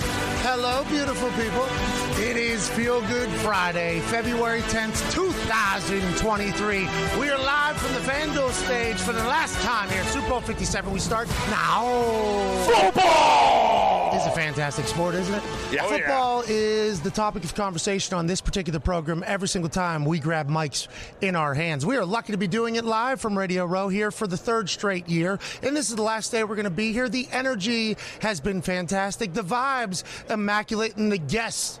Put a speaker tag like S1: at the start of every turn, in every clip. S1: hello, beautiful people. It is Feel Good Friday, February 10th, 2023. We are live from the Vando stage for the last time here. Super Bowl 57. We start now. Football! It's a fantastic sport, isn't it?
S2: Yeah. Oh, yeah.
S1: Football is the topic of conversation on this particular program every single time we grab mics in our hands. We are lucky to be doing it live from Radio Row here for the third straight year. And this is the last day we're going to be here. The energy has been fantastic, the vibes immaculate, and the guests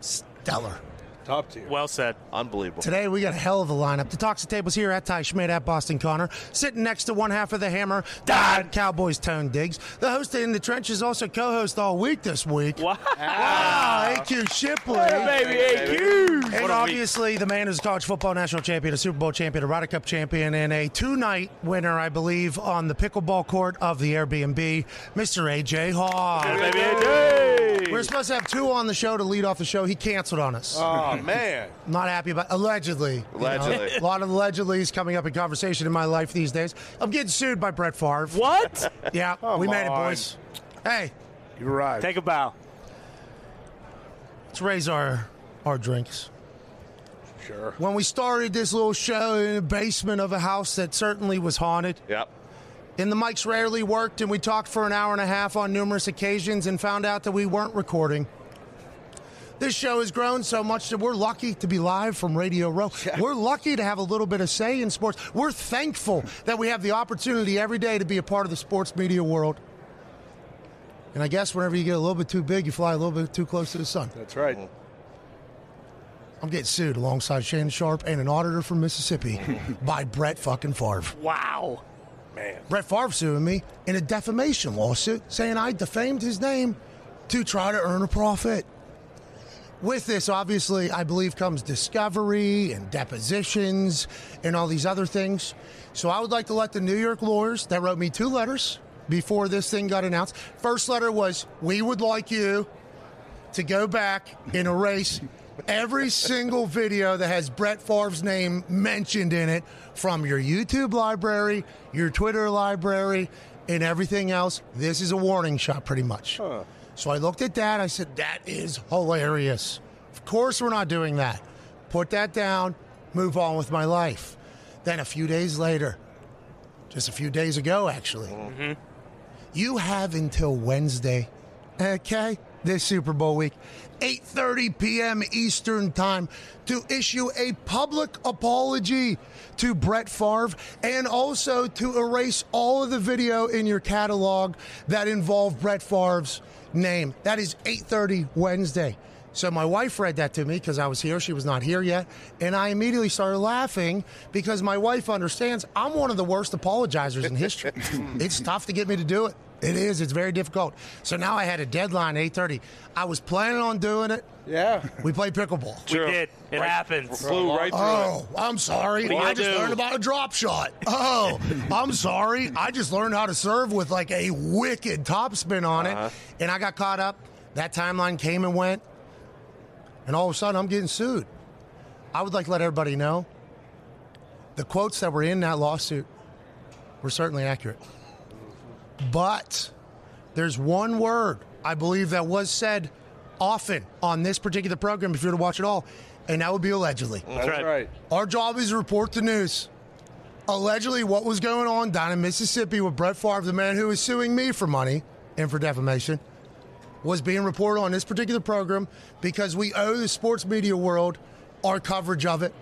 S1: stellar.
S3: Top tier.
S4: Well said.
S2: Unbelievable.
S1: Today we got a hell of a lineup. The Toxic Table's here at Ty Schmidt at Boston Connor, sitting next to one half of the Hammer, Don Cowboys Tone Diggs. The host in the trench is also co-host all week this week.
S4: Wow.
S1: Wow, AQ Shipley.
S4: baby AQ.
S1: And obviously, the man who's a college football national champion, a Super Bowl champion, a Ryder Cup champion, and a two-night winner, I believe, on the pickleball court of the Airbnb, Mr. AJ Hawk.
S4: Baby AJ.
S1: We're supposed to have two on the show to lead off the show. He canceled on us.
S3: Oh man.
S1: Not happy about allegedly. you know.
S2: Allegedly.
S1: a lot of allegedly's coming up in conversation in my life these days. I'm getting sued by Brett Favre.
S4: What?
S1: Yeah, we made it,
S3: on.
S1: boys. Hey,
S3: You're right.
S4: Take a bow.
S1: let's raise our our drinks.
S3: sure.
S1: When we started this little show in the basement of a house that certainly was haunted,
S2: Yep.
S1: and the mics rarely worked, and we talked for an hour and a half on numerous occasions and found out that we weren't recording. This show has grown so much that we're lucky to be live from Radio Row. We're lucky to have a little bit of say in sports. We're thankful that we have the opportunity every day to be a part of the sports media world. And I guess whenever you get a little bit too big, you fly a little bit too close to the sun.
S3: That's right.
S5: Mm-hmm.
S1: I'm getting sued alongside Shannon Sharp and an auditor from Mississippi by Brett fucking Favre.
S4: Wow.
S3: Man.
S1: Brett Favre suing me in a defamation lawsuit saying I defamed his name to try to earn a profit. With this, obviously, I believe comes discovery and depositions and all these other things. So I would like to let the New York lawyers that wrote me two letters before this thing got announced. First letter was, We would like you to go back and erase every single video that has Brett Favre's name mentioned in it from your YouTube library, your Twitter library, and everything else. This is a warning shot, pretty much. So I looked at that. I said, that is hilarious. Of course, we're not doing that. Put that down, move on with my life. Then a few days later, just a few days ago, actually. You have until Wednesday, okay? This Super Bowl week, 8:30 p.m. Eastern Time to issue a public apology to Brett Favre and also to erase all of the video in your catalog that involve Brett Favre's name. That is 8:30 Wednesday. So my wife read that to me because I was here. She was not here yet. And I immediately started laughing because my wife understands I'm one of the worst apologizers in history. it's tough to get me to do it. It is. It's very difficult. So now I had a deadline, 8.30. I was planning on doing it.
S3: Yeah.
S1: We played pickleball.
S4: We did. It happens.
S2: Flew right through it.
S1: Oh, I'm sorry.
S4: What do
S1: I
S4: you
S1: just
S4: do?
S1: learned about a drop shot. Oh, I'm sorry. I just learned how to serve with like a wicked topspin on it. And I got caught up. That timeline came and went. And all of a sudden, I'm getting sued. I would like to let everybody know the quotes that were in that lawsuit were certainly accurate. But there's one word I believe that was said often on this particular program, if you were to watch it all, and that would be allegedly.
S3: That's
S4: right.
S3: right.
S1: Our job is to report the news. Allegedly, what was going on down in Mississippi with Brett Favre, the man who is suing me for money and for defamation, was being reported on this particular program because we owe the sports media world our coverage of it.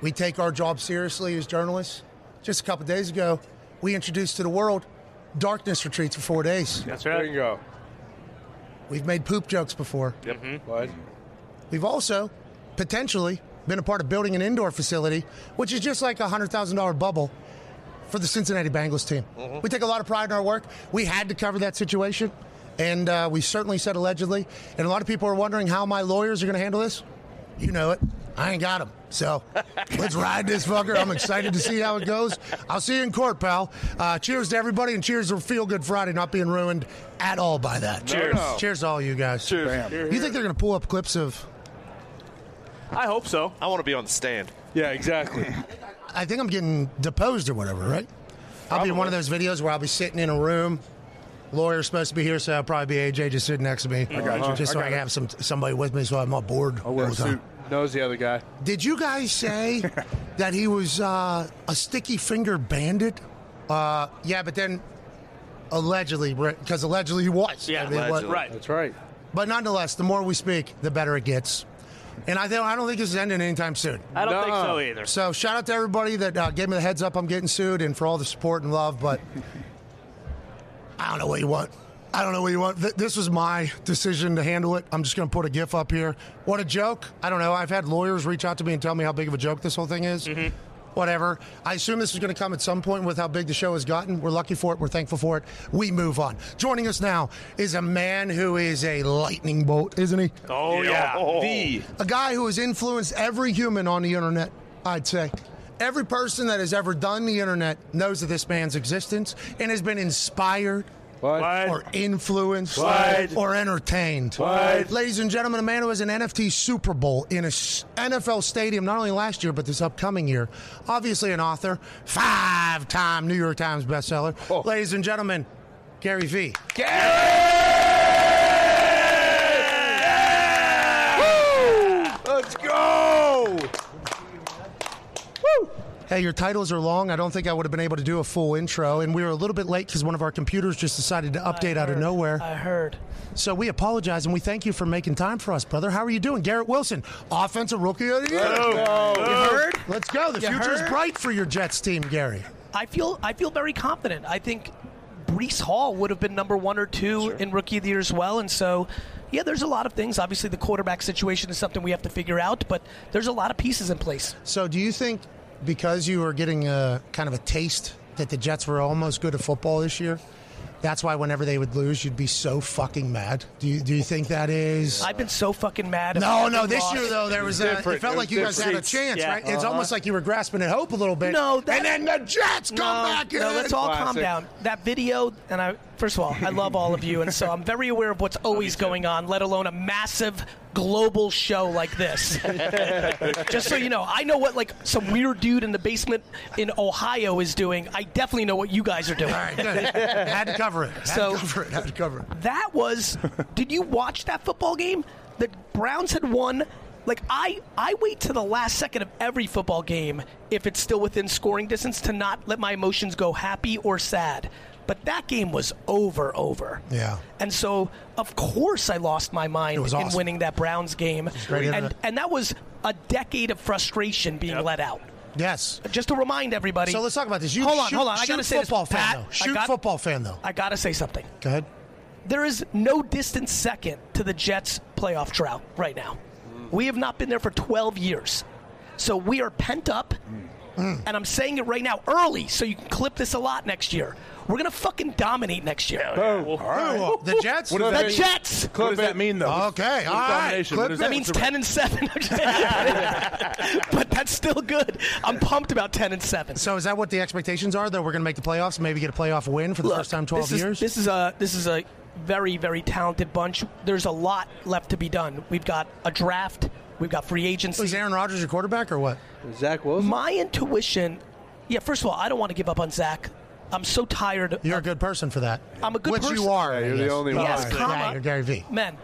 S1: We take our job seriously as journalists. Just a couple days ago, we introduced to the world darkness retreats for four days.
S4: That's
S3: There you
S4: right.
S3: go.
S1: We've made poop jokes before.
S3: What?
S1: We've also potentially been a part of building an indoor facility, which is just like a $100,000 bubble for the Cincinnati Bengals team. We take a lot of pride in our work. We had to cover that situation, and uh, we certainly said allegedly. And a lot of people are wondering how my lawyers are going to handle this. You know it. I ain't got them. So let's ride this fucker. I'm excited to see how it goes. I'll see you in court, pal. Uh, cheers to everybody, and cheers to Feel Good Friday not being ruined at all by that.
S3: Cheers. no.
S1: Cheers to all you guys.
S2: Cheers.
S1: You think they're going to pull up clips of
S4: I hope so.
S2: I want to be on the stand.
S3: Yeah, exactly.
S1: I think I'm getting deposed or whatever, right? I'll be in one of those videos where I'll be sitting in a room Lawyer's supposed to be here, so I'll probably be AJ just sitting next to me. I
S3: got you.
S1: Just so I,
S3: I got
S1: can
S3: it.
S1: have some somebody with me, so I'm not bored.
S5: Mm-hmm.
S3: I'll wear
S1: all
S3: a
S1: the time.
S3: suit. Knows the other guy.
S1: Did you guys say that he was uh, a sticky finger bandit? Uh, yeah, but then allegedly, because allegedly he was.
S4: Yeah,
S1: I mean, what-
S2: allegedly.
S4: right.
S3: That's right.
S1: But nonetheless, the more we speak, the better it gets. And I don't, I don't think this is ending anytime soon.
S4: I don't think
S3: Nuh-uh.
S4: so either.
S1: So shout out to everybody that uh, gave me the heads up I'm getting sued and for all the support and love. But I don't know what you want. I don't know what you want. Th- this was my decision to handle it. I'm just going to put a GIF up here. What a joke. I don't know. I've had lawyers reach out to me and tell me how big of a joke this whole thing is. Whatever. I assume this is going to come at some point with how big the show has gotten. We're lucky for it. We're thankful for it. We move on. Joining us now is a man who is a lightning bolt, isn't he?
S4: Oh yeah,
S2: Oh.
S4: the
S1: a guy who has influenced every human on the internet, I'd say. Every person that has ever done the internet knows of this man's existence and has been inspired
S3: What?
S4: What?
S1: or influenced
S4: What?
S1: or entertained.
S3: What?
S1: Ladies and gentlemen, a man who has an NFT Super Bowl in a s- NFL stadium not only last year but this upcoming year. Obviously an author, five-time New York Times bestseller.
S3: Oh.
S1: Ladies and gentlemen, Gary Vee.
S3: Let's go.
S1: Hey, your titles are long. I don't think I would have been able to do a full intro, and we were a little bit late because one of our computers just decided to update out of nowhere.
S5: I heard.
S1: So we apologize and we thank you for making time for us, brother. How are you doing, Garrett Wilson, offensive rookie of the year?
S5: You heard?
S1: Let's go. The
S5: You
S1: future is
S5: heard?
S1: bright for your Jets team, Gary.
S5: I feel I feel very confident. I think Brees Hall would have been number one or two in rookie of the year as well, and so yeah, there's a lot of things. Obviously, the quarterback situation is something we have to figure out, but there's a lot of pieces in place.
S1: So, do you think because you were getting a kind of a taste that the Jets were almost good at football this year, that's why whenever they would lose, you'd be so fucking mad? Do you do you think that is?
S5: I've been so fucking mad. at
S1: no,
S5: every
S1: no. This
S5: loss.
S1: year though, there was a, it
S3: different.
S1: felt
S3: It
S1: like
S3: was
S1: you guys had a
S3: different. Uh-huh.
S1: chance,
S4: Yeah.
S1: right? It's almost like you were grasping at hope a little bit.
S5: No, that-
S1: and then the Jets
S5: No,
S1: come back.
S5: no,
S1: in.
S5: let's all calm
S3: Classic.
S5: down. That video, and I first of all, I love all of you, and so I'm very aware of what's always going on. Let alone a massive global show like this. Just so you know, I know what like some weird dude in the basement in Ohio is doing. I definitely know what you guys are doing.
S1: All right, good. Had to cover it. Had
S5: So-
S1: to cover it. Had to cover it.
S5: That was. did you watch that football game? The Browns had won. Like I, I wait to the last second of every football game if it's still within scoring distance to not let my emotions go happy or sad. But that game was over, over.
S1: Yeah.
S5: And so, of course, I lost my mind
S1: was
S5: in
S1: awesome.
S5: winning that Browns game,
S1: great, isn't
S5: and
S1: it?
S5: and that was a decade of frustration being let out.
S1: Yes.
S5: Just to remind everybody.
S1: So let's talk about this. You
S5: hold on,
S1: shoot,
S5: hold on. I
S1: shoot
S5: gotta say this,
S1: football fan
S5: Pat,
S1: though.
S5: I
S1: Shoot
S5: got-
S1: football fan though.
S5: I gotta say something.
S1: Go ahead.
S5: There is no distant second to the Jets' playoff drought right now. We have not been there for 12 years. So we are pent up, and I'm saying it right now early so you can clip this a lot next year. We're going to fucking dominate next year.
S3: All right.
S1: The Jets.
S3: What does
S5: The
S3: that-
S5: Jets!
S3: What does that mean, though?
S1: Okay, all
S3: What
S1: right.
S3: is domination?
S1: Clip
S3: What is
S1: it.
S5: That means 10 and 7. I'm just kidding. but that's still good. I'm pumped about 10 and 7.
S1: so is that what the expectations are? That we're going to make the playoffs, maybe get a playoff win for the
S5: Look,
S1: first time in twelve
S5: this is,
S1: years.
S5: This is a this is a very very talented bunch. There's a lot left to be done. We've got a draft. We've got free agency.
S1: is Aaron Rodgers your quarterback or what?
S3: Zach Wilson.
S5: My intuition. Yeah, first of all, I don't want to give up on Zach. I'm so tired.
S1: You're a
S5: of,
S1: good person for that.
S5: I'm a good
S1: Which
S5: person.
S1: you are. I
S3: Yeah, you're the
S1: guess.
S3: only
S1: You
S3: one.
S1: are.
S5: Yes, comma.
S1: Yeah, you're Gary V.
S5: man.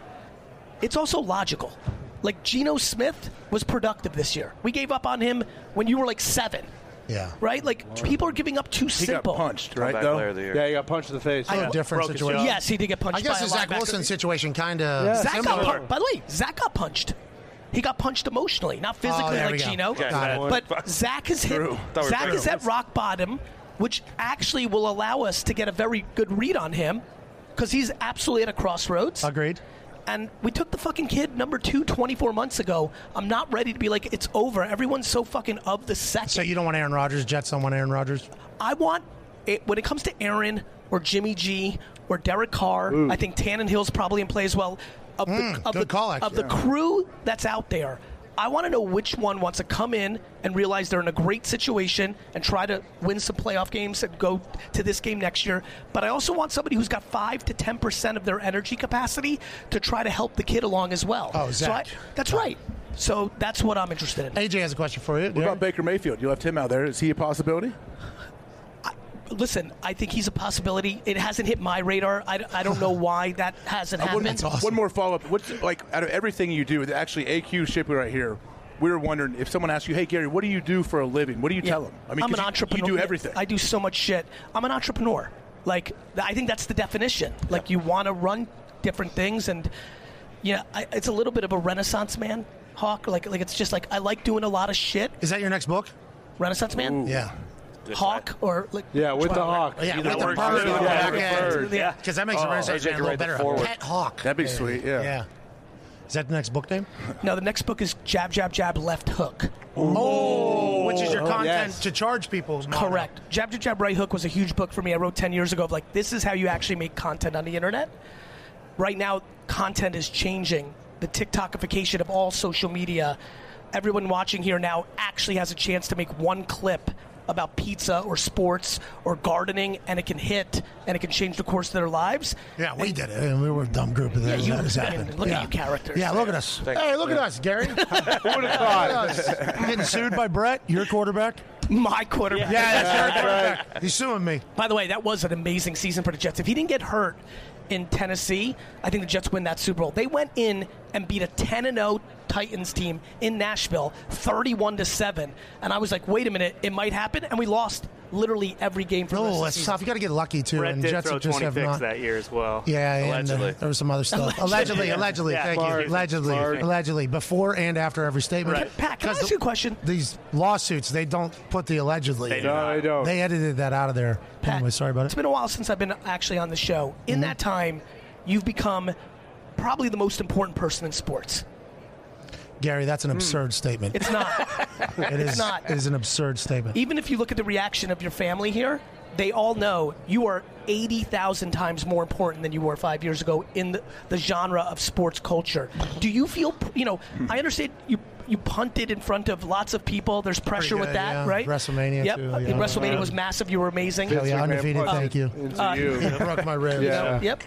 S5: It's also logical. Like Geno Smith was productive this year. We gave up on him when you were like seven,
S1: Yeah.
S5: right? Like people are giving up too
S3: He got
S5: simple.
S3: punched, right?
S2: Comeback
S3: Though.
S2: player of the year.
S3: Yeah, he got punched in the face.
S5: I-
S1: A different
S4: Broke his
S1: situation.
S4: jaw.
S5: Yes, he did get punched.
S1: I guess
S5: by
S1: the
S5: a
S1: Zach
S5: linebacker.
S1: Wilson situation kind of.
S3: Yeah.
S5: Zach got
S1: Uh, similar.
S5: punched. By the way, Zach got punched. He got punched emotionally, not
S1: Oh,
S5: physically
S1: there
S5: like
S1: we go.
S5: Gino.
S1: Got
S2: it.
S5: But Zach has hit.
S2: True. Thought we were
S5: Zach
S2: true.
S5: is at rock bottom, which actually will allow us to get a very good read on him, because he's absolutely at a crossroads.
S1: Agreed.
S5: And we took the fucking kid number two 24 months ago. I'm not ready to be like it's over. Everyone's so fucking of the second.
S1: So you don't want Aaron Rodgers? Jets don't want Aaron Rodgers.
S5: I want it when it comes to Aaron or Jimmy G or Derek Carr. I think Tannenhill's probably in play as well. Of the, of
S1: Mm, good
S5: the,
S1: call,
S5: of
S1: actually.
S5: the crew that's out there, I want to know which one wants to come in and realize they're in a great situation and try to win some playoff games and go to this game next year. But I also want somebody who's got five to ten percent of their energy capacity to try to help the kid along as well.
S1: Oh,
S5: So I-
S1: Zach.
S5: that's right. So that's what I'm interested in.
S1: AJ has a question for you.
S3: What
S1: Gary.
S3: about Baker Mayfield? You left him out there. Is he a possibility?
S5: listen, I think he's a possibility. It hasn't hit my radar. I, d- I don't know why that hasn't
S6: Uh, one,
S5: happened.
S6: one more follow up. What's like out of everything you do? Actually, AQ Shipley right here. We were wondering if someone asked you, "Hey Gary, what do you do for a living?" What do you
S5: Yeah.
S6: tell them?
S5: I'm
S6: 'cause
S5: an
S6: you-
S5: entrepreneur.
S6: You do everything.
S5: I do so much shit. I'm an entrepreneur. Like th- I think that's the definition. Like you want to run different things, and yeah, I, it's a little bit of a renaissance man hawk. Like like it's just like I like doing a lot of shit.
S1: Is that your next book?
S5: Renaissance man,
S1: Yeah. Oh,
S5: hawk or like
S3: Yeah,
S5: which
S3: with the
S5: one?
S3: hawk.
S1: Yeah,
S3: Either
S1: with the
S3: works.
S1: bird on the
S3: Yeah,
S1: back
S3: with the
S1: end.
S3: bird.
S5: Yeah.
S1: Because that makes
S4: Oh,
S1: oh, Renaissance
S4: they
S1: Man a
S4: decorate
S1: little
S4: the
S1: better.
S4: forward.
S1: Pet hawk.
S6: That'd be sweet, yeah.
S1: Yeah. Is that the next book name?
S5: No, the next book is jab jab jab left hook.
S1: Oh, which is your
S3: Oh,
S1: content
S3: yes.
S1: to charge people. is modern.
S5: Correct. Jab Jab Jab Right Hook was a huge book for me. I wrote 10 years ago of like, this is how you actually make content on the internet. Right now, content is changing. The TikTokification of all social media. Everyone watching here now actually has a chance to make one clip about pizza or sports or gardening, and it can hit and it can change the course of their lives.
S1: Yeah, we did it. And we were a dumb group of
S5: Yeah,
S1: that.
S5: you-
S1: that has happened.
S5: look at
S1: yeah.
S5: you characters.
S1: Yeah, look at us.
S2: Thanks.
S1: Hey, look at us, Gary. Look at
S3: Who would have thought?
S1: us. Getting sued by Brett, your quarterback.
S5: My quarterback.
S1: Yeah, that's your quarterback. He's suing me.
S5: By the way, that was an amazing season for the Jets. If he didn't get hurt in Tennessee, I think the Jets win that Super Bowl. They went in and beat a 10 and 0 Titans team in Nashville, 31 to 7, and I was like, "Wait a minute, it might happen." And we lost literally every game for the rest
S1: Oh,
S5: of the
S1: that's
S5: season.
S1: tough. You got to get lucky too.
S4: Brett
S1: and
S4: did
S1: Jets
S4: throw
S1: have just have
S4: 26
S1: not.
S4: that year as well.
S1: Yeah, and uh,
S2: Allegedly.
S1: there was some other stuff. Allegedly, allegedly.
S4: Yeah.
S1: thank
S4: Barred.
S1: you. Allegedly,
S4: Barred.
S1: allegedly. Before and after every statement.
S5: Pat, can I
S1: 'Cause
S5: ask you a question?
S1: These lawsuits, they don't put the allegedly.
S4: They
S1: in.
S4: do
S3: No, I don't.
S1: They edited that out of there.
S5: Pat,
S1: Anyway, sorry about
S5: It's
S1: it.
S5: been a while since I've been actually on the show.
S1: Mm-hmm.
S5: In that time, you've become probably the most important person in sports.
S1: Gary, that's an absurd statement.
S5: Hmm. It's not.
S1: It is
S5: not.
S1: It is an absurd statement.
S5: even if you look at the reaction of your family here, they all know you are 80,000 times more important than you were five years ago in the, the genre of sports culture. Do you feel, you know, I understand you you punted in front of lots of people. There's pressure with
S1: good,
S5: that,
S1: yeah.
S5: right?
S1: WrestleMania,
S5: yep.
S1: too,
S5: I think
S1: yeah.
S5: WrestleMania was massive. You were amazing. Uh,
S1: Hell yeah, undefeated.
S3: Instagram
S1: Thank you.
S3: Into you.
S1: Broke my ribs.
S3: Yeah.
S5: Yep.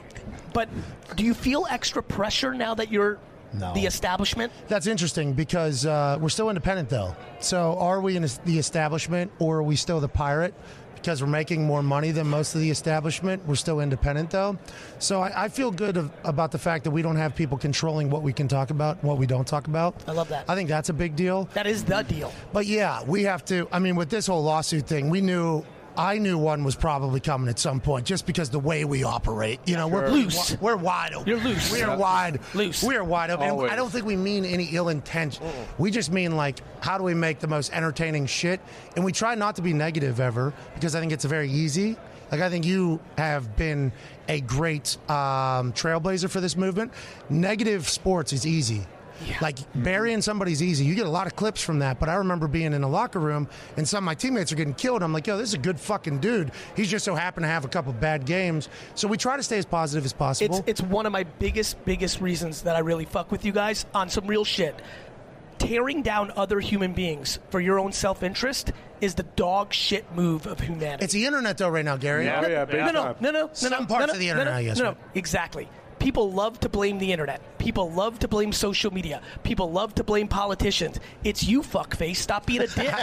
S5: But do you feel extra pressure now that you're
S1: No.
S5: the establishment?
S1: That's interesting because uh, we're still independent, though. So are we in es- the establishment or are we still the pirate? Because we're making more money than most of the establishment. We're still independent, though. So I, I feel good of, about the fact that we don't have people controlling what we can talk about, what we don't talk about.
S5: I love that.
S1: I think that's a big deal.
S5: That is the deal.
S1: But yeah, we have to. I mean, with this whole lawsuit thing, we knew. I knew one was probably coming at some point, just because the way we operate. You know, we're
S5: Loose.
S1: We're wide open.
S5: You're loose.
S1: We are
S5: Yeah.
S1: wide.
S5: Loose.
S1: We are wide open. And
S3: Always.
S1: I don't think we mean any ill intent. We just mean like, how do we make the most entertaining shit? And we try not to be negative ever, because I think it's very easy. Like I think you have been a great um, trailblazer for this movement. Negative sports is easy. Like burying somebody's easy. You get a lot of clips from that, but I remember being in a locker room and some of my teammates are getting killed. I'm like, yo, this is a good fucking dude. He's just so happened to have a couple bad games. So we try to stay as positive as possible.
S5: It's it's one of my biggest biggest reasons that I really fuck with you guys on some real shit. Tearing down other human beings for your own self interest is the dog shit move of humanity.
S1: It's the internet though right now, Gary.
S3: Yeah. Oh, big
S5: no, no,
S3: time.
S5: no, no, no,
S1: Some
S5: no, no,
S1: parts
S5: no,
S1: of the
S5: no,
S1: internet,
S5: no,
S1: I guess,
S5: No, no,
S1: right?
S5: exactly. People love to blame the internet. People love to blame social media. People love to blame politicians. It's you, fuckface. Stop being a dick.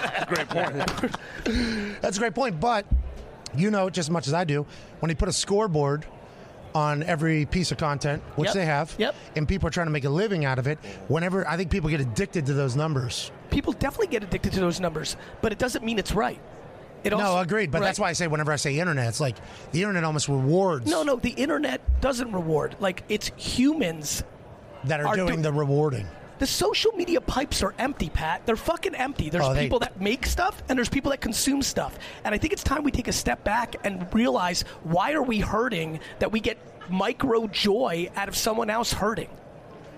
S1: That's a great point, but you know just as much as I do, when they put a scoreboard on every piece of content, which
S5: Yep.
S1: they have,
S5: Yep.
S1: and people are trying to make a living out of it, whenever I think people get addicted to those numbers.
S5: People definitely get addicted to those numbers, but it doesn't mean it's right. It
S1: No,
S5: also-
S1: agreed. But
S5: right.
S1: that's why I say whenever I say internet, it's like the internet almost rewards
S5: No, no, the internet doesn't reward. Like it's humans.
S1: that are,
S5: Are
S1: doing
S5: do-
S1: the rewarding.
S5: The social media pipes are empty, Pat. They're fucking empty. There's
S1: Oh, they-
S5: people that make stuff and there's people that consume stuff. And I think it's time we take a step back and realize why are we hurting that we get micro joy out of someone else hurting?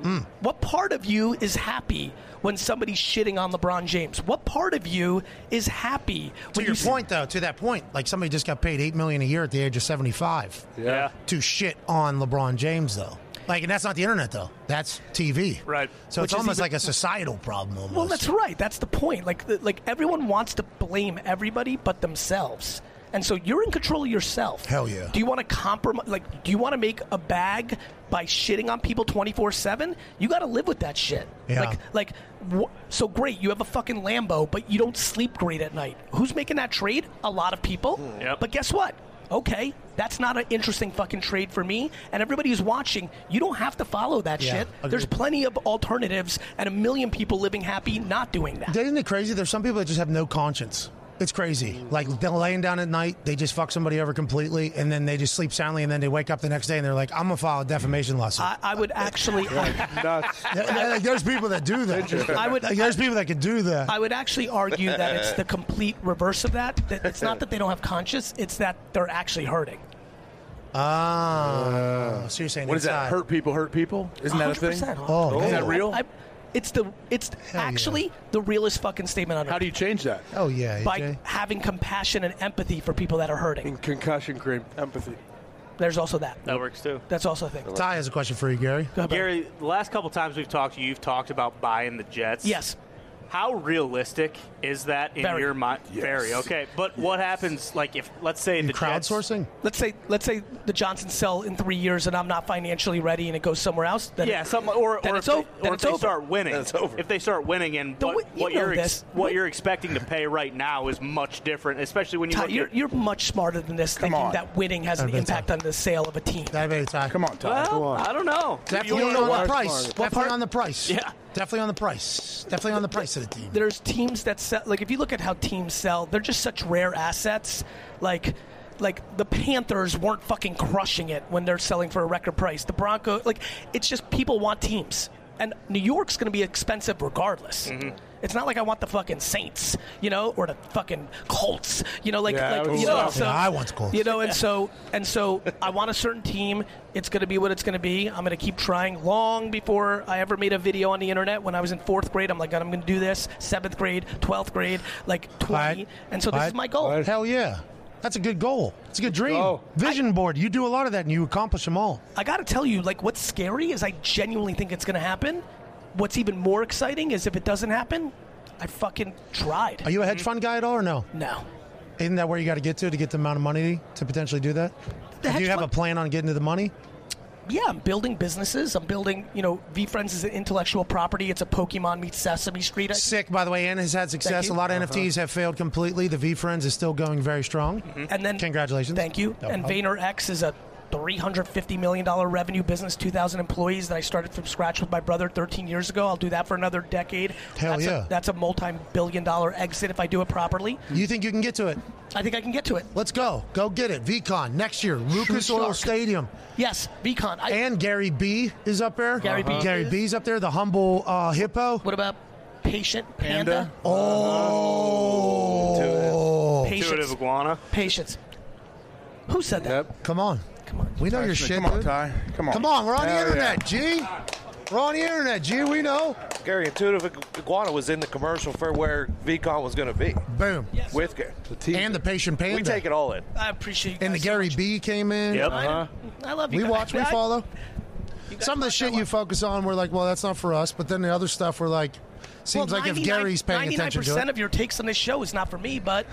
S1: Hmm.
S5: What part of you is happy when somebody's shitting on LeBron James? What part of you is happy
S1: To
S5: when
S1: your
S5: you see-
S1: point, though, to that point, like somebody just got paid eight million a year at the age of seventy-five
S4: Yeah.
S1: to shit on LeBron James, though. Like, and that's not the internet, though. That's TV.
S4: Right.
S1: So
S5: Which
S1: it's
S5: is
S1: almost
S5: even-
S1: like a societal problem. Almost.
S5: Well, that's right. That's the point. Like, th- like everyone wants to blame everybody but themselves. And so you're in control of yourself.
S1: Hell yeah.
S5: Do you want to compromise? Like, do you want to make a bag by shitting on people 24 7? You got to live with that shit.
S1: Yeah.
S5: Like, like wh- so great, you have a fucking Lambo, but you don't sleep great at night. Who's making that trade? A lot of people.
S4: Yep.
S5: But guess what? Okay, that's not an interesting fucking trade for me. And everybody who's watching, you don't have to follow that
S1: Yeah,
S5: shit. There's
S1: agreed.
S5: plenty of alternatives and a million people living happy not doing that.
S1: Isn't it crazy? There's some people that just have no conscience. It's crazy. Like they're laying down at night, they just fuck somebody over completely, and then they just sleep soundly, and then they wake up the next day and they're like, "I'm gonna file a defamation lawsuit."
S5: I, I would actually.
S3: Nuts.
S1: There- there- like, there's people that do that.
S5: I would-
S1: Like, there's people that could do that.
S5: I would actually argue that it's the complete reverse of that. That it's not that they don't have conscience; it's that they're actually hurting.
S1: ah, so you're saying
S6: Uh, What is that?
S1: inside.
S6: Hurt people, hurt people? Isn't that a thing?
S5: 100%.
S1: Oh,
S6: Is that real?
S5: I, it's the it's
S1: yeah.
S5: actually the realest fucking statement on earth.
S6: How do you change that?
S1: Oh yeah, AJ.
S5: by having compassion and empathy for people that are hurting.
S3: Concussion cream. Empathy.
S5: There's also that.
S4: That works too.
S5: That's also a thing. Go
S1: Ty has a question for you, Gary.
S5: ahead, Barry.
S4: Gary, the last couple times we've talked, to you, you've talked about buying the Jets.
S5: Yes.
S4: How realistic is that in
S5: Very.
S4: your mind? Very. Okay. But what happens, like, if, let's say the Jets-
S1: Crowdsourcing.
S5: Let's say let's say the Johnsons sell in three years and I'm not financially ready and it goes somewhere else. Then
S4: Yeah, some or,
S5: Then
S4: or
S5: it's
S4: if,
S5: o-
S4: they,
S5: then
S4: or if
S5: it's
S4: they
S5: over.
S4: start winning,
S6: Then it's over.
S4: if they start winning, and
S5: Don't
S4: what,
S5: we- you
S4: what
S5: know
S4: you're
S5: this.
S4: what
S5: We-
S4: you're expecting to pay right now is much different, especially when you
S5: Ty,
S4: look
S5: you're,
S4: at
S5: you're much smarter than this, thinking
S6: on.
S5: that winning has an
S1: bet so.
S5: impact on the sale of a team.
S1: Diabetes, Ty.
S6: Come on, Ty.
S4: Well, I don't know.
S1: Definitely
S4: You don't
S1: on
S4: know
S1: the
S4: what
S1: price. Definitely
S5: part?
S1: on the price.
S4: Yeah.
S1: Definitely on the price. Definitely on the price of the team.
S5: there's teams that sell like if you look at how teams sell they're just such rare assets like like the panthers weren't fucking crushing it when they're selling for a record price the broncos like it's just people want teams and new york's going to be expensive regardless
S6: Mm-hmm.
S5: It's not like I want the fucking Saints, you know, or the fucking Colts, you know, like,
S6: Yeah, I
S5: like
S6: was
S5: you know,
S6: laughing.
S5: so,
S1: I want the Colts.
S5: you know, and so and so I want a certain team. It's going to be what it's going to be. I'm going to keep trying. Long before I ever made a video on the internet, when I was in fourth grade, I'm like, I'm going to do this. Seventh grade, twelfth grade, like twenty.
S1: Quiet.
S5: And so this
S1: Quiet.
S5: is my goal.
S1: Hell yeah. That's a good goal. It's a good dream.
S3: goal.
S1: Vision board. You do a lot of that and you accomplish them all.
S5: I got to tell you, like, what's scary is I genuinely think it's going to happen. What's even more exciting is if it doesn't happen, I fucking
S1: Are
S5: tried.
S1: you a hedge fund guy at all or no?
S5: No.
S1: Isn't that where you got to get to to get the amount of money to potentially do that?
S5: The
S1: do
S5: hedge
S1: you have a
S5: fund-
S1: plan on getting to the money?
S5: yeah, I'm building businesses. I'm building, you know, V Friends is an intellectual property. It's a Pokemon meets Sesame Street. I-
S1: Sick, by the way, and has had success. A
S5: you.
S1: lot of NFTs have failed completely. The V Friends is still going very strong.
S5: And then
S1: Congratulations.
S5: Thank you.
S1: No
S5: and
S1: problem.
S5: VaynerX is a $350 million revenue business, 2,000 employees that I started from scratch with my brother 13 years ago. I'll do that for another decade.
S1: Hell
S5: that's
S1: yeah.
S5: A, that's a multi billion dollar exit if I do it properly.
S1: You think you can get to it?
S5: I think I can get to it.
S1: Let's go. Go get it. VCon next year, Lucas
S5: Shark.
S1: Oil Stadium.
S5: Yes, Beacon. I,
S1: And Gary B is up there. Uh-huh.
S5: Gary B
S1: Gary
S5: is.
S1: B's up there, the humble uh, hippo.
S5: what about Patient Panda?
S1: Oh.
S4: intuitive
S5: Patience.
S4: iguana.
S5: Patience. Who said that?
S3: Yep.
S1: Come on.
S5: Come on.
S1: We know your shit.
S6: Come on,
S1: dude.
S6: Ty. Come on.
S1: Come on, we're on the
S6: Hell yeah.
S1: internet, G. We're on the internet, G. We know.
S2: Gary Intuitive Iguana was in the commercial for where VCon was going to be
S1: Boom.
S2: with Gary.
S3: The team.
S1: And the patient panda.
S2: We take it all in.
S5: I appreciate you.
S1: And the
S5: guys so
S1: Gary
S5: much.
S1: B came in.
S4: Yep.
S5: I,
S6: Uh-huh.
S5: know. I love you.
S1: We
S5: guys.
S1: watch, we
S5: I-
S1: follow.
S5: you guys
S1: Some of the
S5: rock. I
S1: shit
S5: love
S1: you focus on, we're like, well, that's not for us. But then the other stuff, we're like, seems
S5: Well,
S1: like if
S5: 99
S1: Gary's paying attention to
S5: 99%
S1: it.
S5: of your takes on this show is not for me, but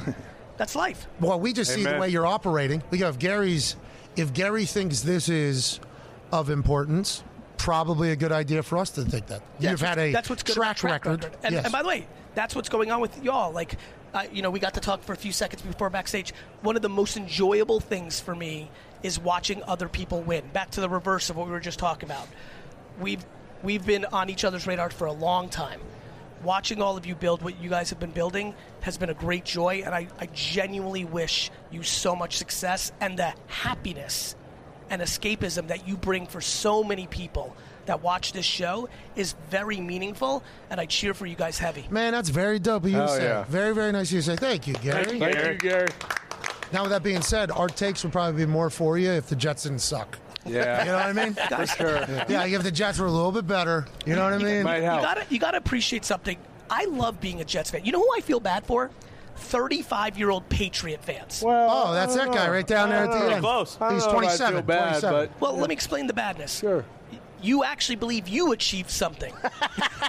S5: that's life.
S1: well, we just see the
S6: Amen.
S1: way you're operating. We go, if Gary's, if Gary thinks this is of importance, probably a good idea for us to take that. You've
S5: That's
S1: had
S5: what's-
S1: a
S5: that's what's good
S1: track,
S5: about track
S1: record.
S5: And,
S1: yes.
S5: and by the way, that's what's going on with y'all. Like, uh, you know, we got to talk for a few seconds before backstage. One of the most enjoyable things for me is watching other people win. Back to the reverse of what we were just talking about. We've we've been on each other's radar for a long time. Watching all of you build what you guys have been building has been a great joy, and I, I genuinely wish you so much success and the happiness and escapism that you bring for so many people that watch this show is very meaningful, and I cheer for you guys heavy.
S1: Man, that's very dope of you to
S6: Hell
S1: say.
S6: yeah.
S1: Very, very nice of you to say. Thank you, Gary.
S6: Thank you, Gary.
S1: Now, with that being said, our takes would probably be more for you if the Jets didn't suck. You know
S6: Yeah.
S1: what I mean?
S6: For sure.
S1: yeah, if the Jets were a little bit better, you know what I mean?
S3: Might
S5: You
S3: help.
S5: gotta, you gotta appreciate something. I love being a Jets fan. You know who I feel bad for? 35 year old Patriot fans. Well,
S3: Well,
S1: Oh, that's
S3: I
S1: that
S3: don't
S1: guy
S3: know.
S1: right down there at the
S3: I don't
S1: end.
S4: Close.
S3: I don't
S1: He's
S3: know if I
S1: 27.
S3: feel bad,
S1: 27.
S5: let me explain the badness.
S3: Sure.
S5: you actually believe you achieved something.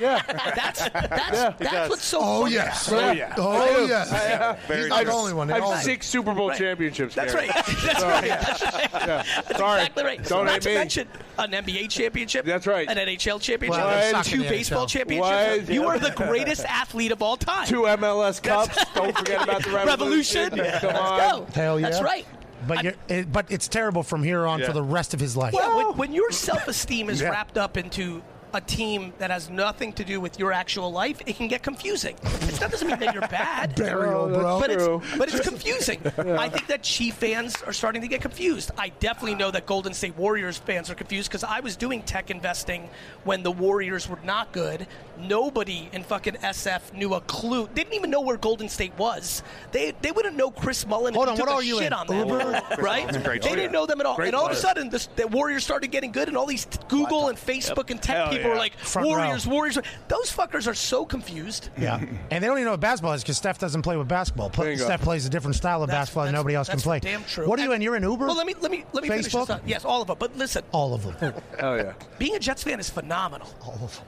S6: Yeah.
S5: That's that's that's what's so.
S1: Oh
S5: funny.
S1: yes.
S6: Oh, yeah.
S1: Oh yes.
S2: Very
S1: He's not the
S2: nice.
S1: only one.
S3: I
S1: They all
S3: have
S1: do.
S3: six Super Bowl
S5: Right.
S3: championships.
S5: That's
S3: Gary.
S5: right. That's right. That's right. That's
S6: Sorry.
S5: exactly right.
S6: Don't
S5: Not
S6: hate
S5: to
S6: me.
S5: mention an NBA championship.
S3: That's right.
S5: An NHL championship.
S1: Well, I suck in
S5: two
S1: the
S5: baseball
S1: NHL.
S5: championships.
S3: Why-
S5: You are the greatest athlete of all time.
S3: Two MLS cups. Don't forget about the revolution.
S5: Revolution. Yeah.
S3: Come on.
S5: Let's go.
S1: Hell yeah.
S5: That's right.
S1: But you're, it, but it's terrible from here on for the rest of his life.
S5: Yeah, when, when your self esteem is
S1: Yeah.
S5: wrapped up into a team that has nothing to do with your actual life, it can get confusing. It's, that doesn't mean that you're bad.
S1: Burial,
S3: that's
S1: bro.
S5: But
S3: True.
S5: it's, but it's confusing. I think that Chief fans are starting to get confused. I definitely know that Golden State Warriors fans are confused because I was doing tech investing when the Warriors were not good. Nobody in fucking SF knew a clue. Didn't even know where Golden State was. They they wouldn't know Chris Mullen.
S1: Hold
S5: if
S1: on,
S5: he took
S1: what
S5: a
S1: are you
S5: shit
S1: in,
S5: on that,
S1: Uber?
S5: right? They
S2: great
S1: Oh,
S2: player.
S5: didn't know them at all.
S6: Great
S5: and all of a
S6: player.
S5: sudden, this, the Warriors started getting good, and all these t- Google and Facebook and tech
S3: Hell
S5: people
S3: yeah.
S5: were like,
S1: Front row.
S5: Warriors, Warriors. Those fuckers are so confused.
S1: Yeah. and they don't even know what basketball is because Steph doesn't play with basketball. Pl-
S3: Bingo.
S1: Steph plays a different style of
S5: That's-
S1: basketball that
S5: that's-
S1: nobody else can
S5: that's
S1: play.
S5: Damn true.
S1: What are you in?
S5: And-
S1: You're in Uber?
S5: Well, let me let me let me finish
S1: Facebook?
S5: this up. Yes, all of them. But listen,
S1: All of them.
S3: Hell yeah.
S5: being a Jets fan is phenomenal.
S1: All of them.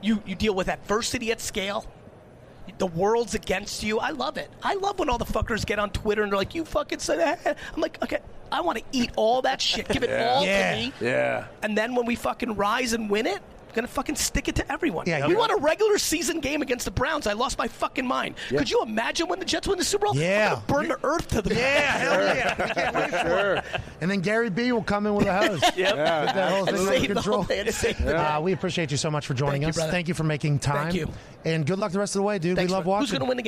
S5: You you deal with adversity at scale. The world's against you. I love it. I love when all the fuckers get on Twitter and they're like, "You fucking said that." I'm like, okay, I want to eat all that shit. Give it all
S1: Yeah.
S5: to me.
S3: Yeah.
S5: And then when we fucking rise and win it, I'm gonna fucking stick it to everyone.
S1: Yeah,
S5: we
S1: you-
S5: won a regular season game against the Browns. I lost my fucking mind. Could you imagine when the Jets win the Super Bowl? I'm
S1: Yeah.
S5: gonna burn the earth to them.
S1: hell yeah. We can't wait for it. And then Gary B will come in with a hose. yep. that whole
S5: And
S1: thing under
S5: save the whole
S1: control.
S5: thing. and save the-
S1: Uh, we appreciate you so much for joining
S5: Thank you,
S1: us.
S5: brother.
S1: Thank you for making time.
S5: you.
S1: And good luck the rest of the way, dude.
S5: Thanks,
S1: we love Oh.
S5: man.
S1: watching.
S5: Who's going to win the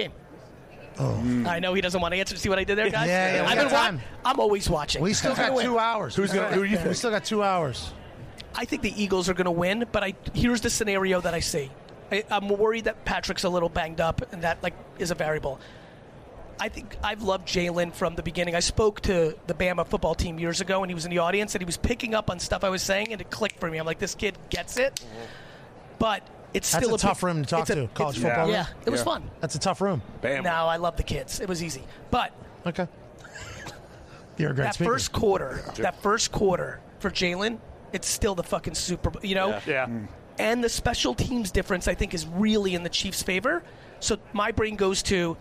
S5: game? I know he doesn't want to answer. See what I did there, guys?
S1: Yeah, yeah, we
S5: I've
S1: got
S5: been wa-
S1: time.
S5: I'm always watching.
S1: We still
S5: Who's gonna
S1: got
S5: win?
S1: two hours.
S6: Who's gonna- who do you
S1: We
S6: think?
S1: still got two hours.
S5: I think the Eagles are going to win, but I here's the scenario that I see. I, I'm worried that Patrick's a little banged up, and that like is a variable. I think I've loved Jalen from the beginning. I spoke to the Bama football team years ago, and he was in the audience, and he was picking up on stuff I was saying, and it clicked for me. I'm like, this kid gets it, but it's
S1: That's
S5: still
S1: a tough
S5: big-
S1: room to talk
S5: it's a-
S1: to. College
S5: it's-
S1: football.
S5: Yeah,
S1: room.
S5: it was fun.
S1: That's a tough room.
S3: Bam.
S5: No, I love the kids. It was easy, but
S1: Okay. You're a great
S5: that
S1: speaker.
S5: first quarter, that first quarter for Jalen, it's still the fucking Super Bowl, you know?
S3: Yeah.
S5: And the special teams difference, I think, is really in the Chiefs' favor. So my brain goes to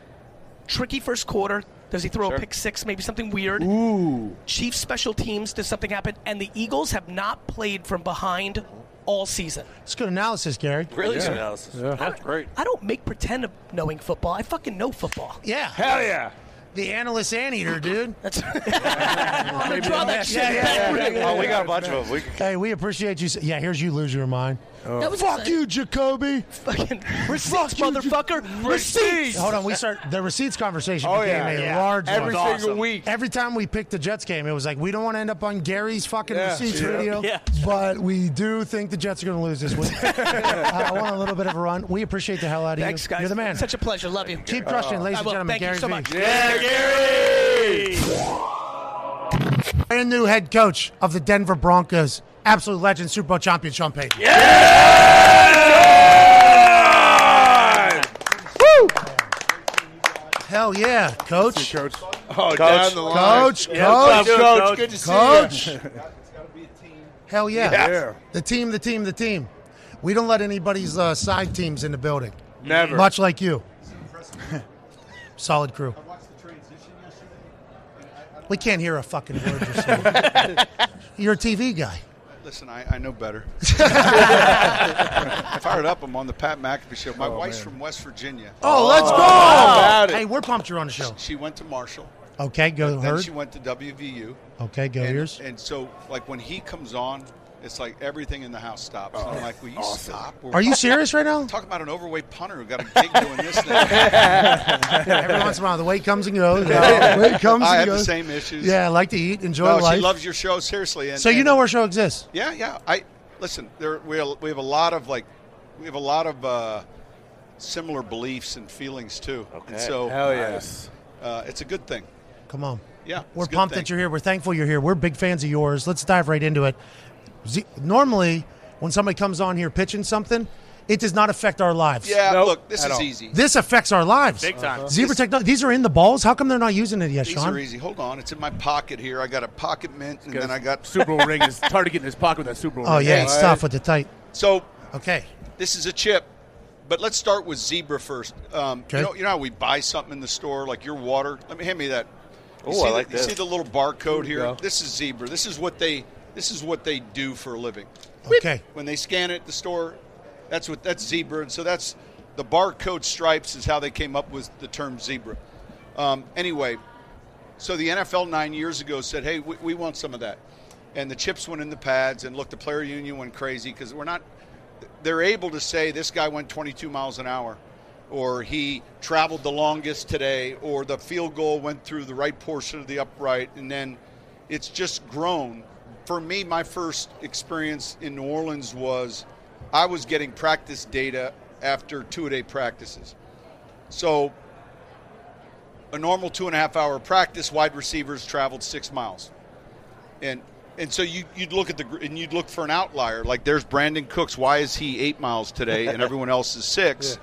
S5: tricky first quarter. Does he throw a pick six? Maybe something weird. Ooh. Chiefs special teams. Does something happen? And the Eagles have not played from behind all season.
S1: It's good analysis, Gary.
S2: Really good analysis. That's great.
S5: I don't make pretend of knowing football. I fucking know football.
S1: Yeah.
S3: Hell yeah.
S1: The analyst anteater, dude.
S5: That's. I'm gonna draw that shit back.
S2: Oh, we got a bunch of them. We could
S1: Hey, we appreciate you. s- Yeah, here's you lose your mind.
S5: Oh. That was
S1: Fuck you, Jacoby.
S5: Fucking receipts, motherfucker. Receipts.
S1: Hold on, we start the receipts conversation
S3: Oh,
S1: became
S3: yeah.
S1: a
S3: Yeah.
S1: large
S3: Every
S1: one.
S3: single week.
S1: Every time we picked the Jets game, it was like we don't want to end up on Gary's fucking
S3: Yeah.
S1: receipts
S3: Yeah.
S1: video,
S4: Yeah.
S1: but we do think the Jets are going to lose this week. Uh, I want a little bit of a run. We appreciate the hell out of
S5: Thanks,
S1: you.
S5: guys.
S1: You're the man.
S5: Such a pleasure. Love you.
S1: Keep crushing, it, ladies
S5: I
S1: and
S5: will.
S1: gentlemen.
S5: Thank you
S1: Gary
S5: so
S1: Vee.
S5: much.
S3: Yeah, Gary.
S1: brand new head coach of the Denver Broncos, absolute legend, Super Bowl champion Sean Payton. Hell yeah, coach,
S6: Coach.
S3: Oh, down the line.
S1: coach,
S3: What's
S1: coach,
S3: up,
S4: Coach.
S3: coach? Good to see you.
S1: coach. Hell yeah.
S6: Yeah.
S1: the team, the team, the team. We don't let anybody's uh, side teams in the building,
S3: Never.
S1: much like you. Solid crew. We can't hear a fucking word you're saying. You're a TV guy.
S7: Listen, I, I know better. Fired up. I'm on the Pat McAfee show. My wife's from West Virginia.
S1: Oh, let's go!
S3: about it.
S1: Hey, we're pumped you're on the show. Oh,
S7: She went to Marshall.
S1: Okay, go
S7: Then
S1: herd.
S7: she went to WVU.
S1: Okay, go
S7: And,
S1: yours.
S7: and so, like, when he comes on, it's like everything in the house stops. And I'm like, will you stop? We're
S1: Oh, Are you serious right now?
S7: talking about an overweight punter who got a gig doing this thing?
S1: Every once in a while, the weight comes and goes. The weight comes
S7: I have
S1: and
S7: the
S1: goes.
S7: same issues.
S1: Yeah, I like to eat, enjoy
S7: No,
S1: life.
S7: she loves your show, seriously. And,
S1: so you
S7: and-
S1: know our show exists.
S7: Yeah, yeah. I listen. There we we have a lot of like we have a lot of uh, similar beliefs and feelings too. And so
S3: Hell yes.
S7: uh, it's a good thing.
S1: Come on.
S7: Yeah,
S1: We're
S7: it's a good
S1: pumped
S7: thing.
S1: that you're here. We're thankful you're here. We're big fans of yours. Let's dive right into it. Z- Normally, when somebody comes on here pitching something, It does not affect our lives.
S7: Yeah,
S6: Nope,
S7: look, this
S6: at
S7: is
S6: all.
S7: easy.
S1: This affects our lives.
S4: Big time. Uh-huh.
S1: Zebra technology. These are in the balls. How come they're not using it yet,
S7: These
S1: Sean?
S7: are easy. Hold on, it's in my pocket here. I got a pocket mint, and then I got
S6: Super Bowl ring. It's hard to get in his pocket with that Super Bowl
S1: Oh
S6: ring.
S1: yeah, it's tough with the tight.
S7: so.
S1: Okay.
S7: This is a chip, but let's start with zebra first. Um,
S1: Okay.
S7: you, know, you know how we buy something in the store, like your water. Let me hand me that. You
S2: Ooh,
S7: see
S2: I
S7: the-
S2: like
S7: you
S2: this.
S7: see the little barcode here.
S6: go.
S7: This is zebra. This is what they. This is what they do for a living.
S1: Okay.
S7: When they scan it at the store, that's what that's zebra. And so that's the barcode stripes is how they came up with the term zebra. Um, anyway, so the NFL nine years ago said, "Hey, we, we want some of that," and the chips went in the pads. And look, the player union went crazy because we're not. They're able to say this guy went 22 miles an hour, or he traveled the longest today, or the field goal went through the right portion of the upright, and then it's just grown. For me, my first experience in New Orleans was I was getting practice data after two-a-day practices. So a normal two and a half hour practice, wide receivers traveled six miles, and and so you you'd look at the gr- and you'd look for an outlier. Like there's Brandon Cooks. Why is he eight miles today and everyone else is six?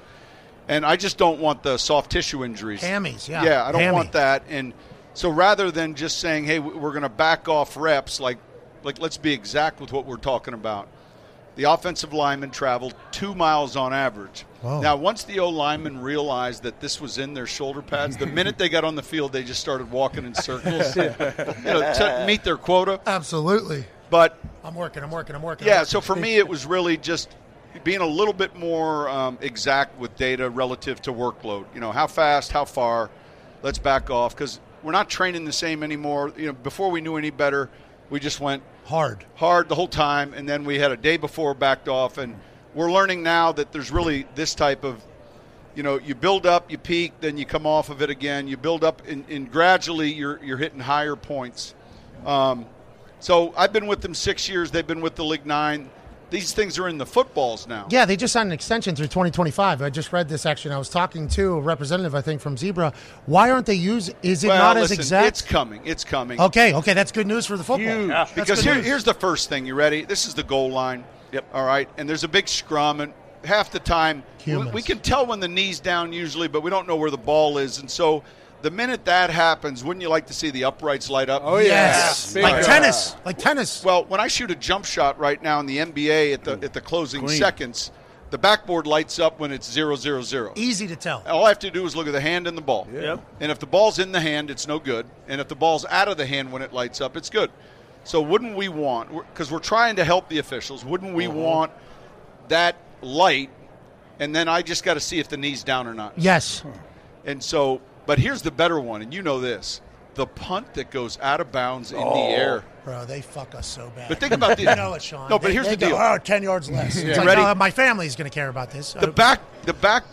S7: And I just don't want the soft tissue injuries.
S1: Hammies, yeah.
S7: Yeah, I don't
S1: Hammy.
S7: want that. And so rather than just saying, hey, w- we're going to back off reps, like like let's be exact with what we're talking about. The offensive lineman traveled two miles on average.
S1: Wow.
S7: Now, once the O linemen realized that this was in their shoulder pads, the minute they got on the field, they just started walking in circles you know, to meet their quota.
S1: Absolutely.
S7: But
S1: I'm working. I'm working. I'm working.
S7: yeah, so for me, it was really just being a little bit more um, exact with data relative to workload. You know, how fast, how far. Let's back off because we're not training the same anymore. You know, before we knew any better, we just went
S1: hard.
S7: hard the whole time, and then we had a day before backed off, and we're learning now that there's really this type of, you know, you build up, you peak, then you come off of it again. You build up, and, and gradually you're you're hitting higher points. Um, so I've been with them six years. They've been with the league nine. These things are in the footballs now.
S1: Yeah, they just signed an extension through 2025. I just read this actually. and I was talking to a representative, I think, from Zebra. Why aren't they used? Is it
S7: Well,
S1: not as
S7: listen,
S1: exact?
S7: It's coming. It's coming.
S1: Okay, okay, that's good news for the football. That's
S7: Because
S1: good
S7: here,
S1: news.
S7: here's the first thing. You ready? This is the goal line. Yep. All right. And there's a big scrum, and half the time we,
S1: Humans.
S7: we can tell when the knee's down usually, but we don't know where the ball is. And so the minute that happens, wouldn't you like to see the uprights light up? Oh
S1: yes,
S3: Yeah.
S1: like
S3: Big
S1: tennis, like tennis.
S7: Well, when I shoot a jump shot right now in the NBA at the at the closing seconds, the backboard lights up when it's zero zero zero.
S1: Easy to tell.
S7: All I have to do is look at the hand and the ball.
S4: Yep.
S7: And if the ball's in the hand, it's no good. And if the ball's out of the hand when it lights up, it's good. So wouldn't we want? Because we're trying to help the officials. Wouldn't we
S1: Mm-hmm.
S7: want that light? And then I just got to see if the knee's down or not.
S1: Yes,
S7: And so, but here's the better one, and you know this: the punt that goes out of bounds in
S1: Oh.
S7: the air.
S1: bro, they fuck us so bad.
S7: But think about this.
S1: you know it, Sean.
S7: No, but
S1: They-
S7: here's
S1: they
S7: the deal.
S1: Go, oh, 10 yards less. It's like,
S7: Ready?
S1: oh, my family's going to care about this.
S7: the
S1: Uh,
S7: back the back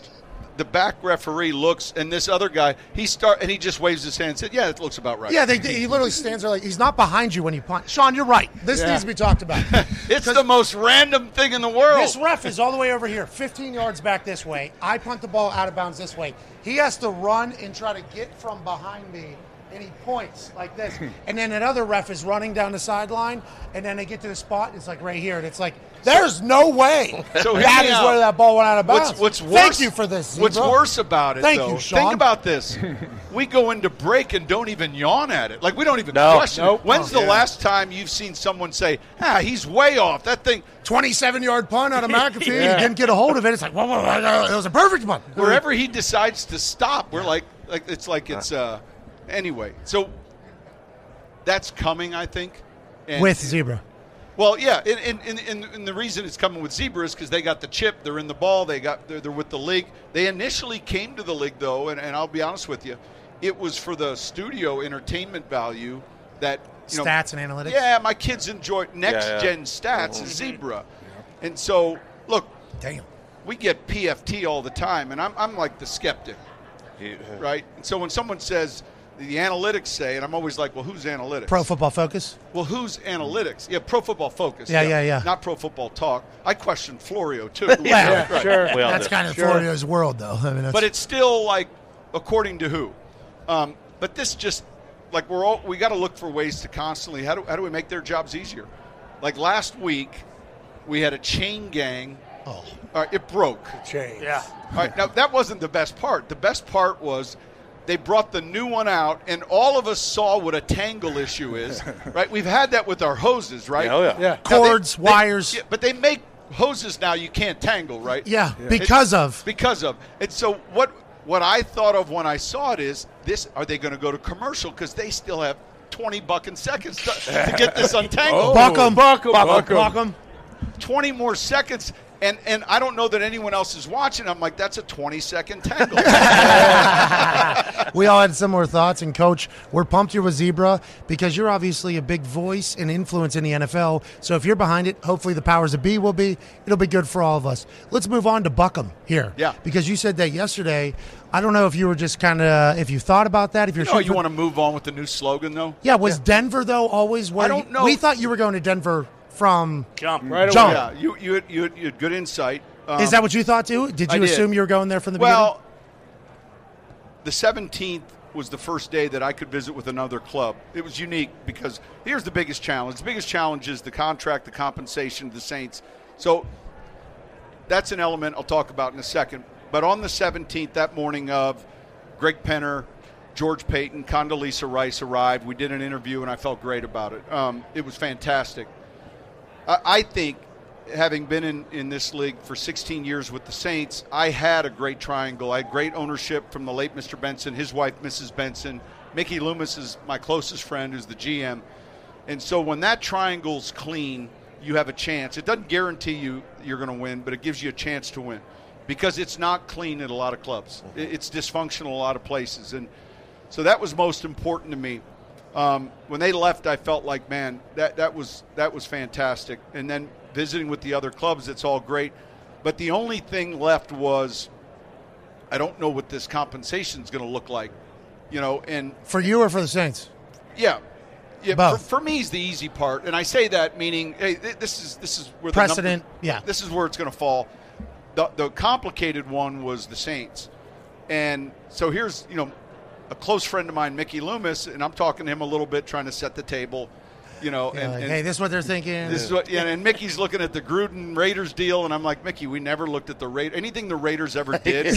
S7: the back referee looks and this other guy he start and he just waves his hand and said yeah it looks about right
S1: yeah, they, they- he literally stands there like he's not behind you when you punt. Sean, you're right. This needs to be talked about.
S7: it's the most random thing in the world
S1: This ref is all the way over here, 15 yards back this way. I punt the ball out of bounds this way. He has to run and try to get from behind me, and he points like this. and then another ref is running down the sideline, and then they get to the spot, and it's like right here, and it's like, there's no way
S7: So hear
S1: that
S7: me
S1: is
S7: out.
S1: where that ball went out of bounds.
S7: What's, what's worse?
S1: Thank you for this. Zebra.
S7: What's worse about it?
S1: Thank
S7: though,
S1: you, Sean.
S7: Think about this. we go into break and don't even yawn at it. Like we don't even
S2: No.
S7: question.
S2: Nope.
S7: It. When's the last time you've seen someone say, "Ah, he's way off"? That thing.
S1: 27 yard punt out of McAfee. He didn't get a hold of it. It's like, whoa, whoa, whoa, whoa. it was a perfect punt.
S7: Wherever he decides to stop, we're like, like it's like it's. uh Anyway, so that's coming, I think. And,
S1: With zebra.
S7: Well, yeah, and, and, and, and, and the reason it's coming with Zebra is because they got the chip, they're in the ball, they got they're, they're with the league. They initially came to the league though, and, and I'll be honest with you, it was for the studio entertainment value that you know,
S1: Stats and analytics.
S7: Yeah, my kids enjoy next
S2: yeah. Mm-hmm.
S7: gen stats and Zebra, and so look,
S1: Damn.
S7: we get PFT all the time, and I'm I'm like the skeptic right? So when someone says the analytics say, and I'm always like, well, who's analytics?
S1: Pro football focus.
S7: Well, who's analytics? Yeah, Pro Football Focus.
S1: Yeah, yeah, yeah.
S7: Not Pro Football Talk. I question Florio too.
S1: Yeah,
S7: Right.
S6: Sure.
S2: We all
S1: That's
S2: do.
S1: kind of
S6: Sure.
S1: Florio's world, though. I mean, that's,
S7: But it's still like, according to who? Um, but this just like we're all we got to look for ways to constantly how do how do we make their jobs easier? Like last week, we had a chain gang
S1: Oh,
S7: All right, it broke.
S1: change.
S4: Yeah.
S7: All right, now that wasn't the best part. The best part was they brought the new one out, and all of us saw what a tangle issue is, right? We've had that with our hoses, right?
S2: Oh, yeah.
S6: Yeah.
S7: Now they-
S1: Cords,
S7: they-
S1: wires.
S7: yeah, but they make hoses now you can't tangle, right?
S1: Yeah, because
S7: It-
S1: of.
S7: Because of. And so what what I thought of when I saw it is this are they going to go to commercial cuz they still have 20 bucking seconds to, to get this untangled.
S1: Buck 'em.
S6: Buck 'em.
S1: Buck
S6: Buck
S1: 'em.
S6: 'em.
S1: Buck 'em.
S7: 20 more seconds and and I don't know that anyone else is watching. I'm like that's a 20 second tangle.
S1: we all had similar thoughts. And coach, we're pumped you're with Zebra because you're obviously a big voice and influence in the NFL. So if you're behind it, hopefully the powers that be will be. It'll be good for all of us. Let's move on to Buckham here.
S7: Yeah.
S1: Because you said that yesterday. I don't know if you were just kind of if you thought about that. If you're
S7: oh,
S1: shooting
S7: you
S1: for-
S7: want to move on with the new slogan though?
S1: Yeah. Was Denver though always where?
S7: I don't
S1: you-
S7: know.
S1: We thought you were going to Denver from.
S4: Jump.
S6: Right
S1: Jump.
S7: Yeah, you you had, you had, you had good insight. Um,
S1: Is that what you thought too? Did
S7: I
S1: you
S7: did.
S1: assume you were going there from the
S7: Well, the 17th was the first day that I could visit with another club. It was unique because here's the biggest challenge. The biggest challenge is the contract, the compensation of the Saints. So that's an element I'll talk about in a second. But on the 17th, that morning of, Greg Penner, George Payton, Condoleezza Rice arrived. We did an interview, and I felt great about it. Um, it was fantastic. I, I think, having been in, in this league for 16 years with the Saints, I had a great triangle. I had great ownership from the late Mr. Benson, his wife, Mrs. Benson. Mickey Loomis is my closest friend, who's the GM. And so when that triangle's clean, you have a chance. It doesn't guarantee you you're going to win, but it gives you a chance to win because it's not clean at a lot of clubs. It- It's dysfunctional a lot of places. And so that was most important to me. Um, when they left, I felt like, man, that, that was that was fantastic. And then visiting with the other clubs, it's all great. But the only thing left was, I don't know what this compensation is going to look like, you know. And
S1: beginning? For you or for the Saints?
S7: yeah, yeah. For,
S1: Both.
S7: for me, is the easy part, and I say that meaning, hey, th- this is this is where The
S1: Precedent,
S7: number,
S1: yeah.
S7: this is where it's going to fall. The the complicated one was the Saints, and so here's you know a close friend of mine, Mickey Loomis, and I'm talking to him a little bit, trying to set the table, you know,
S1: Yeah,
S7: and,
S1: like,
S7: and
S1: hey, this is what they're thinking.
S7: this is what, yeah, and Mickey's looking at the Gruden Raiders deal, and I'm like, Mickey, we never looked at the Raiders. Anything the Raiders ever did, we,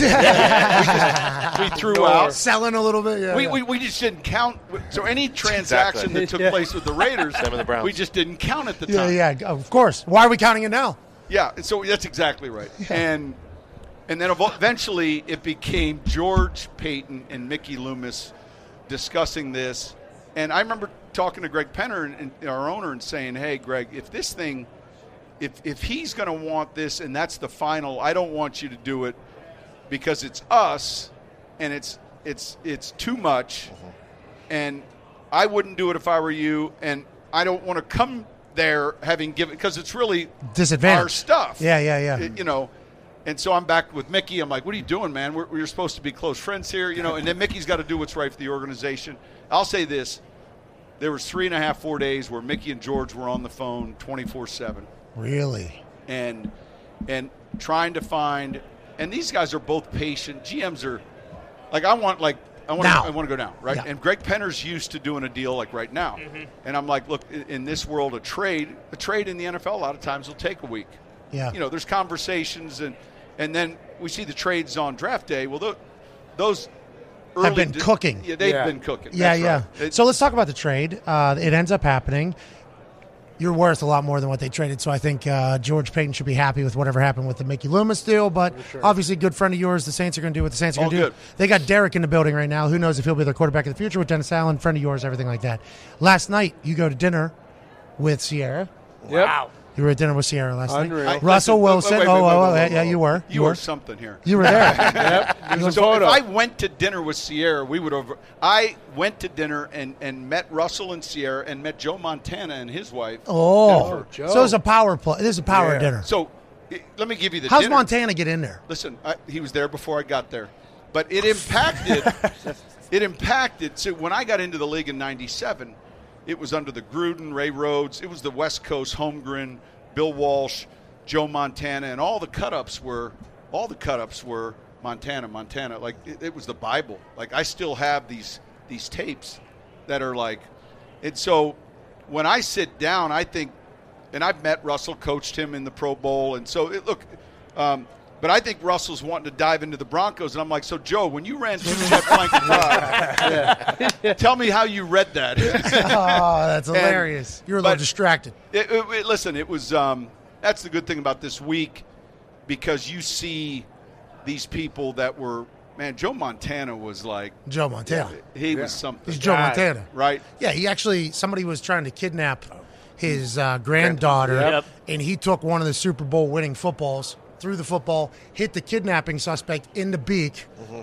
S7: just, we threw out.
S1: selling a little bit. Yeah,
S7: We,
S1: yeah.
S7: we, we just didn't count. So any transaction that took place with the Raiders,
S2: Them and the Browns.
S7: we just didn't count at the
S1: Yeah,
S7: time.
S1: yeah, of course. Why are we counting it now?
S7: Yeah, and so that's exactly right. And and then evo- eventually it became George Payton and Mickey Loomis discussing this. And I remember talking to Greg Penner, and, and our owner, and saying, "Hey, Greg, if this thing, if if he's going to want this, and that's the final, I don't want you to do it because it's us, and it's it's it's too much."
S1: Mm-hmm.
S7: and I wouldn't do it if I were you. And I don't want to come there having given because it's really
S1: Disadvantage.
S7: our stuff.
S1: Yeah, yeah, yeah.
S7: It- you know, and so I'm back with Mickey. I'm like, "What are you doing, man? We're, we're supposed to be close friends here, you know." And then Mickey's got to do what's right for the organization. I'll say this: there was three and a half, four days where Mickey and George were on the phone 24 seven
S1: Really?
S7: and and trying to find and these guys are both patient gms are like i want like i want
S1: Now.
S7: i want to go now right
S1: Yeah.
S7: and greg penner's used to doing a deal like right now
S5: Mm-hmm.
S7: and i'm like look i- in this world a trade a trade in the nfl a lot of times will take a week
S1: Yeah.
S7: you know there's conversations and and then we see the trades on draft day well tho- those
S1: Have
S7: early
S1: been
S7: di-
S1: cooking.
S7: yeah they've
S6: Yeah.
S7: been cooking
S1: Yeah,
S7: That's
S1: yeah.
S7: right. It-
S1: so let's talk about the trade. Uh, it ends up happening. You're worth a lot more than what they traded, so I think uh, George Payton should be happy with whatever happened with the Mickey Loomis deal. But obviously, good friend of yours. The Saints are going to do what the Saints are
S7: All
S1: going to do.
S7: good.
S1: They got Derek in the building right now. Who knows if he'll be their quarterback in the future with Dennis Allen, friend of yours, everything like that. Last night, you go to dinner with Sierra.
S4: Wow.
S1: You were at dinner with Sierra last
S6: Unreal.
S1: night.
S7: I-
S1: Russell
S7: listen, wait, wait,
S1: Wilson.
S7: wait,
S1: oh,
S7: wait, wait,
S1: oh, oh,
S7: wait, wait,
S1: yeah,
S7: wait.
S1: you were.
S7: you are something here
S1: You were there.
S6: There's a
S7: So if
S6: photo.
S7: I went to dinner with Sierra, we would have. I went to dinner and, and met Russell and Sierra and met Joe Montana and his wife.
S1: Oh,
S6: Joe.
S1: so it's a power play. This is a power
S6: Yeah.
S1: dinner.
S7: So i- let me give you the.
S1: How's
S7: dinner.
S1: Montana get in there?
S7: Listen, I, he was there before I got there, but it impacted. it impacted. So when I got into the league in '97, it was under the Gruden, Ray Rhodes. It was the West Coast, Holmgren, Bill Walsh, Joe Montana, and all the cut-ups were all the cut-ups were Montana, Montana. Like it, it was the Bible. Like I still have these these tapes that are like, and so when I sit down, I think and I've met Russell, coached him in the Pro Bowl, and so it, look, Um, but I think Russell's wanting to dive into the Broncos, and I'm like, so Joe, when you ran two jet flank, tell me how you read that.
S1: Oh, that's hilarious. You're a little
S7: but-
S1: distracted.
S7: It, it- it- listen, it was. Um, that's the good thing about this week, because you see these people that were man. Joe Montana was like
S1: Joe Montana.
S7: he was something.
S1: He's Joe Montana.
S7: right?
S1: Yeah, he actually somebody was trying to kidnap his uh, granddaughter,
S4: Yep.
S1: and he took one of the Super Bowl winning footballs, threw the football, hit the kidnapping suspect in the beak, Mm-hmm.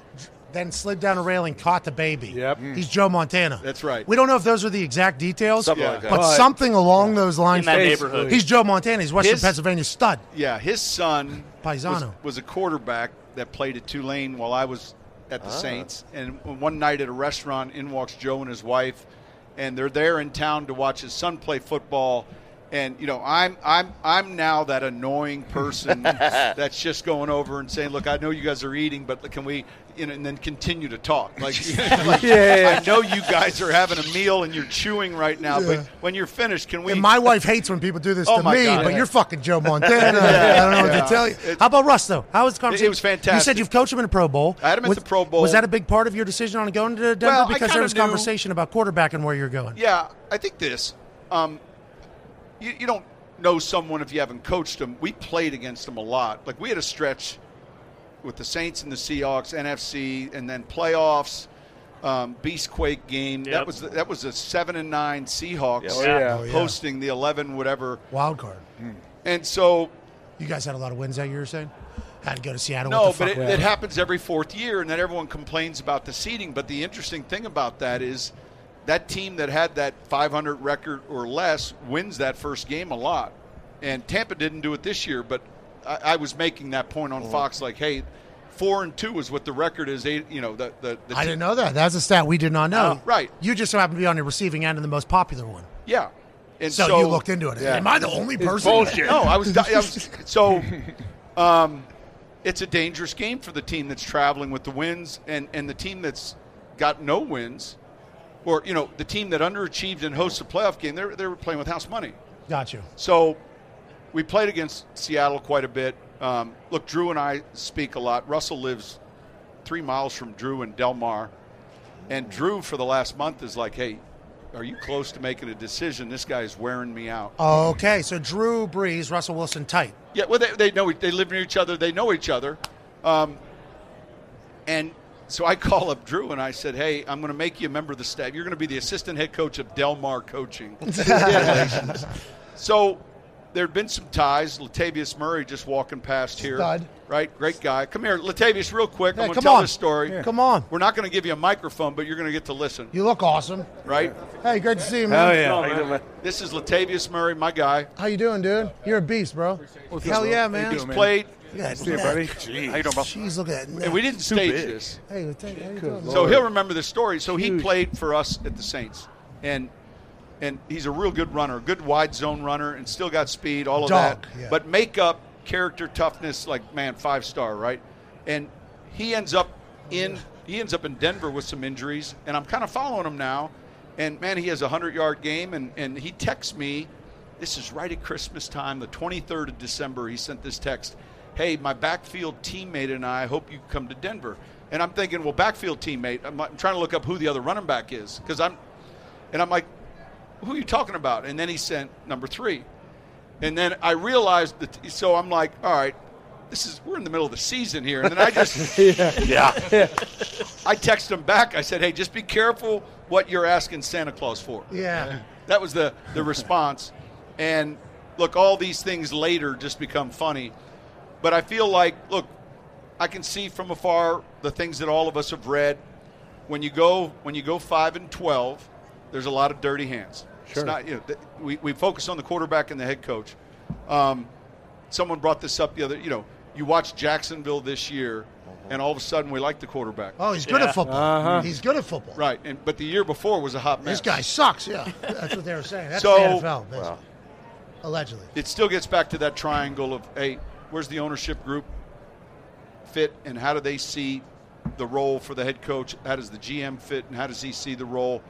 S1: then slid down a railing, caught the baby.
S3: Yep.
S1: he's Joe Montana.
S7: That's right.
S1: We don't know if those are the exact details,
S2: Something like that.
S1: but,
S3: But-
S1: something along those lines.
S4: that
S1: He's-
S4: neighborhood.
S1: he's Joe Montana. He's Western
S7: His-
S1: Pennsylvania stud.
S7: Yeah, his son
S1: Paisano.
S7: was, was a quarterback that played at Tulane while I was at the Saints. And one night at a restaurant, in walks Joe and his wife, and they're there in town to watch his son play football. And you know, I'm I'm I'm now that annoying person that's just going over and saying, "Look, I know you guys are eating, but can we?" You know, and then continue to talk. Like, like, I know you guys are having a meal and you're chewing right now, but when you're finished, can we?
S1: And my wife hates when people do this
S7: Oh
S1: to
S7: my
S1: me,
S7: God.
S1: but you're fucking Joe Montana. I don't know what
S7: Yeah.
S1: to tell you.
S7: It's-
S1: How about Russ, though? How was the conversation?
S7: was
S1: You
S7: fantastic.
S1: said you've coached him in the Pro Bowl.
S7: I had him at
S1: Was-
S7: the Pro Bowl.
S1: Was that a big part of your decision on going to Denver?
S7: Well, I
S1: because there
S7: kinda
S1: was
S7: knew-
S1: conversation about quarterback and where you're going.
S7: Yeah, I think this. Um, you, you don't know someone if you haven't coached them. We played against them a lot. Like we had a stretch with the Saints and the Seahawks, NFC, and then playoffs, um, Beastquake game. That
S4: Yep.
S7: was that was a seven and nine Seahawks
S2: Oh,
S4: yeah.
S1: Oh, yeah.
S7: hosting the eleven whatever. Hmm.
S1: Wild card.
S7: And so
S1: You guys had a lot of wins that year, you're saying? Had to go to Seattle.
S7: No,
S1: what the
S7: but
S1: fuck?
S7: it, it happens every fourth year, and then everyone complains about the seeding. But the interesting thing about that is that team that had that 500 record or less wins that first game a lot. And Tampa didn't do it this year, but I, I was making that point
S1: Oh.
S7: on Fox, like, hey, four and two is what the record is. Eight, you know, the the, the
S1: I
S7: team-
S1: didn't know that. That's a stat we did not know.
S7: Oh, right.
S1: You just so happen to be on the receiving end of the most popular one.
S7: yeah. And
S1: So,
S7: so,
S1: you looked into it. Am I the only person?
S6: bullshit.
S7: No, I was, di- I was so. Um, it's a dangerous game for the team that's traveling with the wins, and and the team that's got no wins, or you know the team that underachieved and hosts a playoff game. They're they're playing with house money.
S1: Got you.
S7: So we played against Seattle quite a bit. Um, look, Drew and I speak a lot. Russell lives three miles from Drew in Del Mar. And Drew, for the last month, is like, hey, are you close to making a decision? This guy's wearing me out.
S1: Okay, so Drew Brees, Russell Wilson, tight.
S7: Yeah, well, they, they know they live near each other. They know each other, um, and so I call up Drew and I said, "Hey, I'm going to make you a member of the staff. You're going to be the assistant head coach of Del Mar Coaching." Relations. so there had been some ties. Latavius Murray just walking past here,
S1: Stud.
S7: right? Great guy. Come here, Latavius, real quick.
S1: Hey,
S7: I'm going to
S1: come
S7: tell
S1: on.
S7: this story.
S1: Yeah. Come on.
S7: We're not going to give you a microphone, but you're going to get to listen,
S1: You look awesome.
S7: right?
S1: Hey, great to see you, man.
S6: Hell yeah.
S2: How you doing, man?
S7: This is Latavius Murray, my guy.
S1: How you doing, dude? You're a beast, bro. Hell yeah, man.
S6: He's
S1: Look
S7: Played,
S1: at that
S6: See you,
S1: neck.
S6: buddy.
S2: How you doing, bro?
S1: Jeez, look at that. neck.
S7: and we didn't stage
S6: big.
S7: this.
S1: Hey, Lieutenant, how you doing? man?
S7: So he'll remember this story. So he played for us at the Saints, and and he's a real good runner, good wide zone runner, and still got speed, all of
S1: Dog,
S7: that.
S1: yeah.
S7: But makeup, character, toughness, like man, five star, right? And he ends up in he ends up in Denver with some injuries, and I'm kind of following him now. And man, he has a hundred yard game, and and he texts me. This is right at Christmas time, the 23rd of December. He sent this text. Hey, my backfield teammate and I hope you come to Denver. And I'm thinking, well, backfield teammate. I'm, I'm trying to look up who the other running back is because I'm, and I'm like, who are you talking about? And then he sent number three. And then I realized that. So I'm like, all right, this is we're in the middle of the season here. And then I just, yeah, I texted him back. I said, hey, just be careful what you're asking Santa Claus for.
S1: Yeah.
S7: That was the the response. And look, all these things later just become funny. But I feel like, look, I can see from afar the things that all of us have read. When you go when you go five and twelve, there's a lot of dirty hands. It's not, you know, th- we, we focus on the quarterback and the head coach. Um, someone brought this up the other. You know, you watch Jacksonville this year, and all of a sudden we like the quarterback,
S1: Uh-huh. Oh, he's good
S4: Yeah.
S1: at football. He's good at football.
S7: right? And but the year before was a hot mess.
S1: This guy sucks. Yeah, that's what they were saying. That's
S7: So-
S1: the NFL, basically. allegedly.
S7: it still gets back to that triangle of hey, where's the ownership group fit, and how do they see the role for the head coach? How does the GM fit, and how does he see the role?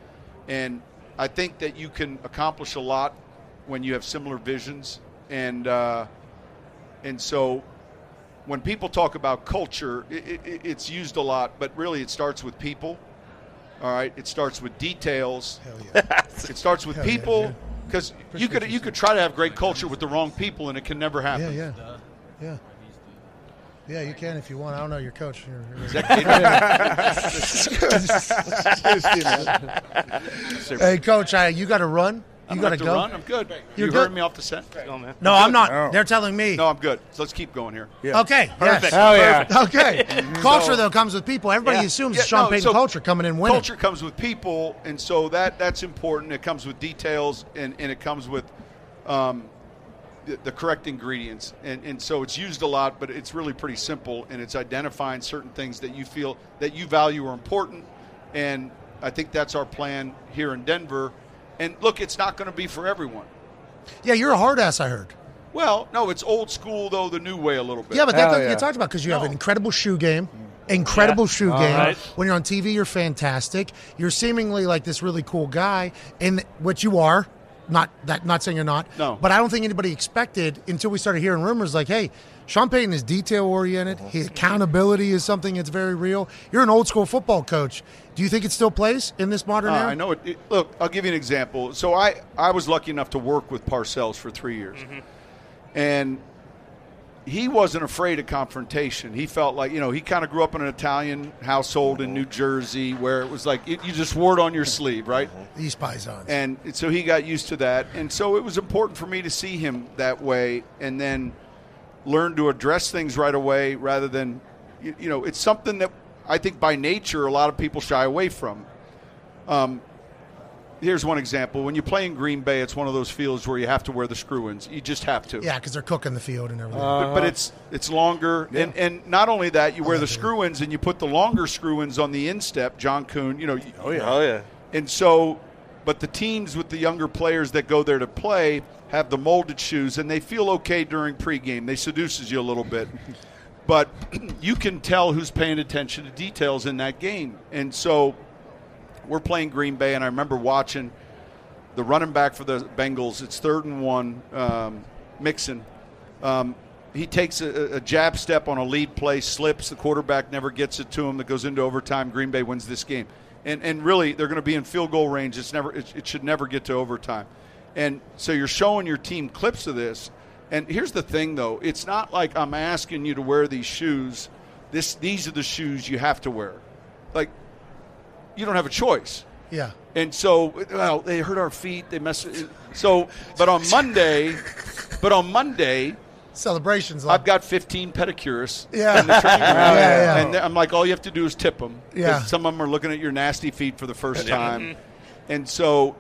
S7: And I think that you can accomplish a lot when you have similar visions, and uh, and so when people talk about culture, i i it's used a lot, but really it starts with people. All right, it starts with details.
S1: Hell yeah.
S7: It starts with people because you could you could try to have great culture with the wrong people, and it can never happen.
S1: yeah, yeah. Yeah. Yeah, you can if you want. I don't know your coach. You're- you're- hey, coach, I, you got to run. You
S7: I'm
S1: got
S7: gonna have
S1: go.
S7: run. I'm good.
S1: You're
S7: you heard
S1: good?
S7: me off the set.
S4: Go, man.
S1: No, I'm not.
S6: No.
S1: They're telling me.
S7: No, I'm good. So let's keep going here.
S6: Yeah.
S1: Okay. Perfect.
S6: Hell yeah.
S1: Okay. culture though comes with people. Everybody
S4: Yeah.
S1: assumes
S7: Yeah,
S1: Sean
S7: no,
S1: Payton
S7: so
S1: culture coming in winning.
S7: Culture comes with people, and so that that's important. It comes with details, and, and it comes with um, the, the correct ingredients, and and so it's used a lot, but it's really pretty simple, and it's identifying certain things that you feel that you value are important, and I think that's our plan here in Denver. And look, it's not going to be for everyone.
S1: Yeah, you're a hard ass. I heard.
S7: Well, no, it's old school though, the new way a little bit.
S1: Yeah, but that
S6: Hell
S1: doesn't
S6: yeah.
S1: get talked about because you have an incredible shoe game. Incredible shoe game.
S4: right.
S1: When you're on TV, you're fantastic. You're seemingly like this really cool guy, in what you are. Not that. Not saying you're not.
S7: No.
S1: But I don't think anybody expected until we started hearing rumors like, "Hey, Sean Payton is detail oriented. His accountability is something that's very real." You're an old school football coach. Do you think it still plays in this modern
S7: Uh,
S1: era?
S7: I know it, it- Look, I'll give you an example. So I, I was lucky enough to work with Parcells for three years, and he wasn't afraid of confrontation. He felt like you know he kind of grew up in an Italian household in New Jersey where it was like it, you just wore it on your sleeve, right?
S1: These Pisons.
S7: and so he got used to that and so it was important for me to see him that way and then learn to address things right away rather than you, you know it's something that i think by nature a lot of people shy away from um, here's one example when you play in green bay it's one of those fields where you have to wear the screw-ins you just have to
S1: Yeah, because they're cooking the field and everything.
S7: but,
S2: Uh-huh.
S7: but it's it's longer, and and not only that, you wear the screw ins and you put the longer screw ins on the instep. John Kuhn, you know, oh
S2: Oh yeah.
S7: and so, but the teams with the younger players that go there to play have the molded shoes, and they feel okay during pregame. They seduces you a little bit, but you can tell who's paying attention to details in that game. And so, we're playing Green Bay, and I remember watching the running back for the Bengals. It's third and one, um, Mixon. Um, he takes a, a jab step on a lead play, slips. The quarterback never gets it to him. That goes into overtime. Green Bay wins this game, and and really they're going to be in field goal range. It's never it, it should never get to overtime, and so you're showing your team clips of this. And here's the thing, though, it's not like I'm asking you to wear these shoes. This these are the shoes you have to wear. Like you don't have a choice.
S1: yeah.
S7: And so, well, they hurt our feet. They messed. So, but on Monday, but on Monday,
S1: Celebrations. Like,
S7: I've got 15 pedicurists.
S1: Yeah.
S7: In the training room.
S1: Yeah, yeah.
S7: And I'm like, all you have to do is tip them.
S1: Yeah.
S7: Some of them are looking at your nasty feet for the first time.
S1: Mm-hmm.
S7: And so,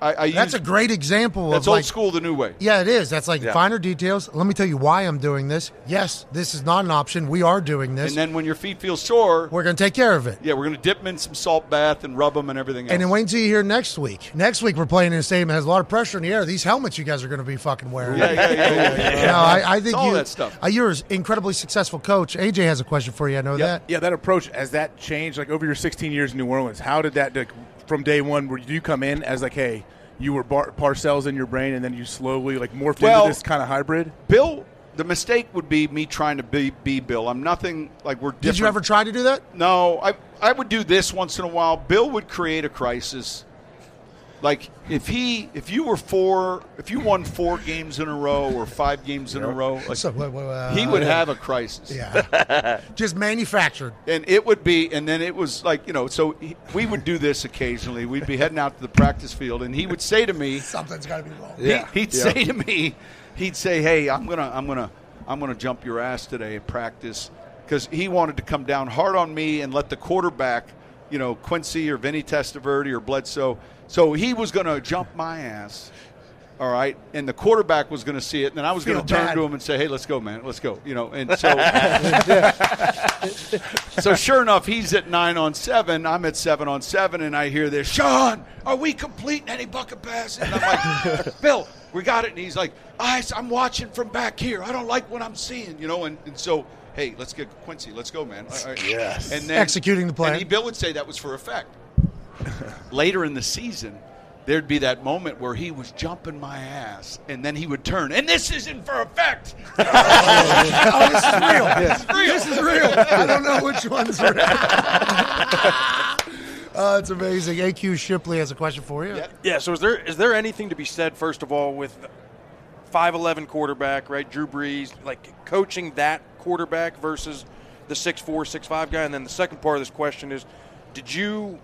S7: I, I
S1: that's a
S7: use,
S1: great example
S7: that's
S1: of
S7: old
S1: like.
S7: school the new way.
S1: Yeah, it is. That's like finer details. Let me tell you why I'm doing this. Yes, this is not an option. We are doing this.
S7: And then when your feet feel sore,
S1: We're going to take care of it.
S7: yeah, we're going to dip them in some salt bath and rub them and everything else.
S1: And then wait until you hear next week. Next week we're playing in a stadium that has a lot of pressure in the air. These helmets you guys are going to be fucking wearing.
S7: yeah, yeah, yeah, yeah, yeah.
S1: No, I, I think
S7: all
S1: you,
S7: that stuff.
S1: Uh, you're an incredibly successful coach. AJ has a question for you. I know that.
S6: Yeah, that approach as that changed, like over your 16 years in New Orleans, how did that like, from day one? Where you come in as like, hey, you were bar- Parcells in your brain, and then you slowly like morphed
S7: Well-
S6: into this kind of hybrid.
S7: Bill, the mistake would be me trying to be, be Bill. I'm nothing like we're. Different.
S1: Did you ever try to do that?
S7: No, I I would do this once in a while. Bill would create a crisis. Like if he if you were four if you won four games in a row or five games in a row, like,
S1: So, wha- wha- uh,
S7: he would have a crisis.
S1: Yeah. Just manufactured.
S7: And it would be, and then it was like you know. So he, we would do this occasionally. We'd be heading out to the practice field, and he would say to me,
S1: Something's got to be wrong.
S7: he, he'd say to me, he'd say, "Hey, I'm gonna, I'm gonna, I'm gonna jump your ass today at practice," because he wanted to come down hard on me and let the quarterback, you know, Quincy or Vinny Testaverde or Bledsoe. So he was gonna jump my ass. All right, and the quarterback was going to see it, and then I was going
S1: Feel
S7: to turn
S1: bad.
S7: to him and say, "Hey, let's go, man, let's go." You know, and so, so sure enough, he's at nine on seven. I'm at seven on seven, and I hear this, Sean, are we completing any bucket passes? And I'm like, Bill, we got it. And he's like, I, I'm watching from back here. I don't like what I'm seeing, you know. And, and so, hey, let's get Quincy. Let's go, man. All right.
S3: Yes.
S7: And then
S1: Executing the plan.
S7: And he, Bill would say that was for effect later in the season, there'd be that moment where he was jumping my ass, and then he would turn, and this isn't for effect.
S1: oh, this is real.
S7: Real.
S1: This is real. I don't know which one's real. oh, it's amazing. AQ Shipley has a question for you.
S7: Yeah.
S8: Yeah. So is there is there anything to be said first of all with 5'11 quarterback, right? Drew Brees, like coaching that quarterback versus the 6'4, 6'5 guy. And then the second part of this question is, did you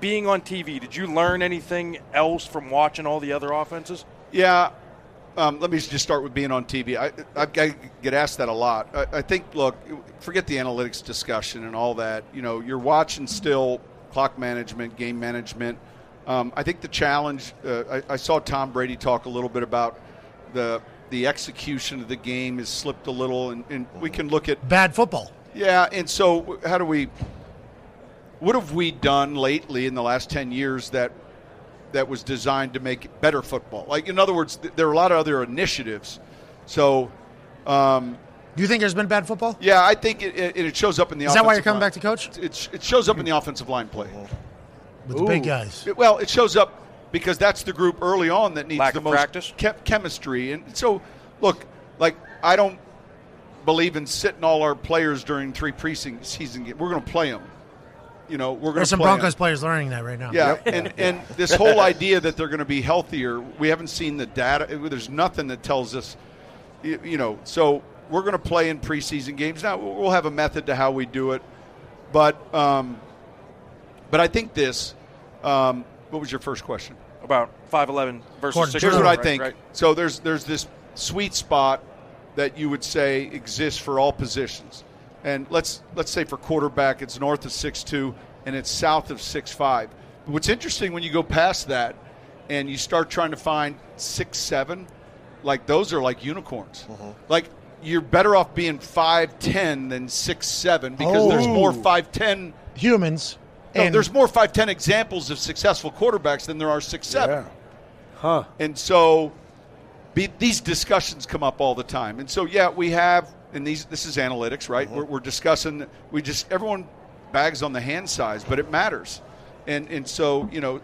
S8: being on TV, did you learn anything else from watching all the other offenses?
S7: Yeah. Um, let me just start with being on TV. I, I, I get asked that a lot. I, I think, look, forget the analytics discussion and all that. You know, you're watching still clock management, game management. Um, I think the challenge. Uh, I, I saw Tom Brady talk a little bit about the the execution of the game has slipped a little, and, and we can look at
S1: Bad football.
S7: yeah, and so how do we? What have we done lately in the last ten years that that was designed to make better football? Like in other words, th- there are a lot of other initiatives. So um,
S1: Do you think there's been bad football?
S7: yeah, I think it, it, it shows up in the.
S1: Is that why
S7: offensive
S1: you're coming
S7: line.
S1: back to coach?
S7: It, it shows up in the offensive line play.
S1: With the big guys.
S7: It- well, it shows up because that's the group early on that needs
S8: Lack
S7: the
S8: of
S7: most
S8: practice?
S7: chem- chemistry. And so, look, like I don't believe in sitting all our players during three preseason season. ga- We're going to play them. You know, we're going
S1: There's
S7: to
S1: some
S7: play
S1: Broncos
S7: 'em.
S1: players learning that right now.
S7: Yeah, and and this whole idea that they're going to be healthier, we haven't seen the data. There's nothing that tells us, you, you know. So we're going to play in preseason games. Now we'll have a method to how we do it, but um, but I think this. Um, what was your first question?
S8: About 5'11 versus
S1: Gordon, Sure,
S8: 6'4.
S7: Here's what I
S8: right,
S7: think.
S8: right?
S7: So there's there's this sweet spot that you would say exists for all positions, and let's let's say for quarterback it's north of six two and it's south of six five. But what's interesting when you go past that and you start trying to find six seven, like those are like unicorns. Like you're better off being five ten than six seven because there's
S1: Oh.
S7: more five ten.
S1: Humans.
S7: No,
S1: and
S7: there's more five ten examples of successful quarterbacks than there are six seven.
S6: Yeah. Huh.
S7: And so be, these discussions come up all the time. And so, yeah, we have, and these this is analytics,
S1: Mm-hmm.
S7: right? We're, we're discussing, we just, everyone bags on the hand size, but it matters. And, and so, you know,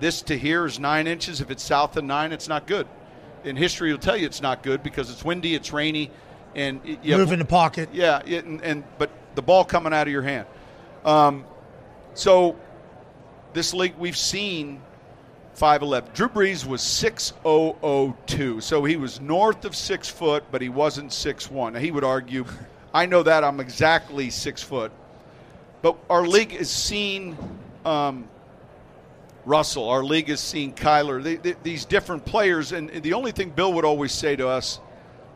S7: this to here is nine inches. If it's south of nine, it's not good. And history will tell you it's not good because it's windy, it's rainy, and it, you have-
S1: move in the pocket.
S7: yeah, it, and, and but the ball coming out of your hand. Um, so this league we've seen five eleven. Drew Brees was six oh oh two, so he was north of six foot, but he wasn't six one. He would argue, I know that I'm exactly six foot, but our league has seen um, Russell. Our league has seen Kyler. They, they, these different players, and the only thing Bill would always say to us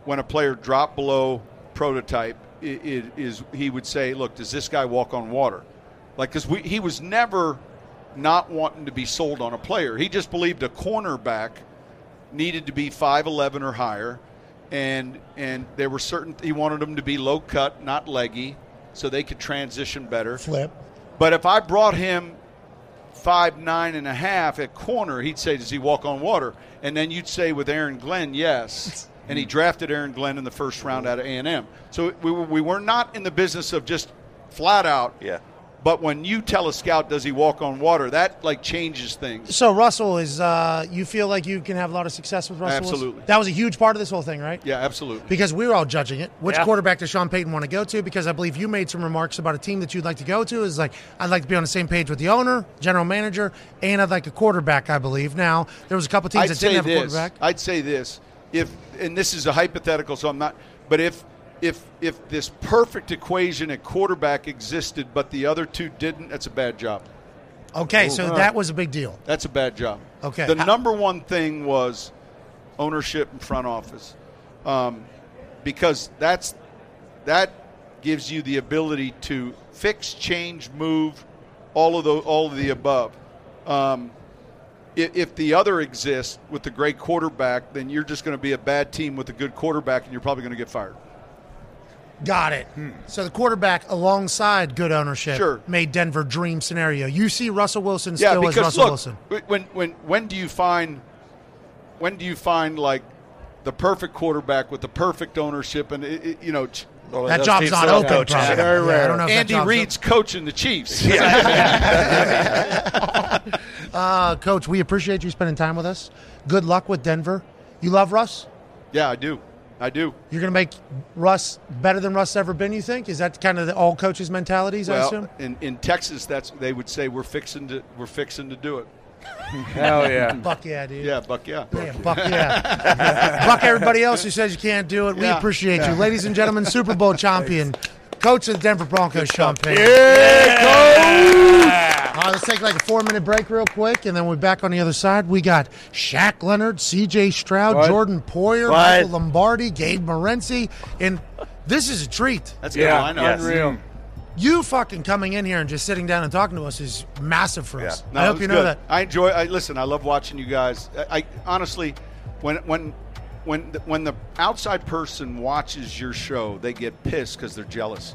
S7: when a player dropped below prototype i- i- is he would say, "Look, does this guy walk on water?" Like, because he was never not wanting to be sold on a player. He just believed a cornerback needed to be 5'11 or higher, and and there were certain he wanted them to be low cut, not leggy, so they could transition better.
S1: Flip.
S7: But if I brought him five nine and a half at corner, he'd say, "Does he walk on water?" And then you'd say with Aaron Glenn, "Yes." And he drafted Aaron Glenn in the first round out of A and M. So we were, we were not in the business of just flat out.
S2: Yeah.
S7: But when you tell a scout, "Does he walk on water?" That like changes things.
S1: So Russell is. Uh, you feel like you can have a lot of success with Russell. Wilson?
S7: Absolutely.
S1: That was a huge part of this whole thing, right?
S7: Yeah, absolutely.
S1: Because we were all judging it. Which
S4: Yeah.
S1: quarterback does Sean Payton want to go to? Because I believe you made some remarks about a team that you'd like to go to. Is like I'd like to be on the same page with the owner, general manager, and I'd like a quarterback. I believe now there was a couple teams
S7: I'd
S1: that
S7: say
S1: didn't have a
S7: this.
S1: quarterback.
S7: I'd say this. If and this is a hypothetical, so I'm not. But if if if this perfect equation at quarterback existed, but the other two didn't, that's a bad job.
S1: Okay,
S7: uh,
S1: so that was a big deal.
S7: That's a bad job.
S1: Okay.
S7: The
S1: How-
S7: number one thing was ownership and front office, um, because that's that gives you the ability to fix, change, move, all of the all of the above. Um, if, if the other exists with the great quarterback, then you're just going to be a bad team with a good quarterback, and you're probably going to get fired.
S1: Got it. So the quarterback, alongside good ownership,
S7: Hmm. Sure.
S1: made Denver dream scenario. You see Russell Wilson
S7: Yeah,
S1: still as
S7: because
S1: Russell
S7: look,
S1: Wilson.
S7: w- when when when do you find when do you find like the perfect quarterback with the perfect ownership and it, it- you know ch-
S1: That job's not open. Probably. Yeah, I
S6: Very
S1: don't
S6: rare.
S1: know if that
S7: Andy
S1: job's
S7: Reid's coaching the Chiefs.
S1: Uh, Coach, we appreciate you spending time with us. Good luck with Denver. You love Russ?
S7: Yeah, I do. I do.
S1: You're going to make Russ better than Russ ever been, you think? Is that kind of the all coaches' mentalities, I assume?
S7: Well, in, in Texas, that's they would say we're fixing to we're fixing to do it.
S6: Hell yeah.
S1: Buck yeah, dude.
S7: Yeah, Buck. Yeah.
S1: Yeah, buck yeah. buck everybody else who says you can't do it. We
S7: Yeah.
S1: appreciate you. Ladies and gentlemen, Super Bowl champion, coach of the Denver Broncos, Sean Payton. All right, let's take like a four minute break real quick, and then we're back on the other side. We got Shaq Leonard, CJ Stroud, Jordan Poyer, Michael Lombardi, Gabe Morency, and this is a treat.
S7: That's good.
S6: Yeah,
S7: I know.
S6: unreal.
S1: You fucking coming in here and just sitting down and talking to us is massive for us.
S7: No,
S1: I
S7: it
S1: hope
S7: was
S1: you know
S7: good.
S1: that.
S7: I enjoy. I listen. I love watching you guys. I, I honestly, when when when the, when the outside person watches your show, they get pissed because they're jealous,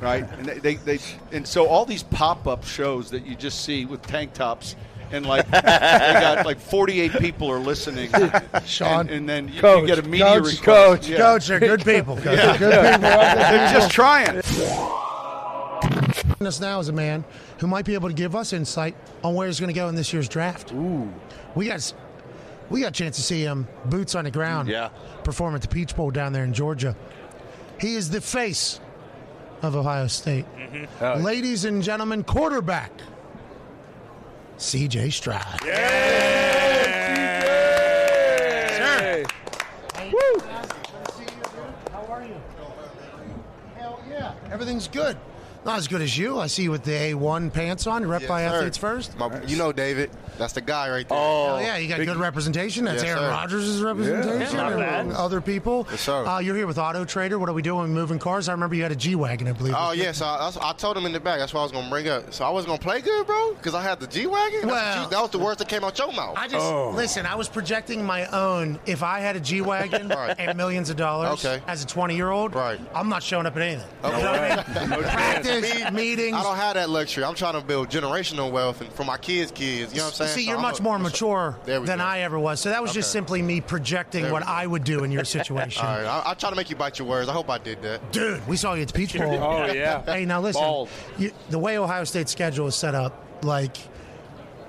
S7: right? and they, they they and so all these pop up shows that you just see with tank tops. And like they got like forty eight people are listening,
S1: Sean.
S7: and, and then you,
S9: Coach,
S7: you get a media
S9: coach,
S7: request.
S9: coach,
S7: Yeah.
S1: Coach, they're good people. Coach. They're good people.
S7: They're just trying.
S1: us now is a man who might be able to give us insight on where he's going to go in this year's draft. Ooh, we got we got a chance to see him boots on the ground.
S2: Yeah.
S1: perform at the Peach Bowl down there in Georgia. He is the face of Ohio State.
S7: Mm-hmm.
S1: Ladies and gentlemen, quarterback C.J. Stroud. Hell yeah, everything's good. Not as good as you. I see you with the A1 pants on. You're rep by athletes first.
S10: My, you know, David, that's the guy right there.
S1: Oh yeah, you got good representation. That's
S10: Yes,
S1: Aaron
S10: sir.
S1: Rodgers' representation.
S4: Yeah, not bad.
S1: Other people.
S10: Yes, sir.
S1: Uh, you're here with Auto Trader. What are we doing? Moving cars. I remember you had a G wagon, I believe.
S10: Oh yeah, so I, that's- I told him in the back. That's what I was gonna bring up. So I was gonna play good, bro, because I had the G wagon.
S1: Well-
S10: that was the words that came out your mouth.
S1: I just listen. I was projecting my own. If I had a G wagon
S10: Right.
S1: and millions of dollars
S10: Okay.
S1: as a 20 year old,
S10: Right.
S1: I'm not showing up at anything.
S10: Okay.
S1: You know what I mean? Practice
S10: Me,
S1: meetings.
S10: I don't have that luxury. I'm trying to build generational wealth and for my kids' kids. You know what I'm saying?
S1: See,
S10: So
S1: you're
S10: I'm
S1: much
S10: a-
S1: more mature
S10: There
S1: than
S10: we go.
S1: I ever was. So that was just simply me projecting
S10: There
S1: what
S10: we go.
S1: I would do in your situation.
S10: All right, I, I try to make you bite your words. I hope I did that.
S1: Dude, we saw you at the Peach Bowl.
S6: Oh, yeah.
S1: Hey, now listen.
S6: Bald.
S1: You, the way Ohio State's schedule is set up, like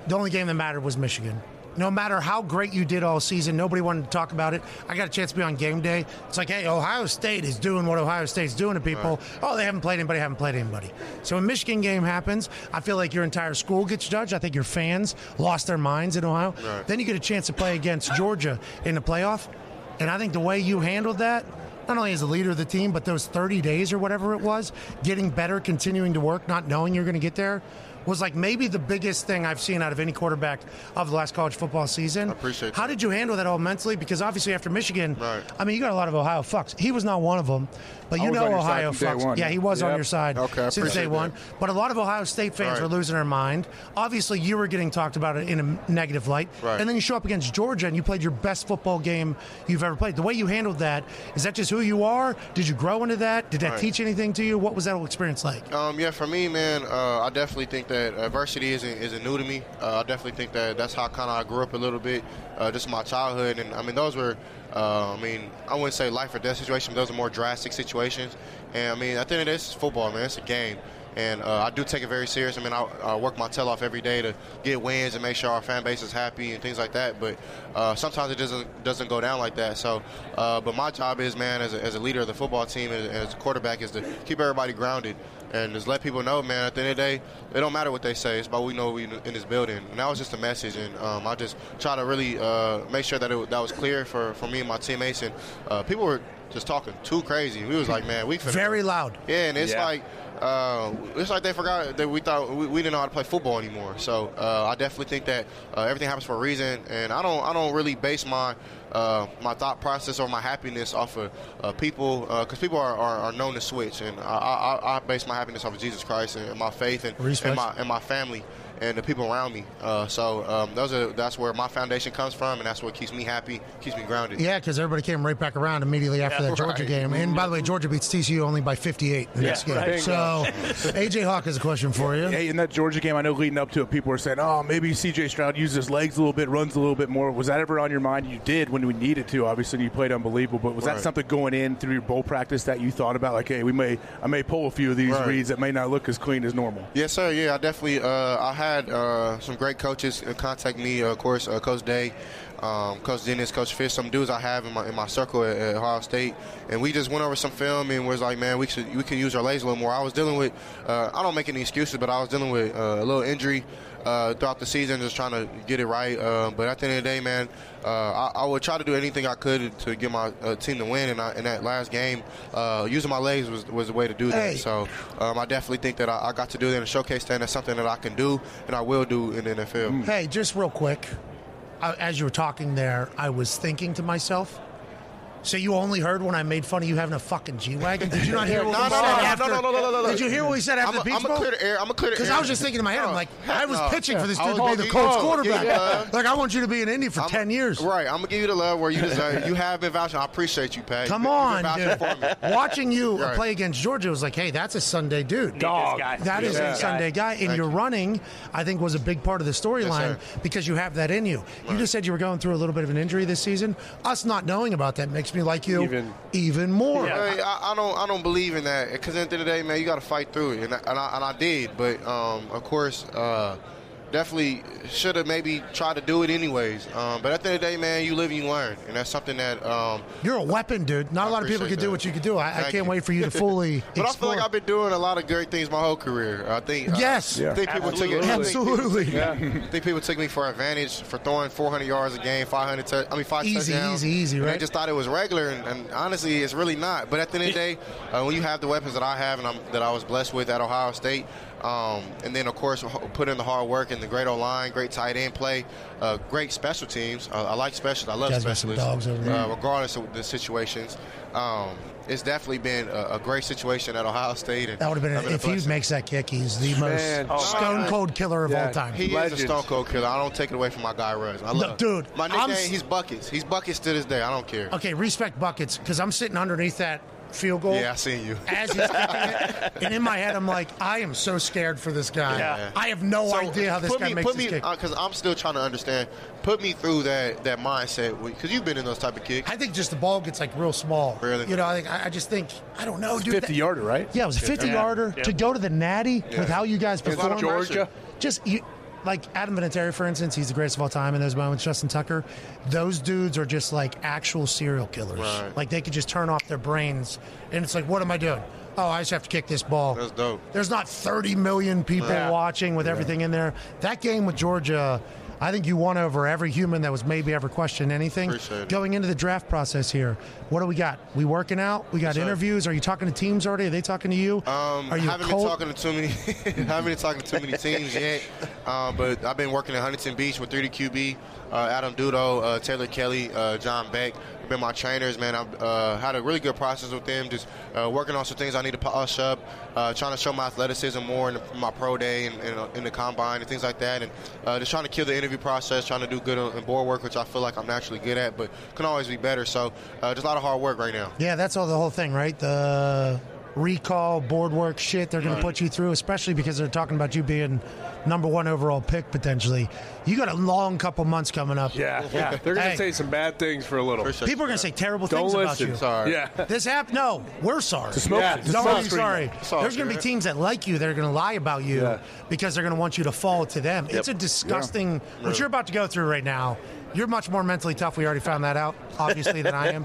S1: the only game that mattered was Michigan. No matter how great you did all season, nobody wanted to talk about it. I got a chance to be on game day. It's like, hey, Ohio State is doing what Ohio State's doing to people. Oh, they haven't played anybody, haven't played anybody. So when Michigan game happens, I feel like your entire school gets judged. I think your fans lost their minds in Ohio. Then you get a chance to play against Georgia in the playoff. And I think the way you handled that, not only as a leader of the team, but those 30 days or whatever it was, getting better, continuing to work, not knowing you're going to get there, was like maybe the biggest thing I've seen out of any quarterback of the last college football season. I
S10: appreciate
S1: How
S10: that.
S1: did you handle that all mentally? Because obviously after Michigan,
S10: Right.
S1: I mean, you got a lot of Ohio fucks. He was not one of them, but you
S6: was
S1: know
S6: on your side
S1: Ohio
S6: from day
S1: fucks.
S6: one.
S1: Yeah, he was on
S6: Yep.
S1: your side
S10: Okay, I
S1: since day
S10: appreciate
S1: one. But a lot of Ohio State fans
S10: Right.
S1: were losing their mind. Obviously, you were getting talked about in a negative light.
S10: Right.
S1: And then you show up against Georgia and you played your best football game you've ever played. The way you handled that, is that just who you are? Did you grow into that? Did that
S10: Right.
S1: teach anything to you? What was that whole experience like?
S10: Um, yeah, for me, man, uh, I definitely think that adversity isn't, isn't new to me. Uh, I definitely think that that's how kind of I grew up a little bit, uh, just my childhood. And I mean, those were, uh, I mean, I wouldn't say life or death situations, but those are more drastic situations. And I mean, at the end of this, it's football, man, it's a game. And uh, I do take it very serious. I mean, I, I work my tail off every day to get wins and make sure our fan base is happy and things like that. But uh, sometimes it doesn't doesn't go down like that. So, uh, but my job is, man, as a, as a leader of the football team and as a quarterback, is to keep everybody grounded and just let people know, man. At the end of the day, it don't matter what they say. It's about we know we in this building. And that was just a message. And um, I just try to really uh, make sure that it, that was clear for, for me and my teammates. And uh, people were just talking too crazy. We was like, man, we finna-
S1: Very loud.
S10: yeah, and it's
S6: Yeah.
S10: like uh, it's like they forgot that we thought we, we didn't know how to play football anymore. So uh, I definitely think that uh, everything happens for a reason, and I don't I don't really base my uh, my thought process or my happiness off of uh, people because people are, are, are known to switch, and I, I, I- I base my happiness off of Jesus Christ and my faith and,
S1: Respect.
S10: and my and my family and the people around me. Uh, so um, those are that's where my foundation comes from, and that's what keeps me happy, keeps me grounded.
S1: Yeah, because everybody came right back around immediately after that Georgia
S10: right.
S1: game. And by the way, Georgia beats TCU only by 58 the next game. So, AJ Hawk has a question for you.
S6: Hey, in that Georgia game, I know leading up to it, people were saying, "Oh, maybe C.J. Stroud uses his legs a little bit, runs a little bit more." Was that ever on your mind? You did when we needed to, obviously. and You played unbelievable, but was that
S10: Right.
S6: something going in through your bowl practice that you thought about? Like, hey, we may, I may pull a few of these
S10: Right.
S6: reads that may not look as clean as normal.
S10: Yes, sir. Yeah, I definitely. Uh, I had had uh, some great coaches uh, contact me. Of course, uh, Coach Day, um, Coach Dennis, Coach Fish. Some dudes I have in my in my circle at, at Ohio State, and we just went over some film and was like, man, we should we can use our legs a little more. I was dealing with, uh, I don't make any excuses, but I was dealing with uh, a little injury uh, throughout the season, just trying to get it right. Uh, but at the end of the day, man, uh, I, I would try to do anything I could to get my uh, team to win. And I, in that last game, uh, using my legs was, was the way to do that.
S1: Hey.
S10: So um, I definitely think that I, I got to do that and showcase that. And that's something that I can do and I will do in the NFL.
S1: Hey, just real quick, I, as you were talking there, I was thinking to myself. So you only heard when I made fun of you having a fucking G wagon? Did you not hear what
S10: No,
S1: we
S10: no,
S1: said
S10: no, no,
S1: after?
S10: no, no, no, no, no, no.
S1: Did you hear what we said
S10: I'm
S1: after
S10: going
S1: the Peach
S10: to
S1: Bowl?
S10: clear the air. I'm going to clear the air.
S1: Because I was just thinking in my head, I'm like, I was
S10: no.
S1: pitching for this
S10: I
S1: dude to
S10: was-
S1: be the Colts
S10: Oh,
S1: quarterback.
S10: yeah.
S1: Like, I want you to be in Indy for
S10: I'm-
S1: 10 years.
S10: Right. I'm gonna give you the love where you deserve. you have been vouching. I appreciate you, Pat.
S1: Come
S10: You've
S1: on,
S10: been- you've been vouching
S1: dude.
S10: for me.
S1: Watching you
S10: Right.
S1: play against Georgia was like, hey, that's a Sunday dude.
S4: Dog. guy.
S1: That is
S4: Yeah.
S1: a Sunday guy, and your running, I think, was a big part of the storyline
S10: Yes,
S1: because you have that in you. You just said you were going through a little bit of an injury this season. Us not knowing about that makes me like you even, more.
S10: Hey, I, I don't. I don't believe in that because at the end of the day, man, you got to fight through it, and I, and I, and I did. But um, of course, uh, definitely should have maybe tried to do it anyways. Um, but at the end of the day, man, you live and you learn, and that's something that. Um,
S1: You're a weapon, dude. Not a
S10: I
S1: lot of people can
S10: appreciate
S1: do
S10: that.
S1: what you can do. I, I
S10: Thank
S1: can't
S10: you.
S1: wait for you to fully
S10: but I feel
S1: explore.
S10: like I've been doing a lot of great things my whole career. I think. I-
S1: Yes.
S10: I think people took it. I think people
S1: Absolutely.
S10: I think people took me for advantage for throwing 400 yards a game, 500. T- I mean, five
S1: Easy,
S10: touchdowns.
S1: easy, easy,
S10: And
S1: right?
S10: They just thought it was regular, and, and honestly, it's really not. But at the end of the day, uh, when you have the weapons that I have and I'm, that I was blessed with at Ohio State, um, and then of course h- put in the hard work and the great O line, great tight end play, uh, great special teams. Uh, I like special. I love
S1: Guys got some
S10: specialists,
S1: dogs over there.
S10: Uh, regardless of the situations. Um, it's definitely been a, a great situation at Ohio State. And
S1: That would have been,
S10: I've
S1: a,
S10: a
S1: if he
S10: blessing. Oh,
S1: makes that kick, he's the
S6: Man. oh
S1: most stone cold killer of all time.
S10: He is a
S6: Legend.
S10: stone cold killer. I don't take it away from my guy Russ. I
S1: Look,
S10: love
S1: dude,
S10: My
S1: I'm
S10: nickname,
S1: s-
S10: he's buckets. He's buckets to this day. I don't care.
S1: Okay, respect buckets because I'm sitting underneath that field goal.
S10: Yeah, I seen you.
S1: As he's kicking it, and in my head, I'm like, I am so scared for this guy.
S4: Yeah.
S1: I have no
S10: So,
S1: idea how this
S10: put
S1: guy
S10: me,
S1: makes
S10: put
S1: this
S10: me,
S1: kick.
S10: because I'm still trying to understand. Put me through that that mindset because you've been in those type of kicks.
S1: I think just the ball gets like real small.
S10: Really?
S1: You know, I think I I just think I don't know, dude.
S6: 50
S1: that-
S6: yarder, right?
S1: Yeah, it was a 50 yarder
S4: Yeah.
S1: to go to the Natty with how you guys
S10: a lot
S1: performed.
S10: of Georgia.
S1: Just you, like Adam Vinatieri, for instance, he's the greatest of all time in those moments. Justin Tucker, those dudes are just like actual serial killers.
S10: Right.
S1: Like they could just turn off their brains, and it's like, what am I doing? Oh, I just have to kick this ball.
S10: That's dope.
S1: There's not 30 million people
S10: Yeah.
S1: watching with everything in there. That game with Georgia, I think you won over every human that was maybe ever questioned anything.
S10: Appreciate it.
S1: Going into the draft process here, what do we got? We working out? We got
S10: sir.
S1: interviews? Are you talking to teams already? Are they talking to you?
S10: Um,
S1: Are you
S10: haven't
S1: cold?
S10: been talking to too many. haven't been talking to too many teams yet. Uh, but I've been working in Huntington Beach with 3DQB, uh, Adam Dudo, uh, Taylor Kelly, uh, John Beck. Have been my trainers, man. I've uh, had a really good process with them. Just uh, working on some things I need to polish up. Uh, trying to show my athleticism more in the, my pro day and, and uh, in the combine and things like that. And uh, just trying to kill the interview process. Trying to do good on- in board work, which I feel like I'm naturally good at, but can always be better. So uh, just a lot of hard work right now.
S1: Yeah, that's all the whole thing, right? The recall, board work shit they're going to put you through, especially because they're talking about you being number one overall pick potentially. You got a long couple months coming up.
S3: Yeah. They're going to
S1: Hey.
S3: say some bad things for a little.
S10: Appreciate
S1: People are
S10: you,
S1: going to say terrible
S3: Don't
S1: things
S3: listen.
S1: about you.
S10: Sorry.
S3: Yeah.
S1: This app, no, we're sorry.
S6: smoke
S3: Yeah.
S6: screen.
S1: Don't
S6: Smoke
S1: be
S6: screen.
S1: sorry.
S10: all
S1: There's going to be
S10: good.
S1: teams that like you that are going to lie about you
S6: Yeah.
S1: because they're going to want you to fall to them. It's a disgusting what you're about to go through right now. You're much more mentally tough. We already found that out, obviously, than I am.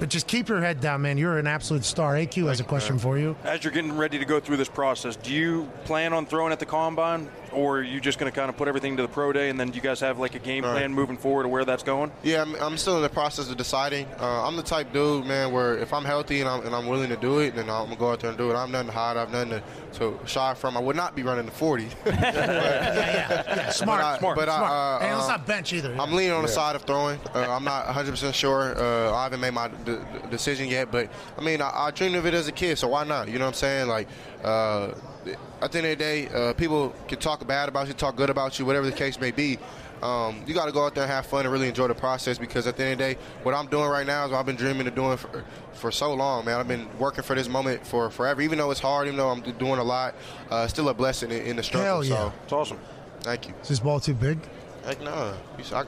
S1: But just keep your head down, man. You're an absolute star. AQ has a question for you.
S8: As you're getting ready to go through this process, do you plan on throwing at the combine, or are you just going to kind of put everything to the pro day, and then do you guys have like a game
S10: Right.
S8: plan moving forward of where that's going?
S10: Yeah, I'm, I'm still in the process of deciding. Uh, I'm the type dude, man, where if I'm healthy and I'm, and I'm willing to do it, then I'm gonna go out there and do it. I'm nothing to hide. I've nothing to, to shy from. I would not be running the 40.
S1: Yeah, yeah, yeah. Smart,
S10: But I-
S1: smart,
S10: but I-
S1: smart.
S10: uh,
S1: and let's
S10: uh,
S1: not bench either.
S10: I'm leaning on the side of throwing. Uh, I'm not 100% sure. Uh, I haven't made my d- d- decision yet, but I mean, I, I dreamed of it as a kid, so why not? You know what I'm saying? Like, uh, at the end of the day, uh, people can talk bad about you, talk good about you, whatever the case may be. Um, you got to go out there and have fun and really enjoy the process because at the end of the day, what I'm doing right now is what I've been dreaming of doing for, for so long, man. I've been working for this moment for forever. Even though it's hard, even though I'm doing a lot, uh, it's still a blessing in, in the struggle.
S1: Hell yeah.
S10: So,
S8: It's awesome.
S10: thank you.
S1: Is this ball too big?
S10: Heck no. You, s- I,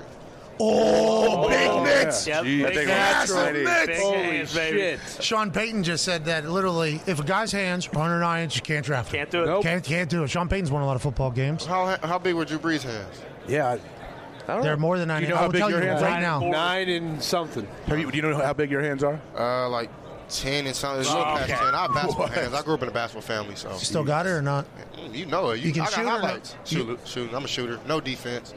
S1: Oh, big mix.
S4: Yep.
S3: Jeez.
S4: Big
S3: Big
S4: hands.
S1: natural.
S4: Big
S1: Holy
S4: hands, baby.
S1: Sean Payton just said that literally, if a guy's hands are under nine inches, you can't draft him.
S4: Can't do it.
S3: Nope.
S1: Can't, can't do it. Sean Payton's won a lot of football games.
S10: How how big were Drew Brees' hands?
S3: Yeah.
S2: I don't
S1: They're more than nine.
S3: You know
S1: I
S3: how
S1: will
S3: big
S1: tell you
S3: your hands
S1: right
S3: are?
S1: now.
S3: Nine and something.
S6: Have you, do you know how big your hands are?
S10: Uh, like ten and something. It's a little
S4: Oh,
S10: past
S4: okay.
S10: ten. I have basketball
S6: What?
S10: hands. I grew up in a basketball family, so
S1: You still got it or not?
S10: Mm, you know it. You,
S1: You can
S10: I got
S1: shoot or not?
S10: highlights. Shoot, shooting. I'm a shooter. No defense.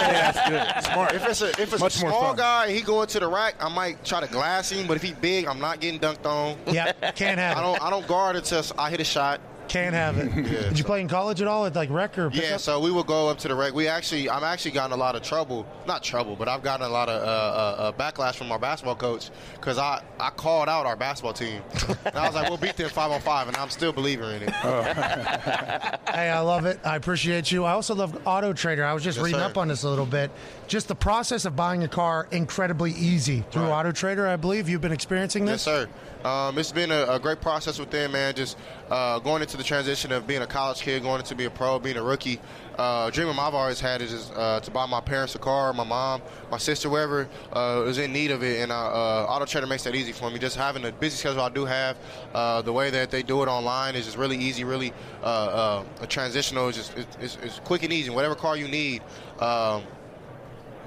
S6: Smart.
S10: If it's a if it's
S6: Much
S10: a
S6: more
S10: small
S6: fun.
S10: guy, he going to the rack. I might try to glass him, but if he big, I'm not getting dunked on.
S1: Yeah, can't have
S10: I
S1: it.
S10: don't I don't guard until I hit a shot.
S1: Can't have it. Did you play in college at all at like rec or
S10: Yeah,
S1: pickup?
S10: so we would go up to the rec. We actually, I'm actually gotten a lot of trouble. Not trouble, but I've gotten a lot of uh, uh, uh, backlash from our basketball coach because I, I called out our basketball team. and I was like, we'll beat them five on five, and I'm still a believer in it.
S1: Hey, I love it. I appreciate you. I also love Auto Trader. I was just
S10: Yes,
S1: reading
S10: sir.
S1: up on this a little bit. Just the process of buying a car incredibly easy through
S10: Right.
S1: Auto Trader. I believe you've been experiencing this.
S10: Yes, sir. Um, it's been a, a great process with them, man. Just uh, going into the transition of being a college kid, going into being a pro, being a rookie. Uh, dream I've always had is just, uh, to buy my parents a car, my mom, my sister, whoever uh, is in need of it. And uh, uh, Auto Trader makes that easy for me. Just having the busy schedule I do have, uh, the way that they do it online is just really easy, really uh, uh, a transitional. It's just it's, it's, it's quick and easy. Whatever car you need. Um,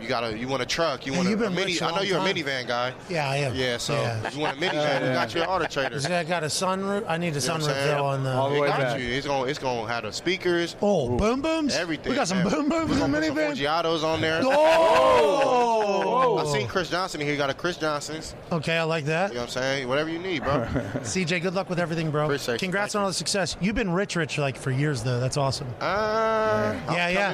S10: you gotta. You want a truck. You
S1: Yeah,
S10: want
S1: you've
S10: a,
S1: been
S10: mini.
S1: rich a
S10: I know
S1: long
S10: you're
S1: time.
S10: a minivan guy.
S1: Yeah, I am.
S10: Yeah, so
S1: Yeah.
S10: if you want a minivan, we got you an auto trader.
S1: See, I got a sunroof. I need a
S10: what I'm
S1: sunroof
S10: saying?
S1: though on the.
S3: All the
S10: It
S3: way
S10: got
S3: back.
S10: you. It's gonna it's gonna have the speakers,
S1: oh, boom booms.
S10: everything.
S1: We got some
S10: man.
S1: boom booms
S10: We're
S1: in the
S10: gonna put
S1: minivan.
S10: Some Forgiatos on there.
S1: Oh.
S10: I seen Chris Johnson in here. You got a Chris Johnson's.
S1: Okay, I like that.
S10: You know what I'm saying? Whatever you need, bro.
S1: CJ, good luck with everything, bro.
S10: Appreciate you.
S1: Congrats
S10: Thank
S1: on
S10: you.
S1: all the success. You've been rich, rich like for years though. That's awesome.
S10: Uh, I'm
S1: yeah,
S10: coming
S1: yeah,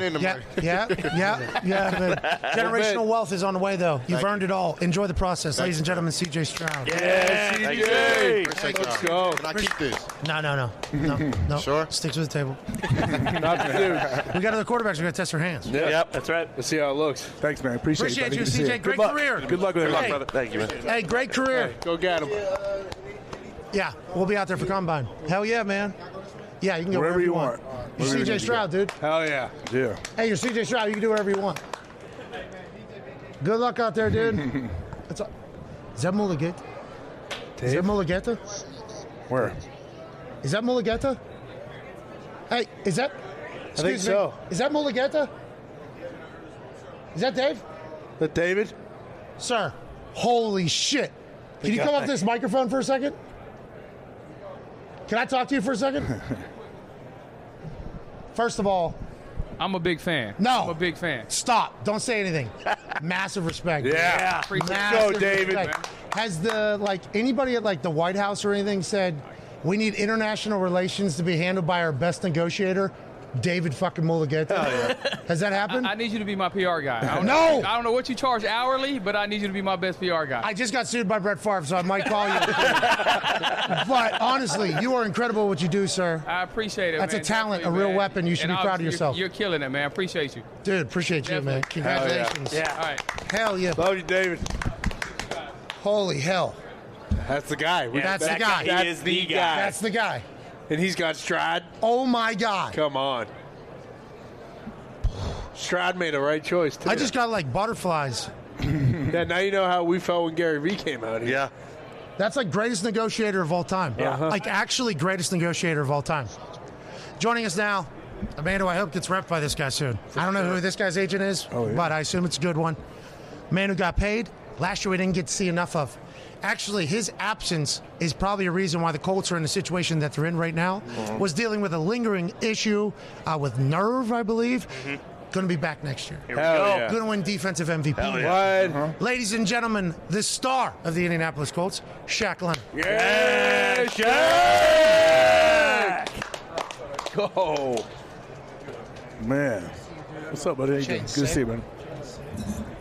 S10: in
S1: yeah,
S10: tomorrow.
S1: yeah, yeah, yeah. man. Generational wealth is on the way, though. You've
S10: Thank
S1: earned it all. Enjoy the process, ladies and gentlemen. CJ Stroud.
S3: Yes, CJ.
S10: Appreciate
S3: Let's
S10: y'all.
S3: go.
S10: Can I keep this?
S1: No, no, no, no, no.
S10: Sure.
S1: Sticks with the table.
S3: Not to
S1: We got other quarterbacks. We're gonna test their hands.
S3: do.
S2: Yep.
S4: That's right.
S3: Let's see how it looks.
S6: Thanks, man. Appreciate,
S1: Appreciate
S6: it. buddy.
S1: you,
S6: Good to see
S1: CJ.
S6: Good
S1: Great
S6: luck.
S1: career.
S6: Good luck with
S2: Good luck,
S6: everything.
S2: brother. Thank you, man.
S1: Hey, great career.
S3: Go get him.
S1: Yeah, we'll be out there for combine. Hell yeah, man. Yeah, you can go
S6: Wherever
S1: wherever,
S6: you
S1: want.
S6: want.
S1: You're
S6: Wherever you need
S1: CJ
S6: to
S1: Stroud, dude.
S3: Hell yeah.
S6: Yeah.
S1: Hey, you're CJ Stroud. You can do whatever you want. Good luck out there, dude. That's all. Is that Mulligeta? Is that Mulligeta?
S6: Where?
S1: Is that Mulligeta? Hey, is that? Excuse me.
S3: so.
S1: Is that Mulligeta? Is that Dave?
S3: But David?
S1: Sir, holy shit. Can you come off this microphone for a second? Can I talk to you for a second? First of all,
S9: I'm a big fan.
S1: No.
S9: I'm a big fan.
S1: stop. Don't say anything. Massive respect.
S3: Yeah.
S9: Appreciate it.
S1: Massive
S3: Go, David.
S1: respect. Has the like anybody at like the White House or anything said we need international relations to be handled by our best negotiator, David fucking Mulligeta? Has that happened?
S9: I need you to be my PR guy. I don't
S1: No!
S9: know, I don't know what you charge hourly, but I need you to be my best PR guy.
S1: I just got sued by Brett Favre, so I might call you. but honestly, you are incredible at what you do, sir.
S9: I appreciate it.
S1: That's
S9: man.
S1: a talent,
S9: Definitely,
S1: a real
S9: man.
S1: weapon. You should
S9: And
S1: be proud of
S9: obviously,
S1: yourself.
S9: You're, you're killing it, man. Appreciate you.
S1: Dude, appreciate you, man. Congratulations.
S9: All right.
S1: Hell yeah.
S3: Love you, David.
S1: Holy hell.
S3: That's the guy. We-
S1: That's the
S3: that-
S1: guy.
S3: That's
S4: He is
S3: the
S4: the
S3: guy.
S4: guy.
S1: That's the guy.
S3: And he's got Stride.
S1: Oh my God.
S3: Come on. Stride made the right choice, too.
S1: I just got like butterflies.
S3: yeah, now you know how we felt when Gary Vee came out here.
S2: Yeah.
S1: That's like greatest negotiator of all time.
S3: Uh-huh.
S1: Like actually greatest negotiator of all time. Joining us now, a man who I hope gets repped by this guy soon. I don't know who this guy's agent is,
S3: Oh,
S6: yeah.
S1: but I assume it's a good one. Man who got paid last year we didn't get to see enough of. Actually, his absence is probably a reason why the Colts are in the situation that they're in right now.
S4: Uh-huh.
S1: Was dealing with a lingering issue uh, with nerve, I believe. Going to be back next year.
S4: Mm-hmm. Here we
S3: Hell
S4: go.
S3: yeah.
S1: Going to win defensive MVP.
S2: Hell yeah.
S3: What?
S1: Uh-huh. Ladies and gentlemen, the star of the Indianapolis Colts, Shaq Leonard.
S3: Yeah, Shaq! Go.
S6: Man. What's up, buddy? How you doing? Good to see you, man.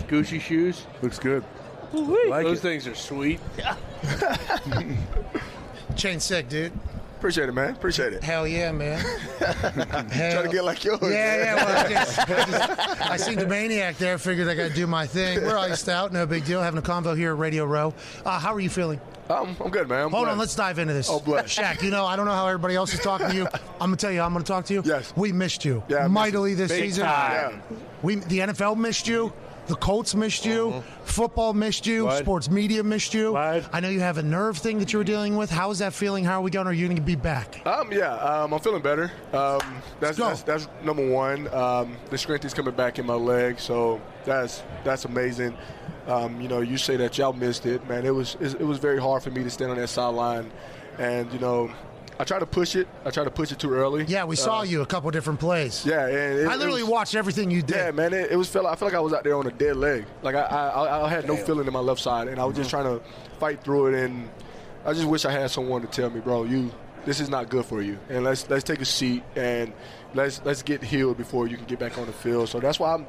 S3: Gucci shoes.
S6: Looks good. Like
S3: Those
S6: it.
S3: things are sweet.
S1: Chain sick, dude.
S11: Appreciate it, man. Appreciate it.
S1: Hell yeah, man. Hell-
S11: Trying to get like yours.
S1: yeah,
S11: man.
S1: yeah. Well, I, just, I, just- I seen the maniac there. Figured I got to do my thing. We're iced out, no big deal. Having a convo here at Radio Row. Uh, how are you feeling?
S11: Um, I'm, I'm good, man. I'm
S1: Hold
S11: blessed.
S1: on, let's dive into this.
S11: Oh, bless.
S1: Shaq, you know I don't know how everybody else is talking to you. I'm gonna tell you, I'm gonna talk to you.
S11: Yes.
S1: we missed you
S11: Yeah, I missed
S1: mightily this
S3: Big
S1: season.
S3: time.
S11: Yeah.
S1: We the NFL missed you. The Colts missed you.
S11: Uh-huh.
S1: Football missed you.
S12: Right.
S1: Sports media missed you. I know you have a nerve thing that you were dealing with. How is that feeling? How are we going? Are you going to be back?
S11: Um, yeah, um, I'm feeling better. Um, that's, that's that's number one. Um, the strength is coming back in my leg, so that's that's amazing. Um, you know, you say that y'all missed it, man. It was it was very hard for me to stand on that sideline, and you know, I try to push it. I try to push it too early. Um,
S1: Yeah, we saw you a couple different plays.
S11: Uh, Yeah, and it-
S1: I
S11: it
S1: literally
S11: was-
S1: watched everything you did.
S11: Yeah, man, it, it was felt. I felt like I was out there on a dead leg. Like I, I, I- I had no feeling in my left side, and I was just
S1: Mm-hmm.
S11: trying to fight through it. And I just wish I had someone to tell me, bro, you, this is not good for you, and let's let's take a seat and let's let's get healed before you can get back on the field. So that's why I'm,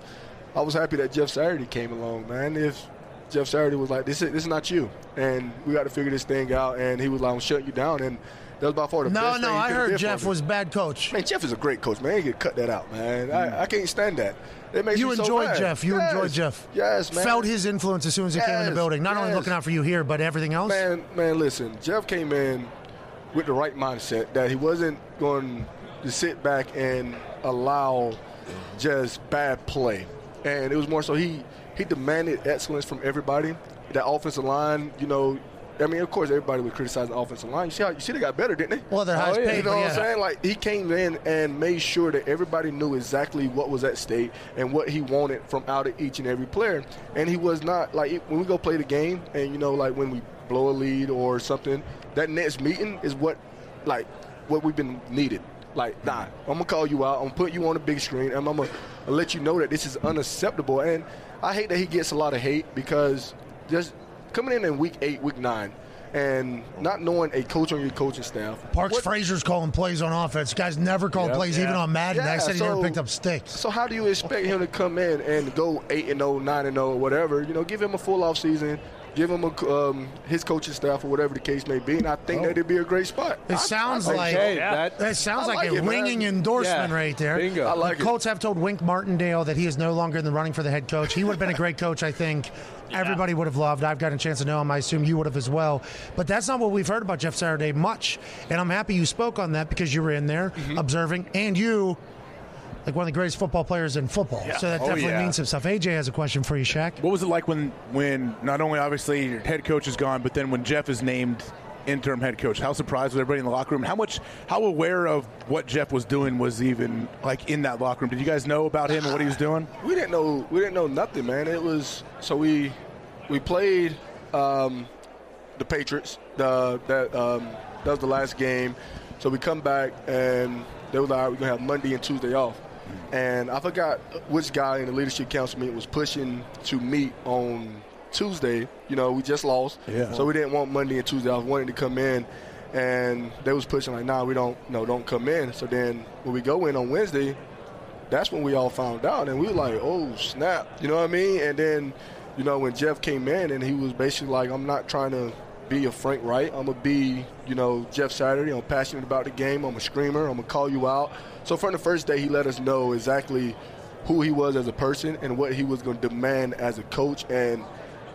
S11: I was happy that Jeff Saturday came along, man. If Jeff Saturday was like, this is this is not you, and we got to figure this thing out, and he was like, I'm shutting you down, and. That was by far the
S1: No,
S11: best
S1: no,
S11: thing he
S1: I
S11: could've
S1: heard
S11: did for
S1: Jeff
S11: me.
S1: was bad coach.
S11: Man, Jeff is a great coach, man. They get cut that out, man. I, I can't stand that. It makes
S1: You
S11: me
S1: enjoyed
S11: so mad.
S1: Jeff. You
S11: Yes.
S1: enjoyed Jeff.
S11: Yes, man.
S1: Felt his influence as soon as he came in the
S11: Yes,
S1: building. Not only
S11: yes.
S1: looking out for you here, but everything else.
S11: Man, man, listen. Jeff came in with the right mindset that he wasn't going to sit back and allow just bad play, and it was more so he he demanded excellence from everybody. That offensive line, you know. I mean, of course, everybody would criticize the offensive line. You see how you see they got better, didn't they?
S1: Well, they're highest paid,
S11: You know
S1: but
S11: what
S1: yeah.
S11: I'm saying? Like he came in and made sure that everybody knew exactly what was at stake and what he wanted from out of each and every player. And he was not like it- when we go play the game, and you know, like when we blow a lead or something. That next meeting is what, like, what we've been needed. Like, nah, I'm gonna call you out. I'm gonna put you on the big screen, and I'm gonna let you know that this is unacceptable. And I hate that he gets a lot of hate because just coming in in week eight, week nine. And not knowing a coach on your coaching staff,
S1: Parks
S11: what-
S1: Frazier's calling plays on offense. Guys never call
S11: Yep.
S1: plays
S11: Yeah.
S1: even on Madden. I
S11: Yeah,
S1: said he never
S11: so-
S1: picked up sticks.
S11: So how do you expect him to come in and go eight and 0, 9 and 0, or whatever? You know, give him a full off season, give him a, um, his coaching staff or whatever the case may be, and I think
S1: Oh.
S11: that it'd be a great spot.
S1: It sounds like it sounds like, a ringing endorsement right there.
S11: I like
S1: the
S11: it.
S1: Colts have told Wink Martindale that he is no longer in the running for the head coach. He would have been a great coach, I think. Everybody would have loved. I've gotten a chance to know him. I assume you would have as well. But that's not what we've heard about Jeff Saturday much. And I'm happy you spoke on that because you were in there
S6: Mm-hmm.
S1: observing, and you, like one of the greatest football players in football.
S6: Yeah.
S1: So that
S6: Oh,
S1: definitely
S6: yeah.
S1: means some stuff. AJ has a question for you, Shaq.
S6: What was it like when, when not only obviously your head coach is gone, but then when Jeff is named interim head coach? How surprised was everybody in the locker room? How much, how aware of what Jeff was doing was even like in that locker room? Did you guys know about him and what he was doing?
S11: we didn't know we didn't know nothing, man. It was so we we played um, the Patriots. The that um, that was the last game. So we come back and they were like, All right, we're gonna have Monday and Tuesday off. And I forgot which guy in the leadership council meeting was pushing to meet on Tuesday. You know, we just lost,
S6: Yeah.
S11: so we didn't want Monday and Tuesday. I was wanting to come in, and they was pushing like, "Nah, we don't, no, don't come in." So then when we go in on Wednesday, that's when we all found out, and we were like, "Oh snap!" You know what I mean? And then, you know, when Jeff came in, and he was basically like, "I'm not trying to be a Frank Wright. I'm gonna be, you know, Jeff Saturday. I'm passionate about the game. I'm a screamer. I'm gonna call you out." So from the first day, he let us know exactly who he was as a person and what he was gonna demand as a coach, and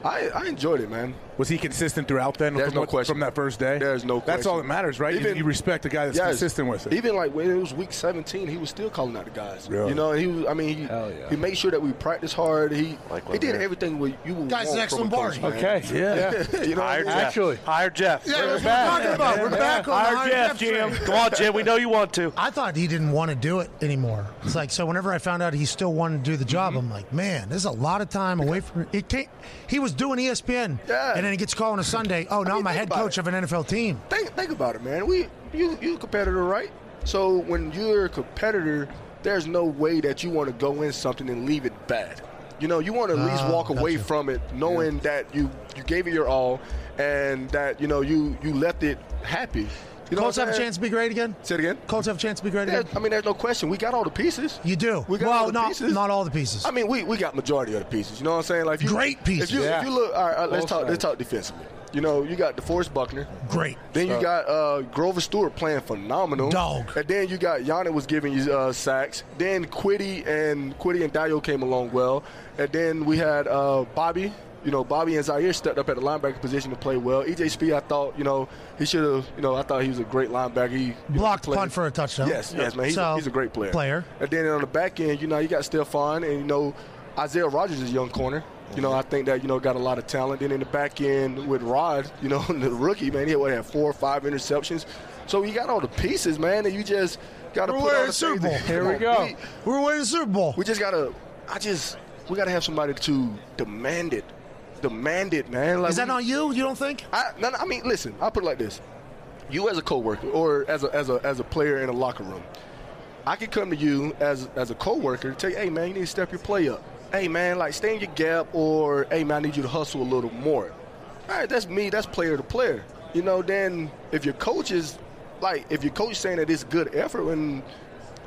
S11: I, I enjoyed it, man.
S6: Was he consistent throughout then?
S11: There's
S6: from
S11: no
S6: what-
S11: question.
S6: From that first day?
S11: There's no
S6: That's all that
S11: question.
S6: matters, right? You-
S11: Even-
S6: you respect a guy that's
S11: Yes.
S6: consistent with it.
S11: Even like when it was week 17, he was still calling out the guys.
S6: Really?
S11: You know, he was. I mean, he, he made sure that we practiced hard. He he
S6: what
S11: did
S6: we're-
S11: everything what you would
S1: Guys,
S11: want
S1: next
S11: from a
S1: Lombardi.
S11: coach, man.
S3: Okay. Yeah.
S11: you know, what I
S2: Hire
S11: mean?
S2: Jeff. Hire Jeff.
S1: Yeah, that's what I'm talking about. We're back on the
S2: Hire
S1: Hire
S2: Jeff,
S1: Jeff train.
S2: Jim. Come on, Jim. We know you want to.
S1: I thought he didn't want to do it anymore. It's like so. Whenever I found out he still wanted to do the job, I'm like, man, this is a lot of time away from it. Can't, he was doing E ESPN, and then he gets called on a Sunday. Oh, now I'm a head coach of an NFL team.
S11: Think think about it, man. We you you a competitor, right? So when you're a competitor, there's no way that you want to go in something and leave it bad. You know, you want to at least
S6: Ah,
S11: walk away
S6: gotcha.
S11: from it knowing that you you gave it your all and that you know you you left it happy. You know
S1: Colts
S11: what I'm
S1: have a
S11: saying?
S1: chance to be great again.
S11: Say it again.
S1: Colts have a chance to be great
S11: There-
S1: again.
S11: I mean, there's no question. We got all the pieces.
S1: You do.
S11: We got
S1: well,
S11: all the
S1: not
S11: pieces.
S1: not all the pieces.
S11: I mean, we, we got majority of the pieces. You know what I'm saying? Like you,
S1: Great pieces.
S11: If you,
S1: Yeah.
S11: if you look, all right, all right, let's
S1: Both
S11: talk. Let's
S1: sides.
S11: talk defensively. You know, you got DeForest Buckner.
S1: Great.
S11: Then you
S1: Uh,
S11: got uh, Grover Stewart playing phenomenal.
S1: Dog.
S11: And then you got Yannick was giving you uh, sacks. Then Quiddy and Quiddy and Dio came along well. And then we had uh, Bobby. You know, Bobby and Zaire stepped up at the linebacker position to play well. EJ Speed, I thought, you know, he should have, you know, I thought he was a great linebacker. He you know,
S1: Blocked
S11: played-
S1: punt for a touchdown.
S11: Yes, yes, man. He's,
S1: So,
S11: he's a great player.
S1: player.
S11: And then on the back end, you know, you got Stephon, and you know, Isaiah Rogers is a young corner. You know, I think that you know got a lot of talent. And in the back end with Rod, you know, the rookie man, he had what had four or five interceptions. So you got all the pieces, man, and you just got to
S1: We're
S11: put all
S1: winning
S11: the
S1: Super
S11: things-
S1: Bowl. Here we
S11: Come
S1: go.
S11: on,
S1: We're winning Super Bowl.
S11: We just gotta. I just we gotta have somebody to demand it. Demand it, man. Like
S1: Is that
S11: we-
S1: on you? You don't think?
S11: I, no, no, I mean, listen. I'll put it like this: you as a coworker or as a as a as a player in a locker room, I could come to you as as a coworker and tell you, hey man, you need to step your play up. Hey man, like stay in your gap, or hey man, I need you to hustle a little more. All right, that's me. That's player to player. You know, then if your coach is like, if your coach saying that it's good effort and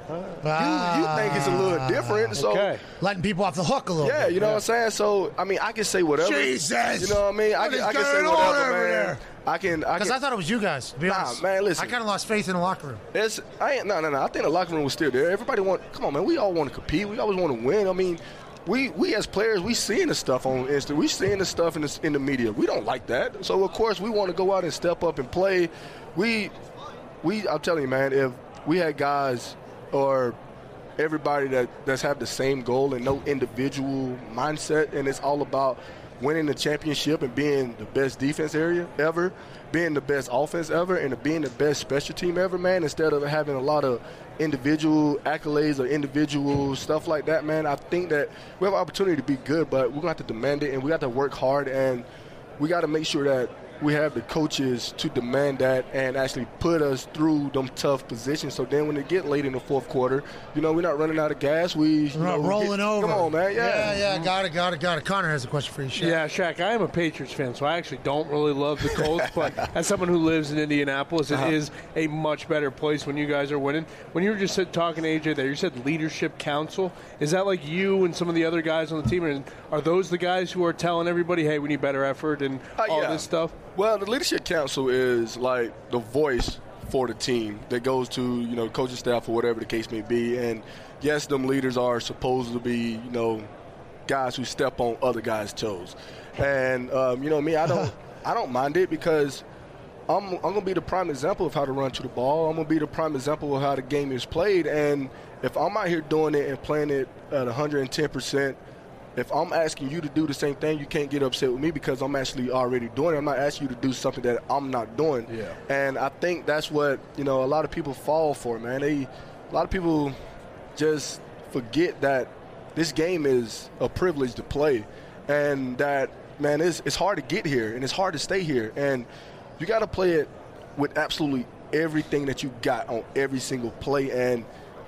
S11: you, you think it's a little different, so
S1: Ah. letting people off the hook a little.
S11: yeah,
S1: bit.
S11: you know what I'm saying. So I mean, I can say whatever.
S1: Jesus!
S11: you know what I mean. I
S1: What
S11: can,
S1: is
S11: I can say
S1: going on
S11: whatever,
S1: over
S11: man.
S1: there?
S11: I can. I
S1: Because
S11: can-
S1: I thought it was you guys. To be
S11: Nah,
S1: honest.
S11: man, listen.
S1: I kind of lost faith in the locker room.
S11: It's I ain't no no no. I think the locker room was still there. Everybody want come on man. We all want to compete. We always want to win. I mean, we we as players we seeing the stuff on Insta. We seeing the stuff in the, in the media. We don't like that. So of course we want to go out and step up and play. We we I'm telling you man. If we had guys or everybody that that's have the same goal and no individual mindset and it's all about winning the championship and being the best defense area ever being the best offense ever and being the best special team ever man instead of having a lot of individual accolades or individual stuff like that man i think that we have an opportunity to be good but we're going to have to demand it and we got to work hard and we got to make sure that we have the coaches to demand that and actually put us through them tough positions. So then, when it get late in the fourth quarter, you know we're not running out of gas. We you
S1: We're
S11: know,
S1: not
S11: Oh, we
S1: rolling
S11: get-
S1: over.
S11: Come on, man. Yeah,
S1: yeah, yeah. Got it, got it, got it. Connor has a question for you. Shaq.
S3: Yeah, Shaq, I am a Patriots fan, so I actually don't really love the Colts, but as someone who lives in Indianapolis, it is
S1: Uh-huh.
S3: a much better place when you guys are winning. When you were just sit- talking to AJ there, you said leadership council. Is that like you and some of the other guys on the team? And are those the guys who are telling everybody, hey, we need better effort and
S11: Uh,
S3: all
S11: yeah.
S3: this stuff?
S11: Well, the leadership council is like the voice for the team that goes to you know coaching staff or whatever the case may be. And yes, them leaders are supposed to be you know guys who step on other guys' toes. And um, you know me, I don't I don't mind it because I'm, I'm going to be the prime example of how to run to the ball. I'm going to be the prime example of how the game is played. And if I'm out here doing it and playing it at 110%, if I'm asking you to do the same thing, you can't get upset with me because I'm actually already doing it. I'm not asking you to do something that I'm not doing.
S6: Yeah.
S11: And I think that's what, you know, a lot of people fall for, man. They a lot of people just forget that this game is a privilege to play and that man it's, it's hard to get here and it's hard to stay here and you got to play it with absolutely everything that you got on every single play and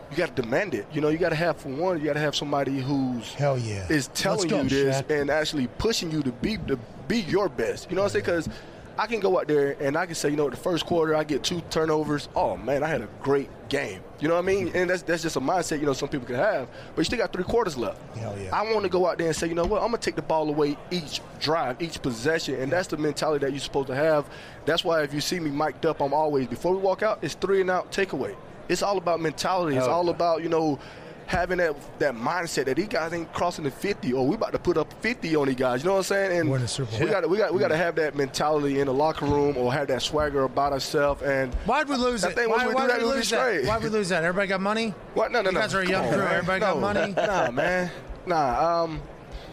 S11: you got to demand it you know you got to have for one you got to have somebody who's
S1: Hell yeah.
S11: is telling
S1: Let's go,
S11: you this
S1: Shaq.
S11: and actually pushing you to be to be your best. You know what I'm saying? Because I can go out there and I can say, you know, the first quarter I get two turnovers. Oh man, I had a great game. You know what I mean? And that's that's just a mindset you know some people can have. But you still got three quarters left.
S1: Hell yeah.
S11: I want to go out there and say, you know what? I'm gonna take the ball away each drive, each possession, and that's the mentality that you're supposed to have. That's why if you see me mic'd up, I'm always before we walk out, it's three and out takeaway. It's all about mentality. It's
S3: Hell
S11: all
S3: yeah.
S11: about you know having that that mindset that these guys ain't crossing the 50 or we about to put up 50 on these guys. You know what I'm saying? And
S1: We're in the Super Bowl.
S11: we got to we got we got to have that mentality in the locker room or have that swagger about ourselves. And
S1: Why'd we lose
S11: I
S1: it?
S11: think
S1: Why,
S11: once we
S1: why'd
S11: do that,
S1: we
S11: we'll be
S1: lose that?
S11: straight.
S1: Why'd we lose that? Everybody got money?
S11: What? No, no,
S1: you
S11: no.
S1: guys are a
S11: Come
S1: young
S11: on,
S1: crew.
S11: man.
S1: Everybody
S11: No.
S1: got money?
S11: Nah, man. Nah. Um,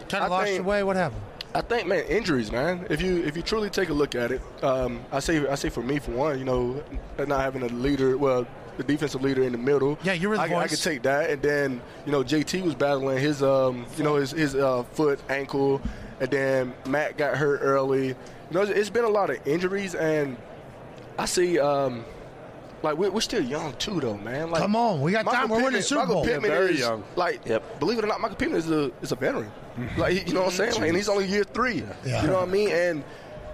S1: Kind
S11: I
S1: of lost
S11: think-
S1: your way. What happened?
S11: I think, man, injuries, man. If you if you truly take a look at it, um, I say I say for me for one, you know, not having a leader, well, the defensive leader in the middle.
S1: Yeah, you were the
S11: I, could- I
S1: voice.
S11: could take that, and then you know, JT was battling his um, you know, his his uh, foot, ankle, and then Matt got hurt early. You know, it's- it's been a lot of injuries, and I see. Um, like we're, we're still young too, though, man. Like,
S1: Come on, we got time. We're winning the Super
S11: Michael
S1: Bowl.
S11: Pittman
S3: Yeah, very
S11: is,
S3: young.
S11: Like, believe it or not, Michael Pittman is a is a veteran. Like, he- you know what I'm saying? Like, and he's only year three.
S1: Yeah.
S11: You know what I mean? And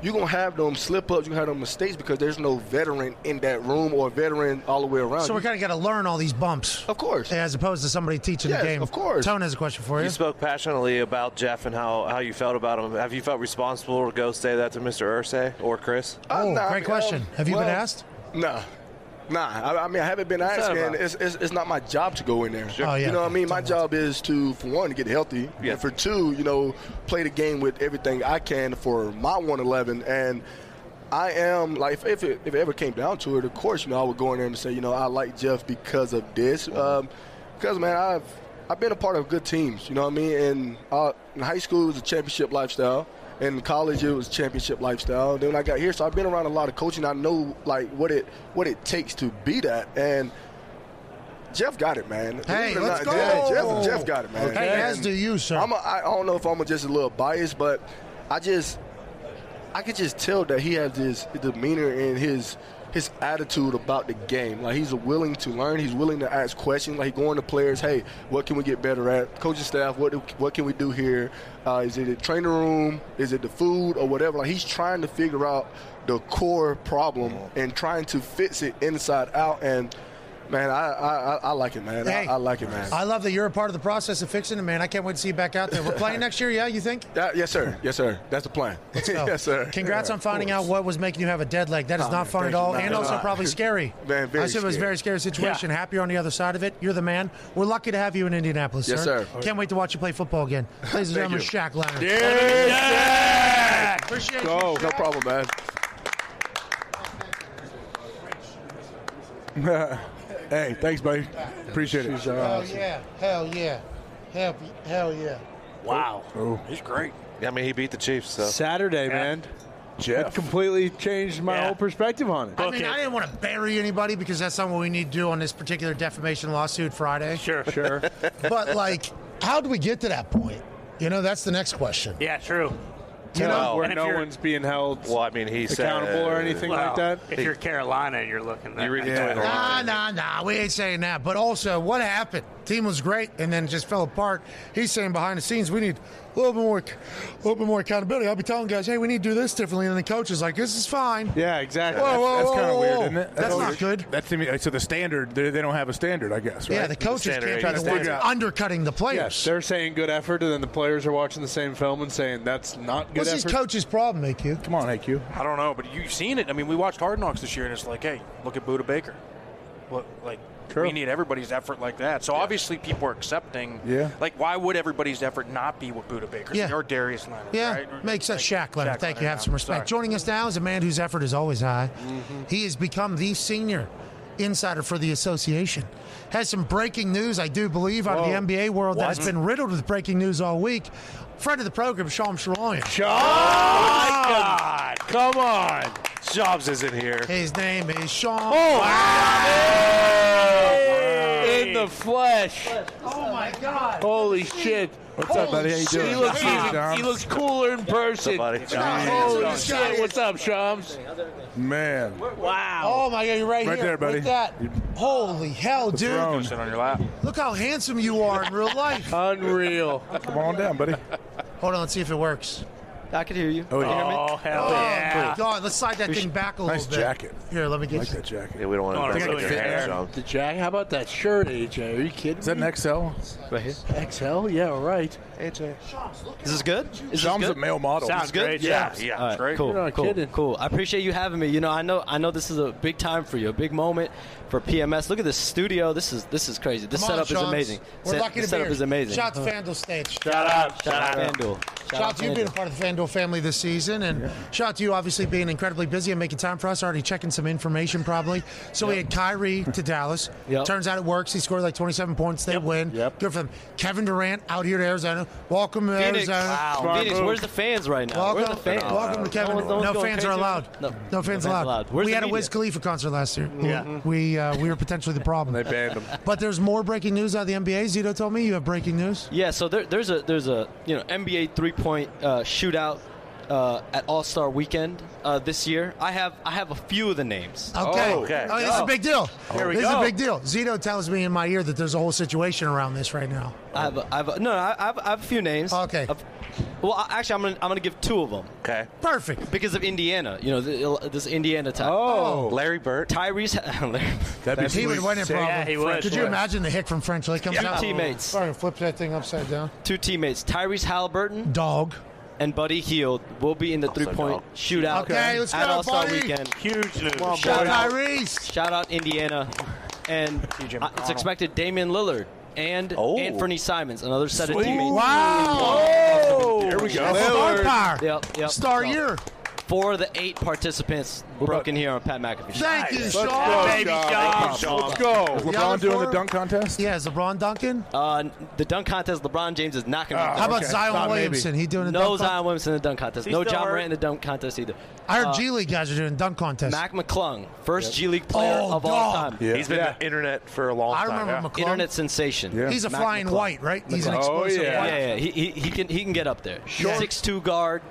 S11: you're gonna have them slip ups. You gonna have them mistakes because there's no veteran in that room or veteran all the way around.
S1: So we're kind of got to learn all these bumps,
S11: Oh, of course.
S1: as opposed to somebody teaching
S11: Yes,
S1: the game.
S11: of course.
S1: Tone has a question for you.
S2: You spoke passionately about Jeff and how, how you felt about him. Have you felt responsible to go say that to Mr. Ursay or Chris?
S1: Oh,
S11: nah, I
S1: great
S11: mean,
S1: question.
S11: um,
S1: Have you
S11: well,
S1: been asked?
S11: Nah. Nah, I, I mean, I haven't been
S2: that
S11: asked, and
S2: about?
S11: it's, it's, it's not my job to go in there.
S1: Oh, yeah.
S11: You know what I mean? My
S1: Don't
S11: job is to, for one, to get healthy,
S2: Yeah.
S11: and for two, you know, play the game with everything I can for my 111. And I am, like, if, if, it, if it ever came down to it, of
S1: Mm-hmm.
S11: course, you know, I would go in there and say, you know, I like Jeff because of this. Um, because, man, I've I've been a part of good teams. You know what I mean? And uh, in high school, it was a championship lifestyle. In college, it was championship lifestyle. Then when I got here, so I've been around a lot of coaching. I know like what it what it takes to be that. And Jeff got it, man.
S1: Hey,
S11: Believe it or
S1: let's
S11: not,
S1: go.
S11: Jeff, Jeff, Jeff got it, man.
S1: Okay. Hey, as do you, sir.
S11: I'm a, I am I do not know if I'm a- just a little biased, but I just I could just tell that he has his demeanor and his his attitude about the game. Like he's willing to learn. He's willing to ask questions. Like going to players, hey, what can we get better at? Coaching staff, what do, what can we do here? Uh, is it the training room? Is it the food or whatever? Like he's trying to figure out the core problem and trying to fix it inside out. And man, I I, I, I like it, man.
S1: Hey.
S11: I, I like it, man.
S1: I love that you're a part of the process of fixing it, man. I can't wait to see you back out there. We're playing next year, yeah? You think?
S11: Yeah, yes, sir. Yes, sir. That's the plan.
S1: So,
S11: yes, sir.
S1: Congrats
S11: Yeah,
S1: on
S11: of
S1: finding
S11: course.
S1: out what was making you have a dead leg. That is
S11: Oh,
S1: not
S11: man,
S1: fun at
S11: thank you,
S1: all,
S11: man.
S1: and
S11: It's
S1: also
S11: not.
S1: probably scary.
S11: Man, very
S1: I said it was a
S11: scary.
S1: very scary situation. Happy you're on the other side of it. You're the man. We're lucky to have you in Indianapolis,
S11: Yes,
S1: sir.
S11: sir.
S1: Can't wait to watch you play football again. Ladies and
S11: Thank
S1: gentlemen,
S11: you.
S1: Shaq Leonard.
S11: Yeah,
S1: Appreciate
S11: Go.
S1: you,
S11: No
S1: Shaq.
S11: problem, man.
S6: hey, thanks, buddy. Appreciate it.
S1: Hell yeah. Hell yeah. Hell, hell yeah.
S8: Wow.
S6: Oh.
S8: He's great.
S2: Yeah, I mean, he beat the Chiefs, so.
S3: Saturday, man.
S6: Jeff.
S3: It completely changed my
S4: Yeah.
S3: whole perspective on it.
S4: Book
S1: I mean,
S4: it.
S1: I didn't want to bury anybody because that's not what we need to do on this particular defamation lawsuit Friday.
S4: Sure.
S3: Sure.
S1: But, like, how do we get to that point? You know, that's the next question.
S4: Yeah, true.
S3: You know,
S2: Well,
S3: where
S4: and if
S3: no
S4: you're-
S3: one's being held
S2: Well, I mean, he said-
S3: accountable or anything
S4: Well,
S3: like that.
S4: If you're Carolina and you're looking that
S2: You read
S4: way.
S2: between the lines.
S1: Nah, nah, nah. We ain't saying that. But also, what happened? Team was great, and then it just fell apart. He's saying behind the scenes, we need a little bit more, a little bit more accountability. I'll be telling guys, hey, we need to do this differently. And the coach is like, this is fine.
S3: Yeah, exactly.
S1: Whoa, whoa,
S6: That's
S1: whoa,
S6: kind of
S1: whoa,
S6: weird,
S1: whoa.
S6: isn't it?
S1: That's,
S6: weird.
S1: not good.
S6: That's to me, uh, so the standard they, they don't have a standard, I guess. Right?
S1: Yeah, the coaches
S2: standard
S1: can't
S2: eight.
S1: be the
S2: Gotta
S1: ones
S6: figure out-
S1: undercutting the
S3: Yes,
S1: players.
S3: they're saying good effort, and then the players are watching the same film and saying that's not good
S1: What's his
S3: effort.
S1: coach's problem, AQ?
S6: Come on, AQ.
S8: I don't know, but you've seen it. I mean, we watched Hard Knocks this year, and it's like, hey, look at Buda Baker. Look, like
S3: True.
S8: we need everybody's effort like that. So obviously, people are accepting.
S6: Yeah.
S8: Like, why would everybody's effort not be what Buda Baker's
S1: Yeah.
S8: or Darius Leonard?
S1: Yeah,
S8: right?
S1: makes sense.
S8: Like,
S1: Shaq Leonard, thank you. Have
S8: yeah.
S1: some respect.
S8: Sorry.
S1: Joining us now is a man whose effort is always high. He has become the senior insider for the association. Has some breaking news, I do believe, out of the NBA world that has been riddled with breaking news all week. Friend of the program, Sham Shalonian.
S2: God, come on. Jobs isn't here.
S1: His name is Sean.
S3: in the flesh.
S1: oh my God!
S3: Holy shit!
S6: What's up, buddy? How you doing?
S3: He looks,
S6: Hey, Dom.
S3: he looks cooler in person.
S2: Somebody.
S3: Holy shit! What's up, Shams?
S6: Man,
S4: Wow.
S1: Oh my God! You're right,
S6: Right
S1: here.
S6: there, buddy.
S1: Look at that.
S6: You-
S1: Holy hell, dude!
S6: throne.
S8: Sit on your lap.
S1: Look how handsome you are in real life.
S3: Unreal.
S6: come on down, buddy.
S1: Hold on, let's see if it works.
S12: I can hear you.
S6: Oh, yeah.
S4: Oh, hell
S1: Oh
S4: yeah.
S1: my God! Let's slide that thing back a little
S6: Nice
S1: bit.
S6: jacket.
S1: Here, let me
S6: I
S1: get.
S6: like
S1: you.
S6: that jacket.
S2: Yeah, we don't want
S4: Don't
S2: to
S4: really
S2: your hair,
S4: care.
S2: John.
S12: The jag. How about that shirt, AJ? Are you kidding
S6: Is that an XL?
S12: Right here. XL? Yeah, right. Is this good? Is
S6: Dom's
S12: this
S6: a
S12: good?
S6: male model.
S4: Sounds
S12: good?
S4: great.
S2: Yeah,
S4: Jobs.
S2: yeah.
S12: All right,
S2: great.
S12: cool,
S3: You're not
S12: cool,
S3: kidding.
S12: cool. I appreciate you having me. You know, I know, I know this is a big time for you, a big moment for PMS. Look at this studio. This is this is crazy. This
S1: Come on,
S12: setup
S1: Shams.
S12: is amazing.
S1: We're
S12: Set-
S1: lucky
S12: this
S1: to be
S12: setup
S1: here.
S12: is amazing.
S1: Shout out to FanDuel Stage. Shout,
S4: Shut up. Shut
S12: out
S4: up.
S12: FanDuel. Shout
S1: out to you being a part of the FanDuel family this season, and shout out to you obviously being incredibly busy and making time for us. Already checking some information probably. So we had Kyrie to Dallas.
S12: Yep.
S1: Turns out it works. He scored like 27 points. They win.
S6: Yep.
S1: Good for them. Kevin Durant out here to Arizona. Welcome to
S12: Phoenix.
S1: Arizona.
S12: Wow.
S3: Smart
S12: Phoenix.
S3: move.
S12: Where's the fans right now?
S1: Welcome,
S12: Where's the fans?
S1: welcome to Kevin.
S12: No one's- no
S1: No,
S12: one's going
S1: fans are
S12: crazy.
S1: allowed.
S12: No, no
S1: fans
S12: fans
S1: allowed.
S12: allowed. Where's
S1: we
S12: the
S1: had a
S12: media? Mm-hmm.
S1: Wiz Khalifa concert last year.
S12: Yeah.
S1: We uh, we were potentially the problem.
S6: They banned him.
S1: But there's more breaking news out of the NBA. Zito told me you have breaking news.
S12: Yeah, so there, there's a there's a you know NBA three point uh, shootout uh, at All Star Weekend uh, this year. I have I have a few of the names.
S1: Okay.
S2: Oh, okay.
S1: Oh, this is a big deal.
S4: we
S1: this is a
S4: go.
S1: big deal. Zito tells me in my ear that there's a whole situation around this right now.
S12: I have a, I have a, no, I I have, I have a few names.
S1: Oh, Okay.
S12: Of- well, I- actually, I'm gonna I'm gonna give two of them
S2: Okay.
S1: Perfect.
S12: because of Indiana. You know, the, uh, this Indiana type.
S6: Oh,
S2: Larry Bird.
S12: Tyrese
S6: that'd be
S1: He would
S6: sweet.
S1: win it
S6: Sick.
S1: probably.
S4: Yeah, he would.
S1: Could you imagine the hick from French Lick comes
S12: Two
S1: out?
S12: teammates.
S1: Sorry, flip that thing upside down.
S12: two teammates, Tyrese Halliburton
S1: Dog.
S12: and Buddy Heald, will be in the three point
S2: no.
S12: shootout
S1: Okay, let's
S12: at
S1: go,
S12: All Star
S1: Buddy.
S12: Weekend.
S4: Huge news.
S1: Shout
S12: boy.
S1: out Reese.
S12: Shout out Indiana, and uh, it's expected Damian Lillard and
S2: Oh.
S12: Anthony Simons, another set of teammates.
S1: Wow.
S6: Here Oh. we go.
S1: Star power.
S12: Yep, yep.
S1: Star
S12: So,
S1: year.
S12: four of the eight participants broken here on Pat McAfee. Show.
S1: Thank you,
S12: Nice.
S1: Sean. The
S12: Is
S1: other four- Yeah, is LeBron dunking?
S12: Uh, the dunk contest, LeBron James is not going to.
S1: Ah, How about okay. Zion Thought maybe. Williamson? He doing a
S12: no
S1: dunk contest?
S12: Zion Williamson in the dunk contest.
S1: He's
S12: no
S1: still
S12: John
S1: hurt.
S12: Morant in the dunk contest either.
S1: I heard
S12: Uh,
S1: G League guys are doing dunk contests.
S12: Mac McClung, first G League player
S1: Oh,
S12: of all
S1: dog.
S12: time.
S1: Yeah. He's been Yeah.
S2: the internet for a long
S1: I time. remember McClung.
S12: Internet sensation.
S1: Yeah. He's a
S12: Mac
S1: flying
S12: McClung.
S1: white, right? He's an
S12: McClung.
S1: explosive
S12: yeah.
S1: white.
S12: Yeah, yeah. He, he, he can he can get up there. Six two guard.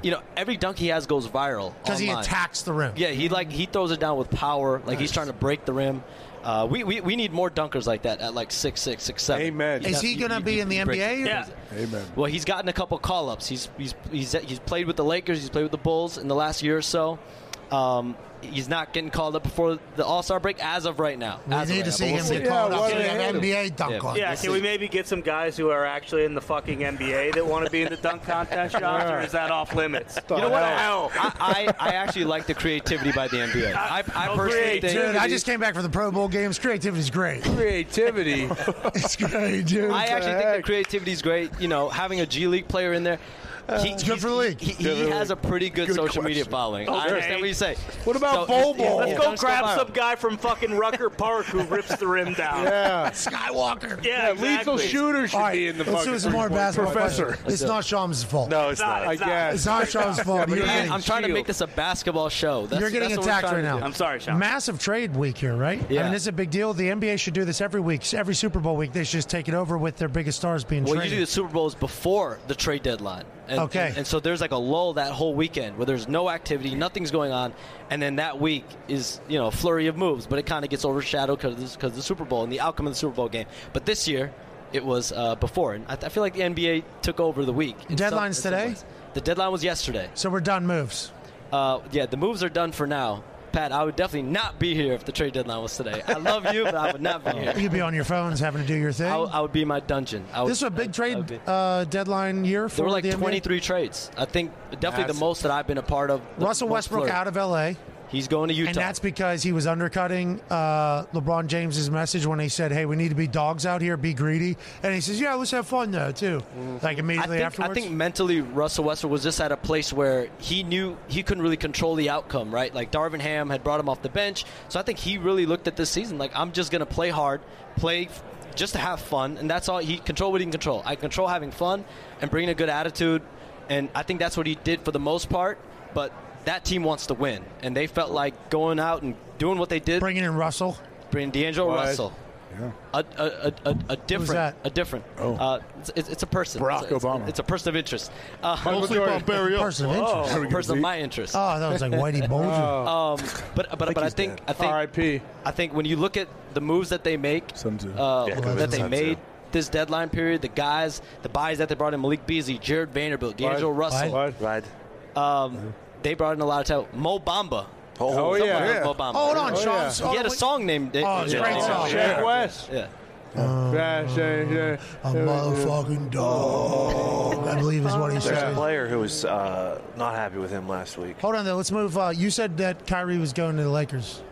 S12: You know, every dunk he has goes viral
S1: because he
S12: online.
S1: attacks the rim.
S12: Yeah, he like he throws it down with power. Like he's trying to break the rim. Uh, we, we we need more dunkers like that at like six six six seven.
S1: Amen. Is he gonna be in the
S12: breaks
S1: NBA?
S12: it.
S1: Yeah.
S12: Amen. Well, he's gotten a couple call ups. He's he's he's he's played with the Lakers. He's played with the Bulls in the last year or so. Um, he's not getting called up before the All Star break as of right now.
S1: We
S12: as of
S1: need
S12: right
S1: to
S12: now,
S1: see
S12: but
S1: him
S12: we'll
S1: get called up
S12: We'll
S1: to
S12: see.
S1: the NBA dunk contest.
S4: Yeah, can we maybe get some guys who are actually in the fucking NBA that want to be in the dunk contest shots, or is that off limits?
S12: You know what? I, I, I actually like the creativity by the NBA. I, I
S4: No
S12: personally think
S1: Dude, I just came back from the Pro Bowl games. Creativity's great.
S3: Creativity.
S1: it's great, dude.
S12: I actually think the creativity is great. You know, having a G League player in there. He,
S1: Uh, It's good for the league.
S12: He, he
S1: Good for the
S12: has a
S1: league.
S12: pretty good,
S1: Good
S12: social media
S1: question.
S12: following. I
S4: Okay.
S12: understand what you say.
S4: What
S12: about
S4: Bowl
S12: So, Bowl?
S4: Let's
S12: yeah,
S4: go
S12: don't
S4: grab
S12: step out.
S4: some guy from fucking Rucker Park who rips the rim down.
S1: Yeah. Skywalker.
S4: Yeah,
S3: lethal
S4: exactly.
S3: shooters should be in the
S1: Let's
S3: fucking
S1: do some more
S3: three-point
S1: basketball.
S3: professor.
S1: questions.
S3: Let's
S1: It's
S3: do it.
S1: not Sean's fault.
S3: No, it's not. I guess.
S1: It's not Sean's fault. You're
S12: I'm,
S1: getting-
S12: I'm trying to make this a basketball show. That's,
S1: You're getting
S12: that's what we're
S1: attacked
S12: trying
S1: right
S12: to
S1: now.
S12: do.
S1: Massive trade week here, right? I
S12: Yeah.
S1: mean, this is a big deal. The NBA should do this every week, every Super Bowl week. They should just take it over with their biggest stars being
S12: Well,
S1: traded.
S12: usually the Super Bowl is before the trade deadline. And,
S1: Okay.
S12: And, and so there's like a lull that whole weekend where there's no activity, nothing's going on, and then that week is you know a flurry of moves, but it kind of gets overshadowed because because the Super Bowl and the outcome of the Super Bowl game. But this year, it was uh, before, and I, I feel like the NBA took over the week. in some-
S1: Deadline's
S12: in some
S1: today?
S12: ways. The deadline was yesterday.
S1: So we're done moves.
S12: Uh, yeah, the moves are done for now. Pat, I would definitely not be here if the trade deadline was today. I love you, but I would not be here.
S1: You'd be on your phones having to do your thing.
S12: I, would- I would be in my dungeon. I would,
S1: this is a big
S12: I- I
S1: trade
S12: would be-
S1: uh, deadline year for
S12: there were like
S1: the NBA.
S12: 23 trades. I think definitely
S1: That's-
S12: the most that I've been a part of. the
S1: Russell
S12: most
S1: Westbrook
S12: flurry.
S1: out of LA.
S12: He's going to Utah.
S1: And that's because he was undercutting uh, LeBron James's message when he said, "Hey, we need to be dogs out here, be greedy." And he says, "Yeah, let's have fun though, too." Like
S12: Mm-hmm. I
S1: immediately
S12: think,
S1: afterwards.
S12: I think mentally, Russell Westbrook was just at a place where he knew he couldn't really control the outcome, right? Like Darvin Ham had brought him off the bench, so I think he really looked at this season like I'm just going to play hard, play f- just to have fun, and that's all. He control what he can control. I control having fun and bringing a good attitude, and I think that's what he did for the most part. But that team wants to win, and they felt like going out and doing what they did,
S1: bringing in Russell,
S12: bringing D'Angelo
S1: Wise.
S12: Russell. A, a, a, a, a different,
S1: that?
S12: a different. Oh. Uh, it's, it's, it's a person.
S1: Barack
S12: It's a- it's-
S1: Obama.
S12: It's a person of interest. Uh,
S1: Michael Mostly Jordan. about Barry Hill. Person of interest. There we
S12: Oh,
S1: go,
S12: person of
S1: Zeke.
S12: my interest.
S1: Oh, that was like Whitey Bulger.
S12: Um, but but, but I think I think
S3: R.I.P.
S12: I think when you look at the moves that they make, uh,
S3: Yeah,
S12: that they
S3: Sun Tzu.
S12: made this deadline period, the guys, the buys that they brought in, Malik Beasley, Jared Vanderbilt, D'Angelo
S3: Right.
S12: Russell,
S3: Right.
S12: Um, they brought in a yeah. Tell Mo Bamba.
S3: Oh,
S12: Someone
S3: yeah.
S12: knows
S3: Yeah.
S12: Mo Bamba.
S3: Hold on,
S12: Oh,
S3: Sean.
S12: yeah.
S3: Hold
S12: He
S3: on,
S12: had a
S3: wait.
S12: song named.
S3: Oh, it's a great song. Jack West.
S12: Yeah.
S3: Yeah, yeah, yeah.
S1: Uh, A motherfucking dog, I believe is what he
S2: There's a
S1: said.
S2: player who was uh, not happy with him last week.
S1: Hold on, though. Let's move. Uh, you said that Kyrie was going to the Lakers.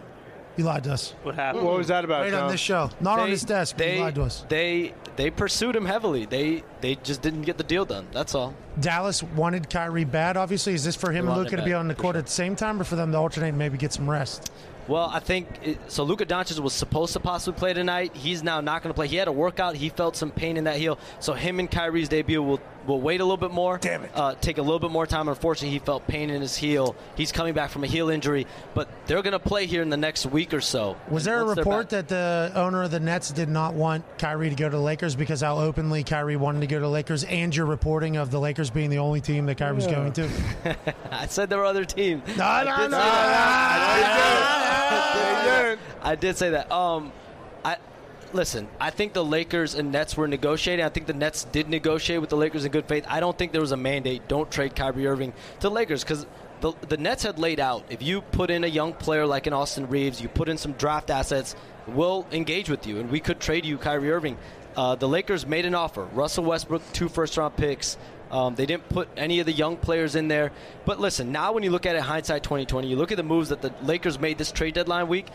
S1: You lied to us.
S4: What happened?
S3: What was that about?
S1: Right on
S3: Tom?
S1: this show, not on
S12: They-
S1: his desk.
S12: They,
S1: you lied to us.
S12: They they pursued him heavily. They they just didn't get the deal done. That's all.
S1: Dallas wanted Kyrie bad. Obviously, is this for him
S12: They
S1: and
S12: wanted
S1: Luca
S12: him
S1: to be
S12: bad,
S1: on the court at the same time, or for them to alternate and maybe get some rest?
S12: Well, I think it, so. Luka Doncic was supposed to possibly play tonight. He's now not going to play. He had a workout. He felt some pain in that heel. So him and Kyrie's debut will will wait a little bit more. Damn it! Uh, take a little bit more time. Unfortunately, he felt pain in his heel. He's coming back from a heel injury, but they're going to play here in the next week or so.
S1: Was
S12: And
S1: there a
S12: once they're
S1: report that the owner of the Nets did not want Kyrie to go to the Lakers because how openly Kyrie wanted to go to the Lakers, and your reporting of the Lakers being the only team that Kyrie was
S12: Yeah.
S1: going to?
S12: back- I said there were other teams. No,
S1: no, no,
S12: I did say that. Um, I listen. I think the Lakers and Nets were negotiating. I think the Nets did negotiate with the Lakers in good faith. I don't think there was a mandate. Don't trade Kyrie Irving to the Lakers because. The, the Nets had laid out if you put in a young player like an Austin Reeves, you put in some draft assets, we'll engage with you and we could trade you Kyrie Irving. Uh, the Lakers made an offer Russell Westbrook, two first round picks, um, they didn't put any of the young players in there. But listen, now when you look at it hindsight 2020, you look at the moves that the Lakers made this trade deadline week,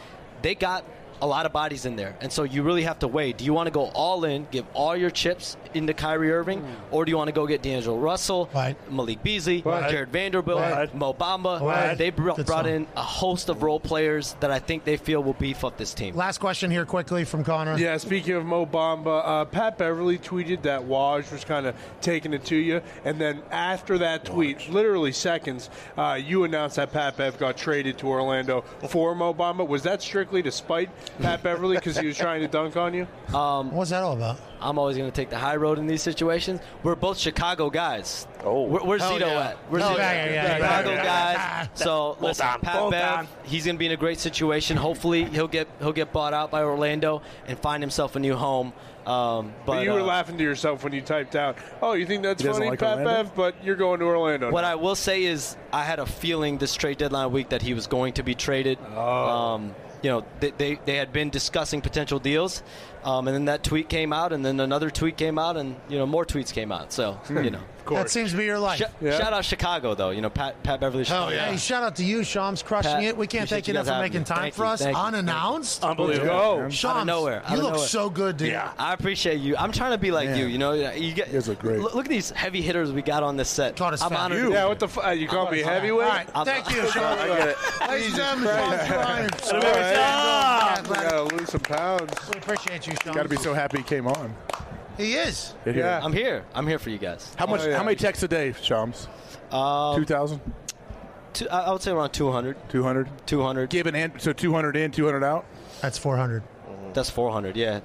S12: they got a lot of bodies in there. And so you really have to weigh. Do you want to go all in, give all your chips into Kyrie Irving, or do you want to go get D'Angelo Russell, Malik Beasley,
S5: Right.
S12: Jared Vanderbilt,
S5: Right.
S12: Mo Bamba?
S1: Right.
S12: They br-
S1: Good
S12: brought
S1: song.
S12: in a host of role players that I think they feel will beef up this team.
S1: Last question here quickly from Connor.
S3: Yeah, speaking of Mo Bamba, uh, Pat Beverly tweeted that Waj was kind of taking it to you. And then after that tweet, literally seconds, uh, you announced that Pat Bev got traded to Orlando for Mo Bamba. Was that strictly to spite Pat Beverly because he was trying to dunk on you?
S12: Um,
S1: What's that all about?
S12: I'm always going to take the high road in these situations. We're both Chicago guys. Oh, Where, where's
S5: Hell
S12: Zito
S5: yeah.
S12: at? Where's
S5: Hell
S12: Zito
S5: yeah,
S12: at?
S5: yeah, yeah,
S12: Chicago
S5: yeah.
S12: guys. So listen,
S5: on,
S12: Pat
S5: hold
S12: Bev,
S5: on.
S12: he's going to be in a great situation. Hopefully, he'll get he'll get bought out by Orlando and find himself a new home. Um, but,
S3: But, you were
S12: uh,
S3: laughing to yourself when you typed out, oh, you think that's
S12: He doesn't
S3: funny,
S12: like
S3: Pat
S12: Orlando?
S3: Bev, but you're going to Orlando.
S12: What I will say is, I had a feeling this trade deadline week that he was going to be traded.
S3: Oh.
S12: Um, you know, they, they, they had been discussing potential deals, um, and then that tweet came out, and then another tweet came out, and you know more tweets came out. So
S3: Hmm.
S12: you know,
S1: That seems to be your life.
S12: Sh- Shout out Chicago though. You know, Pat Pat Beverly.
S1: Hell yeah. Hey, shout out to you. Shams crushing
S12: Pat,
S1: it. We can't
S12: appreciate
S1: thank
S12: you
S1: you enough
S12: guys
S1: for
S12: having
S1: making
S12: me.
S1: time
S12: Thank
S1: for
S12: you,
S1: us
S12: thank you,
S1: unannounced.
S12: Out of
S1: Shams,
S12: nowhere. Out
S1: you
S12: of
S1: look
S12: nowhere.
S1: so good, dude.
S12: Yeah, I appreciate you. I'm trying to be like
S1: Man.
S12: you. You know, you get. You guys
S6: look great.
S12: Look, at these heavy hitters we got on this set.
S1: us
S12: I'm
S1: fat.
S12: honored.
S1: You.
S12: to be
S1: Yeah,
S12: here.
S1: what the
S3: f- uh, you
S1: call
S12: I'm
S1: me
S12: honored.
S1: heavyweight?
S12: All right.
S1: Thank
S12: I'm-
S1: you, Sean. I get it. Ladies and gentlemen, Sean Grimes.
S6: We gotta lose some pounds.
S1: We appreciate you, Sean.
S6: Got to be so happy he came on.
S1: He is.
S6: It here.
S12: I'm here. I'm here for you guys.
S6: How
S1: Oh,
S6: much? How many texts a day, Shams?
S12: Oh, Um,
S6: Two thousand.
S12: Two, I I would say around 200.
S6: 200.
S12: 200.
S6: Given and so 200 in, 200 out.
S1: That's 400.
S12: That's 400. Yeah.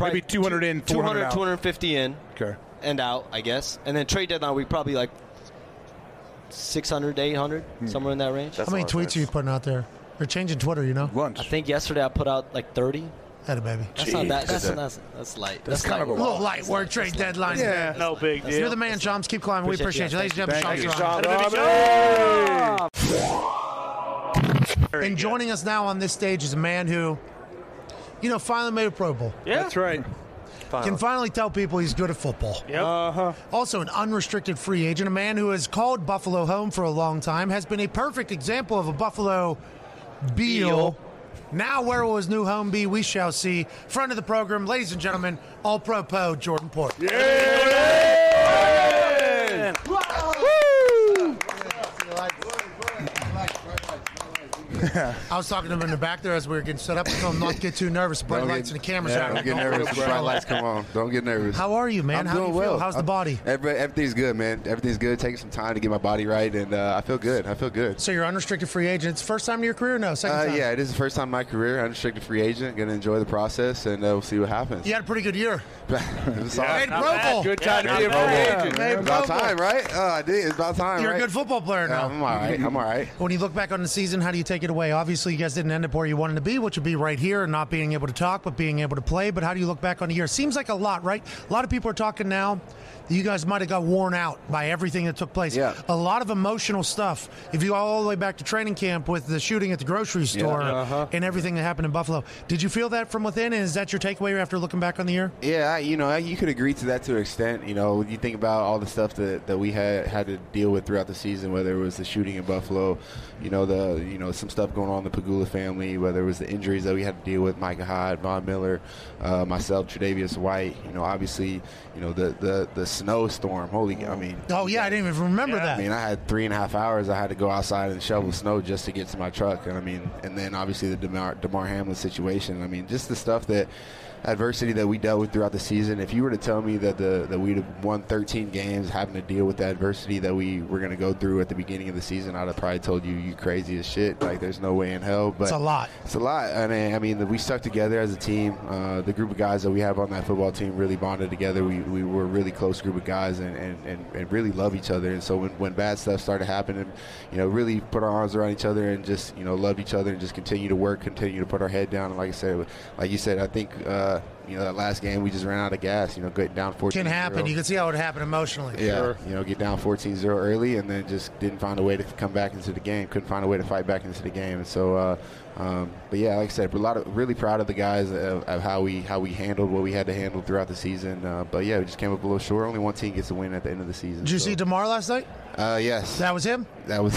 S6: Maybe 200 in, 400
S12: 200,
S6: out.
S12: 250 in.
S6: Okay.
S12: And out, I guess. And then trade deadline, we probably like 600 to 800, somewhere in that range.
S1: Hmm. How many tweets are you putting out there? You're changing Twitter, you know?
S6: Lunch.
S12: I think yesterday I put out like 30.
S1: Had a baby.
S12: That's not that. That's, that's, that's light. That's, light.
S1: a little light. Word trade deadline.
S12: Yeah. No big
S1: You're
S12: deal.
S1: the man, Shams. Keep climbing. We appreciate you. Ladies and gentlemen, Shams. Grimes. And joining us now on this stage is a man who, you know, finally made a Pro Bowl.
S3: Yeah. That's right.
S1: Can finally tell people he's good at football.
S3: Yep. Uh-huh.
S1: Also, an unrestricted free agent, a man who has called Buffalo home for a long time, has been a perfect example of a Buffalo Beal. Now, where will his new home be? We shall see. Front of the program, ladies and gentlemen, all pro po Jordan Port. I was talking to him in the back there as we were getting set up. I told him not to get too nervous. Bright
S13: Don't
S1: lights
S13: get-
S1: and the cameras
S13: yeah,
S1: out.
S13: Don't get nervous. The bright lights come on. Don't get nervous.
S1: How are you, man?
S13: I'm
S1: How do
S13: doing
S1: you feel?
S13: well.
S1: How's the
S13: I'm-
S1: body?
S13: every- everything's good, man. Everything's good. Taking some time to get my body right, and uh, I feel good. I feel good.
S1: So you're unrestricted free agent. It's the first time in your career? No, second
S13: Uh,
S1: time.
S13: yeah, it is the first time in my career. Unrestricted free agent. Going to enjoy the process, and uh, we'll see what happens.
S1: You had a pretty good year.
S13: It's all-
S1: Made Pro Bowl. Made
S13: About
S1: Pro Bowl.
S13: time, right? Uh, I did. It's about time.
S1: You're a
S13: right?
S1: good football player
S13: Yeah,
S1: now.
S13: I'm all right. I'm all right.
S1: When you look back on the season, how do you take it away? Obviously, you guys didn't end up where you wanted to be, which would be right here and not being able to talk, but being able to play. But how do you look back on the year? Seems like a lot, right? A lot of people are talking now that you guys might have got worn out by everything that took place. Yeah. A lot of emotional stuff. If you go all the way back to training camp with the shooting at the grocery store
S13: Uh-huh.
S1: and everything that happened in Buffalo, did you feel that from within? And is that your takeaway after looking back on the year?
S13: Yeah, I- you know, I- you could agree to that to an extent. You know, you think about all the stuff that, that we had had to deal with throughout the season, whether it was the shooting in Buffalo, you know, the you know some stuff going on in the Pagula family, whether it was the injuries that we had to deal with, Micah Hyde, Von Miller, uh, myself, Tre'Davious White. You know, obviously, you know the the the snowstorm. Holy, I mean,
S1: Oh, yeah, I didn't even remember that.
S13: I mean, I had three and a half hours. I had to go outside and shovel snow just to get to my truck. And I mean, and then obviously the Demar, Demar Hamlin situation. I mean, just the stuff that adversity that we dealt with throughout the season. If you were to tell me that the that we'd have won 13 games, having to deal with the adversity that we were going to go through at the beginning of the season, I'd have probably told you you crazy as shit. Like, there's no way in hell. But
S1: It's a lot.
S13: it's a lot. I mean, I mean, that we stuck together as a team. Uh, the group of guys that we have on that football team really bonded together. We, we were a really close group of guys and, and, and, and really love each other. And so when, when bad stuff started happening, you know, really put our arms around each other and just, you know, loved each other and just continue to work, continue to put our head down. And like I said, like you said, I think uh, uh, you know, that last game we just ran out of gas. You know, get down 14
S1: Can happen. You can see how it happened emotionally.
S13: yeah, you know, get down 14-0 early, and then just didn't find a way to come back into the game. Couldn't find a way to fight back into the game. And so, uh, um, but yeah, like I said, we're a lot of really proud of the guys uh, of, of how we how we handled what we had to handle throughout the season. Uh, but yeah, we just came up a little short. Only one team gets a win at the end of the season.
S1: Did you
S13: so-
S1: see Demar last night?
S13: Uh, yes,
S1: that was him.
S13: That was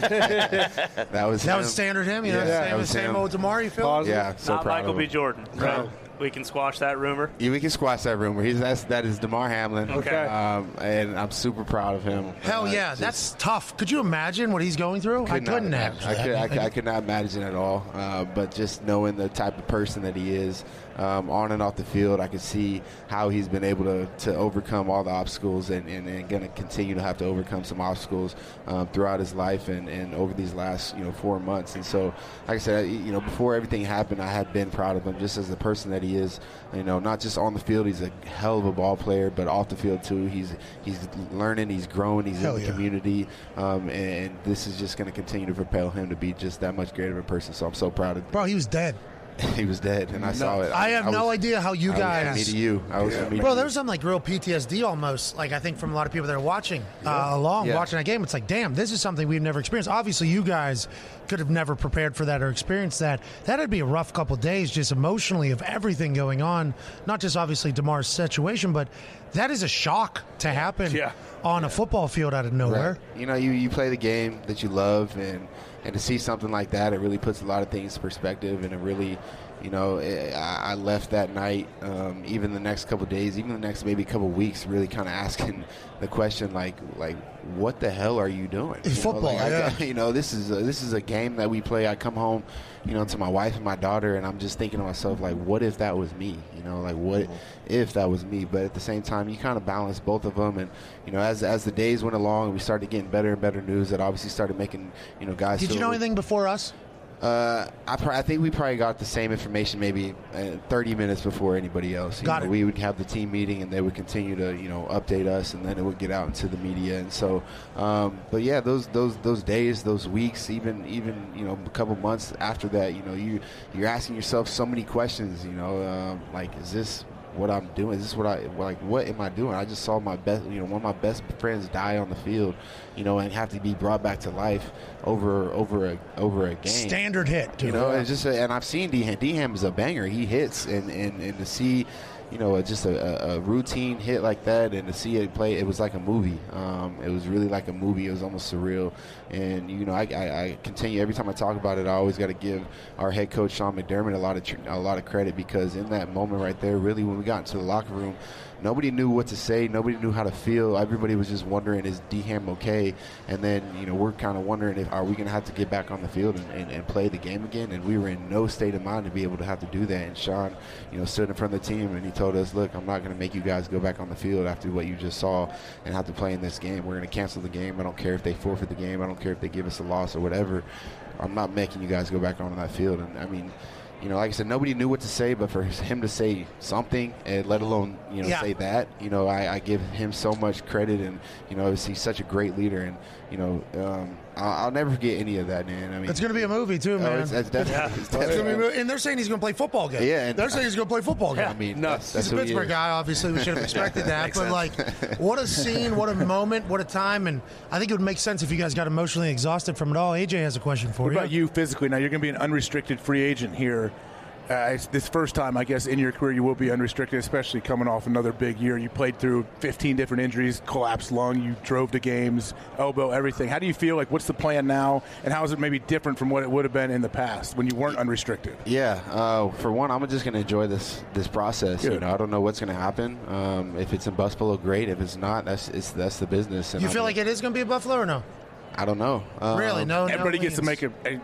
S13: that was
S1: That
S13: him.
S1: was standard him. You know,
S13: Yeah,
S1: same,
S13: that was
S1: same
S13: him.
S1: old Demar. You feel?
S13: Yeah, so
S4: Not
S13: proud
S4: Michael
S13: of
S4: B.
S13: him.
S4: Jordan.
S13: No.
S4: Right? We can squash that rumor.
S13: Yeah, we can squash that rumor. He's that's that is Demar Hamlin.
S4: Okay.
S13: um, and I'm super proud of him.
S1: Hell
S13: Uh,
S1: yeah,
S13: just
S1: that's tough. Could you imagine what he's going through? I
S13: could not
S1: couldn't
S13: imagine.
S1: have.
S13: I could, I, could, I could not imagine at all. Uh, but just knowing the type of person that he is, um, on and off the field, I could see how he's been able to, to overcome all the obstacles and, and, and going to continue to have to overcome some obstacles um, throughout his life and, and over these last you know four months. And so, like I said, you know, before everything happened, I had been proud of him just as the person that he is. You know, not just on the field, he's a hell of a ball player, but off the field too. He's he's learning, he's growing, he's
S1: Hell
S13: in the
S1: yeah.
S13: community, um, and this is just going to continue to propel him to be just that much greater of a person. So I'm so proud of.
S1: Bro, he was dead.
S13: he was dead, and I saw it.
S1: I have no
S13: was-
S1: idea how you
S13: I was from
S1: guys-
S13: me to you. I was from me
S1: Bro,
S13: to
S1: there
S13: you.
S1: was some like real PTSD almost. Like I think from a lot of people that are watching uh, along
S13: Yeah.
S1: watching that game, it's like, damn, this is something we've never experienced. Obviously, you guys could have never prepared for that or experienced that. That'd be a rough couple days just emotionally of everything going on. Not just obviously Demar's situation, but that is a shock to happen on a football field out of nowhere.
S13: Right. You know, you, you play the game that you love, and and to see something like that, it really puts a lot of things in perspective, and it really, you know, eh, I, I left that night, um, even the next couple days, even the next maybe couple weeks, really kind of asking the question like like what the hell are you doing? You know,
S1: Football,
S13: like, I-
S1: yeah.
S13: you know this is a, this is a game that we play i come home you know to my wife and my daughter and i'm just thinking to myself like what if that was me you know like what
S1: Mm-hmm.
S13: if that was me but at the same time you kind of balance both of them and you know as as the days went along we started getting better and better news that obviously started making you know guys
S1: Did you
S13: feel-
S1: know anything before us?
S13: uh, I, pr- I think we probably got the same information maybe uh, 30 minutes before anybody else. You
S1: Got
S13: know,
S1: it.
S13: We would have the team meeting, and they would continue to you know update us, and then it would get out into the media. And so, um, but yeah, those those those days, those weeks, even even you know a couple months after that, you know you you're asking yourself so many questions. You know, um, like is this what I'm doing? Is this what I like? What am I doing? I just saw my best, you know, one of my best friends die on the field, you know, and have to be brought back to life over over a over a game.
S1: Standard hit, dude.
S13: You know, it's just and I've seen Ham. Ham is a banger. He hits and and, and to see, you know, just a, a, a routine hit like that and to see it play, it was like a movie. Um, it was really like a movie. It was almost surreal. And you know, I, I, I continue every time I talk about it. I always got to give our head coach Sean McDermott a lot of tr- a lot of credit because in that moment right there, really when we got into the locker room. Nobody knew what to say. Nobody knew how to feel. Everybody was just wondering, is D Ham okay? And then, you know, we're kind of wondering if are we going to have to get back on the field and, and, and play the game again? And we were in no state of mind to be able to have to do that. And Sean, you know, stood in front of the team and he told us, look, I'm not going to make you guys go back on the field after what you just saw and have to play in this game. We're going to cancel the game. I don't care if they forfeit the game. I don't care if they give us a loss or whatever. I'm not making you guys go back on that field. And I mean, you know, like I said, nobody knew what to say, but for him to say something, and let alone you know
S1: Yeah.
S13: say that, you know, I, I give him so much credit, and you know, he's such a great leader, and you know, um, I'll, I'll never forget any of that, man. I mean,
S1: It's going to be a movie too,
S13: Oh,
S1: man.
S13: it's- it's definitely- it's
S1: It's gonna
S13: definitely-
S1: be a mo- and they're saying he's going to play football again.
S13: Yeah, and-
S1: they're saying he's going to play football again.
S13: I mean, that's, that's
S1: he's a
S13: who he
S1: Pittsburgh
S13: is.
S1: guy. Obviously, we should have expected that. but like, what a scene! What a moment! What a time! And I think it would make sense if you guys got emotionally exhausted from it all. AJ has a question for
S6: What
S1: you.
S6: about you physically? Now you're going to be an unrestricted free agent here. Uh, it's this first time, I guess, in your career you will be unrestricted, especially coming off another big year. You played through 15 different injuries, collapsed lung, you drove to games, elbow, everything. How do you feel? Like, what's the plan now, and how is it maybe different from what it would have been in the past when you weren't unrestricted?
S13: Yeah. Uh, for one, I'm just going to enjoy this this process. You
S6: Good.
S13: know, I don't know what's going to happen. Um, if it's in Buffalo, great. If it's not, that's it's, that's the business. And
S1: You
S13: I
S1: feel
S13: mean,
S1: like it is going to be a Buffalo or no?
S13: I don't know. Um,
S1: Really? No- no
S6: Everybody gets to
S1: leans.
S6: make a, a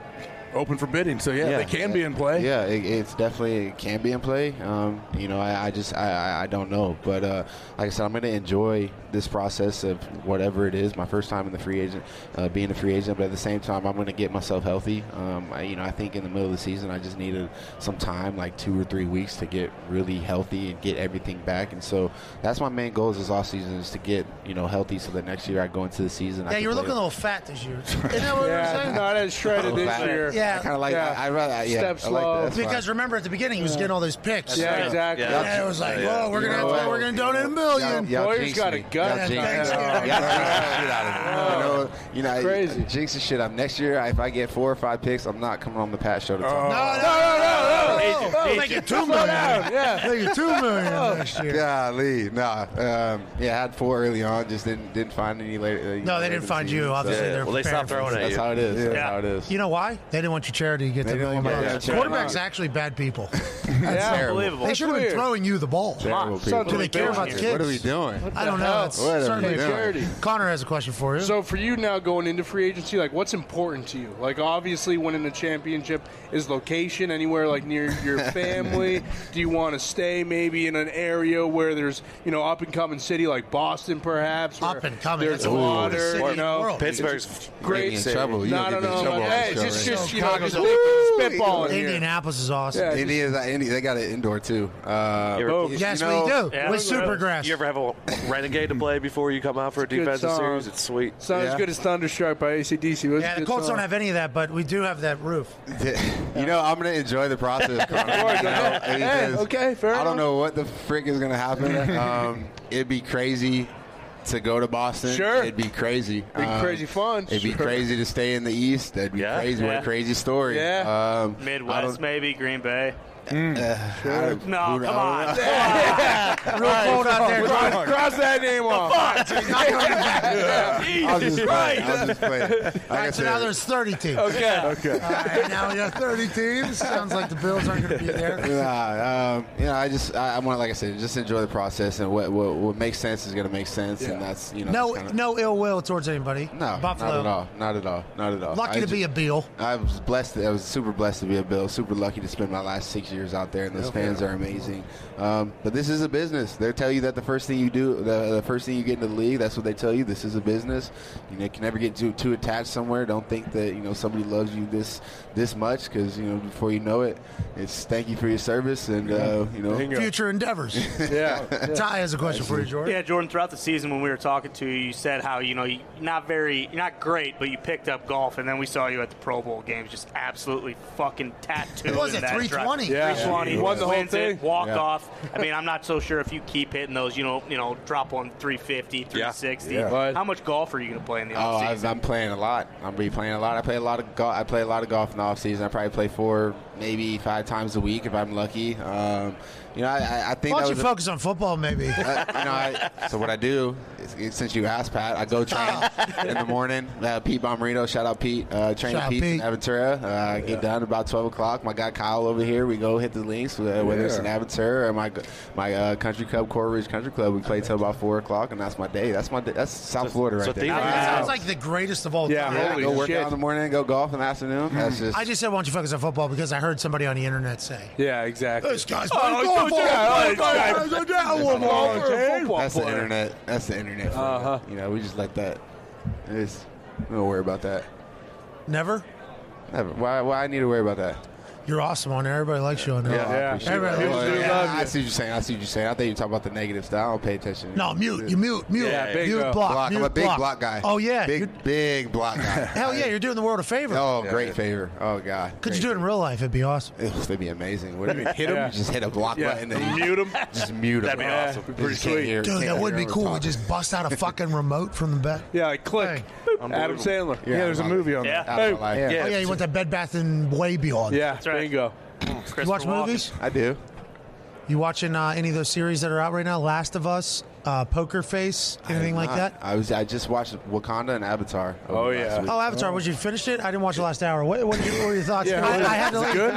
S6: open for bidding, so yeah, they can be in play.
S13: Yeah, it, it's definitely it can be in play. Um, you know, I, I just I, I- I don't know, but uh, like I said, I'm going to enjoy this process of whatever it is. My first time in the free agent, uh, being a free agent, but at the same time, I'm going to get myself healthy. Um, I, you know, I think in the middle of the season, I just needed some time, like two or three weeks, to get really healthy and get everything back. And so that's my main goal is this off season is to get you know healthy, so that next year I go into the season. I
S1: yeah,
S13: can
S1: you were
S13: play-
S1: looking a little fat this year. Isn't that what we were saying?
S3: Not as shredded
S13: Oh,
S3: this
S13: fat.
S3: year.
S1: Yeah,
S13: I kind of like.
S1: Yeah.
S13: I, I rather. Yeah.
S1: Step
S13: I like that. That's fine.
S1: Because remember at the beginning he was
S13: Yeah.
S1: getting all those picks.
S13: That's right. Yeah.
S1: And it was like,
S13: Yeah.
S1: whoa, we're
S13: You
S1: gonna
S13: know what?
S1: we're gonna donate a 1000000
S13: Y'all- y'all jinxed me. Y'all jinxed me. Y'all jinxed the shit out
S1: Oh.
S13: of me. You know, you know, crazy. jinx the shit up. Next year, if I get four or five picks, I'm not coming on the Pat show to talk. about it.
S1: no, no, no. Oh. Make it two million. Yeah. Oh. Make it two million next year.
S13: Golly, nah. Um, yeah, I had four early on. Just didn't didn't find any later.
S1: No, they didn't find you. Obviously, they're preparing for it.
S13: That's how it is. That's how it is.
S1: You know why? They didn't want your charity to get
S13: They
S1: to the
S13: didn't
S1: one
S13: want
S1: bucks.
S13: that charity.
S1: Quarterbacks actually bad people. That's
S13: Yeah. terrible. Unbelievable.
S1: They should have been
S13: That's weird.
S1: throwing you the ball.
S13: Terrible people.
S1: Do they care about the kids?
S13: What are we doing?
S1: I don't know. It's
S13: What are we
S1: certainly
S13: doing?
S1: Connor has a question for you.
S3: So for you now going into free agency, like what's important to you? Like obviously winning a championship is location, anywhere like near your family. Do you want to stay maybe in an area where there's you know up and coming city like Boston perhaps? where
S1: Up and coming,
S3: There's
S1: that's the
S3: water,
S1: coolest city
S3: you
S1: in the
S3: know.
S1: world. Pittsburgh's
S3: It's a
S1: getting
S3: great
S1: in
S3: city.
S1: trouble. You
S3: No, no,
S13: don't get in
S3: no.
S13: trouble
S3: but,
S13: on this
S3: Hey,
S13: show
S3: it's
S13: right
S3: just
S13: now.
S3: you know
S13: Chicago's
S3: just
S13: like-
S3: spitballing here.
S1: Indianapolis is awesome.
S13: Yeah,
S1: Yeah,
S13: India's uh, Indy, they got it indoor too. Uh,
S2: ever-
S13: you
S1: Yes,
S13: know-
S1: we do. With Supergrass.
S2: You ever have a renegade to play before you come out for a
S3: good
S2: defensive
S3: song.
S2: series? It's sweet.
S3: Sounds good as Thunderstruck by ACDC. It was
S1: Yeah,
S3: a
S1: the
S3: good
S1: Colts
S3: song.
S1: don't have any of that, but we do have that roof.
S13: you know, I'm gonna enjoy the process. Connor, you know,
S3: Hey,
S13: because
S3: okay, fair
S13: I don't
S3: enough.
S13: know what the frick is gonna happen. Um, it'd be crazy to go to Boston.
S3: Sure.
S13: it'd be crazy. Um,
S3: Be crazy fun.
S13: It'd be
S3: Sure.
S13: crazy to stay in the East. That'd be crazy. What
S4: Yeah.
S13: a crazy story.
S4: Yeah.
S13: Um, I
S4: Midwest,
S13: don't-
S4: maybe Green Bay.
S13: uh, I don't-
S4: No,
S13: who- I
S4: come on.
S13: don't know.
S4: Real
S1: cold out there.
S3: Cross, cross that name off.
S13: I was just playing. I was just playing. Like
S1: All
S13: I
S1: right, so
S13: said-
S1: now there's 30 teams.
S13: Okay. Okay.
S1: All right, now we have 30 teams. Sounds like the Bills aren't going to be there.
S13: Yeah, um, you know, I just I, I want, like I said, just enjoy the process, and what what, what makes sense is going to make sense, and that's you know.
S1: No,
S13: that's kinda-
S1: no ill will towards anybody.
S13: no,
S1: Buffalo.
S13: not at all, not at all, not at all.
S1: Lucky
S13: I
S1: to be a Beal.
S13: I was blessed. I was super blessed to be a Bill. Super lucky to spend my last six years out there, and those
S1: Yeah.
S13: fans are amazing. Um, but this is a business. They tell you that the first thing you do, the, the first thing you get into the league, that's what they tell you. This is a business. You, know, you can never get too too attached somewhere. Don't think that you know somebody loves you this this much because you know before you know it, it's thank you for your service, and uh, you know
S1: Future endeavors.
S13: Yeah.
S1: Ty has a question for you, Jordan.
S4: Yeah, Jordan. Throughout the season, when we were talking to you, you said how you know you're not very, you're not great, but you picked up golf, and then we saw you at the Pro Bowl games, just absolutely fucking tattooed.
S1: It was
S4: in
S1: at
S4: that
S1: 320.
S4: drive.
S1: Yeah.
S4: 320.
S1: Yeah. Won the whole
S4: wins
S1: thing.
S4: it, walk
S1: Yeah.
S4: off. I mean, I'm not so sure if you keep hitting those. You know, you know, drop on 350, 360.
S13: Yeah. Right.
S4: How much golf are you going to play in the
S13: Oh,
S4: offseason?
S13: I, I'm playing a lot. I'm be playing a lot. I play a lot of golf. I play a lot of golf in the off season. I probably play four, maybe five times a week if I'm lucky. Um, you know, I- I, I think
S1: Why
S13: that
S1: don't you
S13: was a-
S1: focus on football, maybe?
S13: you know, I, so what I do, is- since you asked, Pat, I go train in the morning. Uh, Pete Bomberino, shout out Pete, uh, train
S1: Shout out
S13: Pete, in
S1: Pete.
S13: Aventura. Uh, I get done about twelve o'clock. My guy Kyle over here, we go hit the links, uh, whether it's in
S6: Yeah.
S13: Aventura or my my uh, country club, Coral Ridge Country Club. We play till about four o'clock, and that's my day. That's my day. that's South Florida right
S1: so
S13: there.
S1: That sounds like the greatest of all time.
S13: Yeah, go work out in the morning, go golf in the afternoon. That's just
S1: I just said, why don't you focus on football? Because I heard somebody on the internet say.
S3: Yeah, exactly.
S1: This guy's
S3: Oh,
S1: playing golf
S3: don't do
S1: all
S3: that.
S1: the
S3: Oh,
S1: time. Oh,
S3: don't do
S1: I want
S3: Golfer,
S1: golf.
S3: football
S13: That's the
S3: player.
S13: internet. That's the internet. for
S3: Uh-huh.
S13: you. You know, we just let that. It's, we don't worry about that.
S1: Never?
S13: Never. Why? Why I need to worry about that? Oh,
S1: You're awesome on there. Everybody likes you on there.
S13: I appreciate
S1: Everybody
S13: that.
S1: loves you.
S13: Yeah, I see what you're saying. I see what you're saying. I think you're talking about the negative stuff. I don't pay attention.
S1: No, mute. You mute. Mute.
S13: Yeah,
S1: mute.
S13: bingo.
S1: Block.
S13: Block. I'm
S1: mute,
S13: a big block guy.
S1: Oh yeah.
S13: Big,
S1: You're-
S13: big block guy.
S1: hell yeah. You're doing the world a favor.
S13: Oh, great favor. Oh God.
S1: Could
S13: Great.
S1: you do it in real life? It'd be awesome.
S13: Ugh, That'd be amazing. What do you mean?
S1: Hit 'em?
S13: You Just hit a block
S1: Yeah.
S13: button. And
S1: Mute
S13: 'em? Just mute 'em.
S1: That'd be awesome.
S13: You
S1: Pretty
S13: just can't hear-
S1: Dude,
S13: can't
S1: that would
S13: hear
S1: be
S13: 'em
S1: cool. We
S13: talk.
S1: just bust out a fucking remote from the bed.
S3: Yeah, like click. Adam Sandler.
S13: Yeah, there's a movie on
S1: Yeah.
S13: that. Out of my life.
S1: Oh, yeah,
S13: Yeah.
S1: you went to Bed Bath and Beyond.
S3: Yeah, bingo.
S1: You watch movies?
S13: I do.
S1: You watching uh, any of those series that are out right now? Last of Us, uh, Poker Face, anything like that?
S13: I was. I just watched Wakanda and Avatar. over
S3: Oh,
S13: last
S3: yeah.
S13: week.
S1: Oh, Avatar. Was you finished it? I didn't watch the last hour. What, what, what were your thoughts?
S13: Yeah,
S1: I,
S13: was it-
S1: I had to
S13: was it
S1: leave.
S13: good?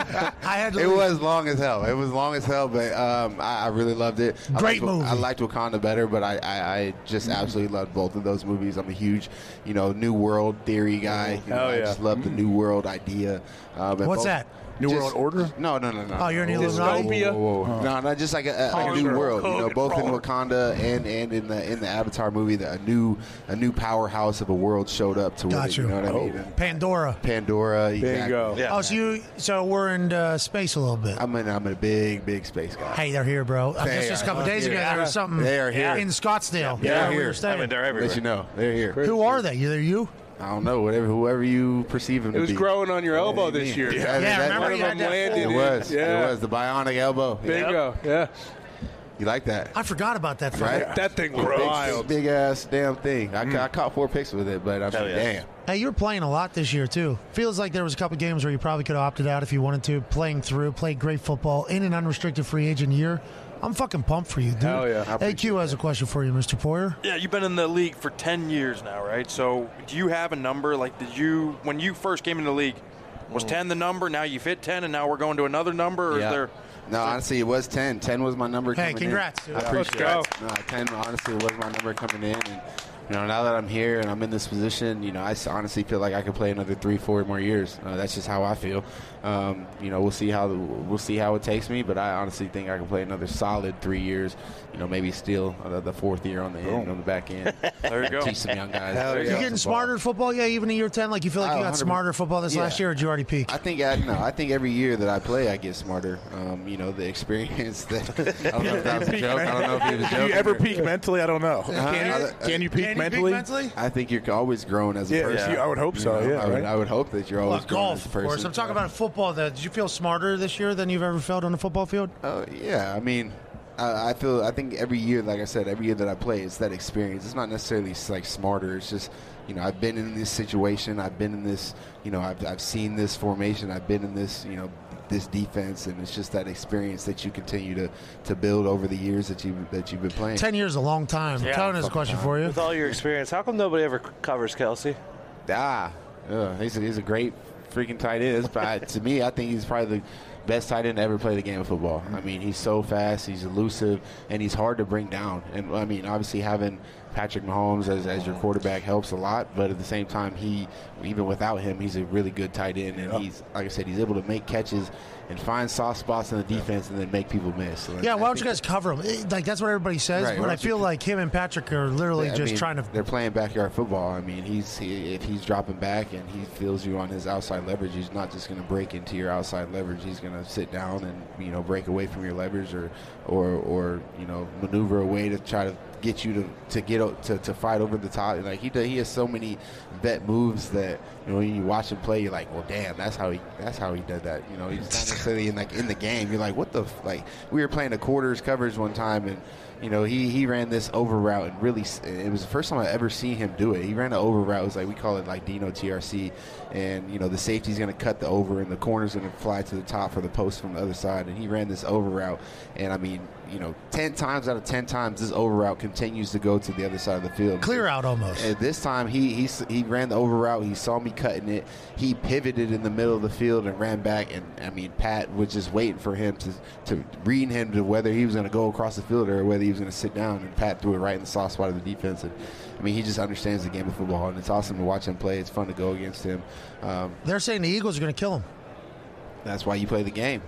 S1: I had to.
S13: It
S1: leave.
S13: was long as hell. It was long as hell, but um, I, I really loved it. I
S1: Great
S13: liked, Wa-
S1: movie. Mm-hmm.
S13: I liked Wakanda better, but I, I, I just absolutely loved both of those movies. I'm a huge, you know, New World theory guy. You know,
S1: Hell
S13: I
S1: yeah.
S13: just love the New World idea. Um, and
S1: Mm-hmm. What's
S13: both-
S1: that?
S13: New World Order? No, no, no, no.
S1: Oh, you're an
S13: Whoa, whoa,
S1: Illuminati?
S13: whoa, whoa, whoa. No, not just like a, a, like a new
S1: Sure.
S13: world. You know,
S1: Hogan
S13: both in
S1: Frog.
S13: Wakanda and, and in the in the Avatar movie, the, a new a new powerhouse of a world showed up to
S1: Got
S13: it. You
S1: you.
S13: know what I mean?
S1: Pandora.
S13: Pandora. Exactly.
S1: Oh, so you so we're in uh, space a little bit.
S13: I'm in. I'm in a big, big space guy.
S1: Hey, they're here, bro. I
S13: They
S1: guess just
S13: are
S1: a couple days
S13: here.
S1: ago there was something
S13: They are here.
S1: in Scottsdale.
S13: They're
S1: where we were
S13: here.
S1: staying.
S13: Let you know, they're here.
S1: Who are they? Either you?
S13: I don't know, whatever, whoever you perceive him
S3: It
S13: to
S3: was
S13: be.
S3: growing on your elbow this year.
S13: that- that-
S3: one of them landed.
S13: It
S3: in-
S13: was.
S3: Yeah.
S13: It was the bionic elbow.
S3: Bingo. Yeah.
S13: You like that?
S1: I forgot about that.
S13: Right?
S1: fight.
S13: Big- Big, ass damn thing. I, ca- I caught four picks with it, but I'm
S1: Hell
S13: like,
S1: yeah.
S13: damn.
S1: Hey, you were playing a lot this year too. Feels like there was a couple games where you probably could have opted out if you wanted to. Playing through, played great football in an unrestricted free agent year. I'm fucking pumped for you, dude.
S8: Hell yeah. I
S1: AQ has a question for you, Mr. Poyer.
S8: Yeah, you've been in the league for 10 years now, right? So, do you have a number? Like, did you, when you first came into the league, was 10 the number? Now you've hit 10, and now we're going to another number? Or
S13: Yeah.
S8: is there.
S13: No, honestly, it was 10. 10 was my number coming
S8: Hey,
S13: in.
S8: congrats, dude.
S13: I
S8: Yeah.
S13: appreciate
S8: Let's
S13: it. No, 10, honestly, was my number coming in. And, you know, now that I'm here and I'm in this position, you know, I s- honestly feel like I could play another three, four more years. Uh, that's just how I feel. Um, you know, we'll see how the, we'll see how it takes me, but I honestly think I can play another solid three years. You know, maybe still uh, the fourth year on the end,
S1: Boom.
S13: on the back end.
S8: There you go.
S13: Teach some young guys.
S8: Oh,
S1: You're getting smarter at football, yeah. Even in year ten, like you feel like
S13: Oh,
S1: you got
S13: 100%.
S1: smarter at football this
S13: Yeah.
S1: last year, or did you already peak?
S13: I think I, no, I think every year that I play, I get smarter. Um, you know, the experience. That, I don't know if that was a joke. I don't know if it was a joke.
S6: Do you ever peak mentally? I don't know.
S13: Huh?
S6: Can, you, can you peak mentally?
S13: I think you're always growing as a
S6: Yeah,
S13: person.
S6: you- I would hope so, yeah,
S13: I would,
S6: right?
S13: I would hope that you're always
S1: Well, golf,
S13: growing as a
S1: of
S13: person.
S1: course. I'm talking about in football. Though. Did you feel smarter this year than you've ever felt on a football field?
S13: Oh yeah, I mean, I, I feel I think every year, like I said, every year that I play, it's that experience. It's not necessarily like smarter. It's just you know I've been in this situation. I've been in this. You know I've I've seen this formation. I've been in this. You know this defense, and it's just that experience that you continue to to build over the years that you that you've been playing.
S1: Ten years is a long time.
S13: Yeah.
S1: Tone has a question for you.
S2: With all your experience, how come nobody ever c- covers Kelsey?
S13: Ah, yeah, he's, a, he's a great freaking tight end. It's probably- to me, I think he's probably the best tight end to ever play the game of football. I mean, he's so fast, he's elusive, and he's hard to bring down. And I mean, obviously having Patrick Mahomes as, as your quarterback helps a lot, but at the same time, he even without him, he's a really good tight end, and he's like I said, he's able to make catches and find soft spots in the defense, and then make people miss. So, like,
S1: Yeah,
S13: I
S1: why don't you
S13: think-
S1: guys cover him? Eh, Like that's what everybody says,
S13: Right,
S1: but
S13: why
S1: I
S13: don't you
S1: feel like him and Patrick are literally
S13: Yeah, I
S1: just
S13: mean,
S1: trying to.
S13: They're playing backyard football. I mean, he's he, if he's dropping back and he feels you on his outside leverage, he's not just going to break into your outside leverage. He's going to sit down and you know break away from your leverage or or or you know maneuver away to try to get you to to get o- to, to fight over the top. Like he does, he has so many vet moves that you know when you watch him play, you're like, well, damn, that's how he that's how he did that. You know, he's not necessarily in like in the game. You're like, what the f-? like? We were playing the quarters coverage one time and. You know, he, he ran this over route and really, s- it was the first time I ever seen him do it. He ran an over route. It was like, we call it like Dino TRC. And, you know, the safety's going to cut the over and the corner's going to fly to the top for the post from the other side. And he ran this over route. And, I mean, you know, 10 times out of 10 times, this over route continues to go to the other side of the field.
S1: Clear out almost.
S13: And this time he, he s- he ran the over route. He saw me cutting it. He pivoted in the middle of the field and ran back. And I mean, Pat was just waiting for him to to read him to whether he was going to go across the field or whether he was going to sit down. And Pat threw it right in the soft spot of the defense. And I mean, he just understands the game of football, and it's awesome to watch him play. It's fun to go against him. Um,
S1: They're saying the Eagles are going to kill him.
S13: that's why you play the game.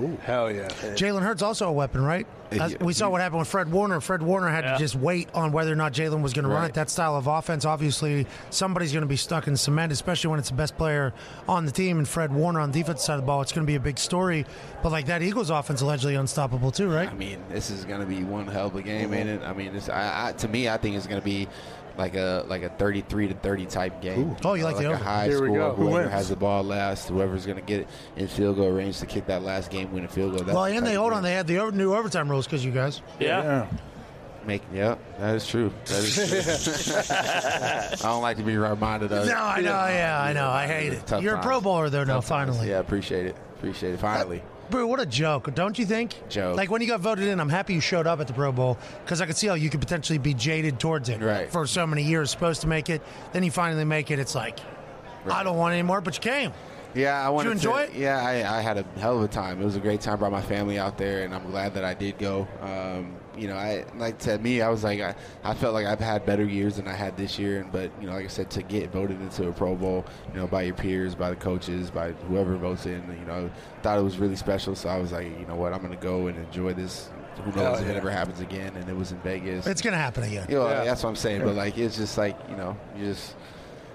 S6: Ooh. Hell yeah!
S1: Jalen Hurts also a weapon, right?
S13: Uh,
S1: That's- we saw what happened with Fred Warner. Fred Warner had to just wait on whether or not Jalen was going to run
S13: Right.
S1: it. That style of offense, obviously, somebody's going to be stuck in cement, especially when it's the best player on the team and Fred Warner on the defense side of the ball. It's going to be a big story. But like that Eagles offense, allegedly unstoppable too, right?
S13: I mean, this is going to be one hell of a game,
S1: Mm-hmm.
S13: ain't it? I mean, it's, I, I, to me, I think it's going to be like a like a thirty-three to thirty type game.
S1: Ooh. Oh, you like the
S13: a
S1: over.
S13: high
S1: Here we
S13: score,
S1: go. Who
S13: Whoever
S1: wins?
S13: has the ball last, whoever's going to get it in field goal range to kick that last game winning field goal. That's
S1: well,
S13: the
S1: and
S13: type
S1: they
S13: of
S1: hold
S13: game.
S1: on. They had the over- new overtime rules because you guys.
S13: Yeah. Make yeah, that is true. That is true. I don't like to be reminded of. it.
S1: No, I know, yeah, I know, I hate it.
S13: Tough
S1: You're a
S13: times.
S1: Pro Bowler, though, now,
S13: Tough times.
S1: finally.
S13: Yeah, appreciate it. Appreciate it. Finally.
S1: Bro, what a joke, don't you think?
S13: Joke.
S1: Like when you got voted in, I'm happy you showed up at the Pro Bowl because I could see how you could potentially be jaded towards it
S13: Right.
S1: for so many years, supposed to make it. Then you finally make it. It's like, I don't want it anymore, but you came.
S13: Yeah, I wanted
S1: you enjoy
S13: to, Yeah, I, I had a hell of a time. It was a great time. Brought my family out there, and I'm glad that I did go. Um, you know, I like to me, I was like, I, I felt like I've had better years than I had this year. And but you know, like I said, to get voted into a Pro Bowl, you know, by your peers, by the coaches, by whoever votes in, you know, thought it was really special. So I was like, you know what, I'm gonna go and enjoy this. Who knows
S1: Hell
S13: if
S1: yeah.
S13: it ever happens again? And it was in Vegas.
S1: It's going to happen again.
S13: You know, that's what I'm saying. But like, it's just like you know, you just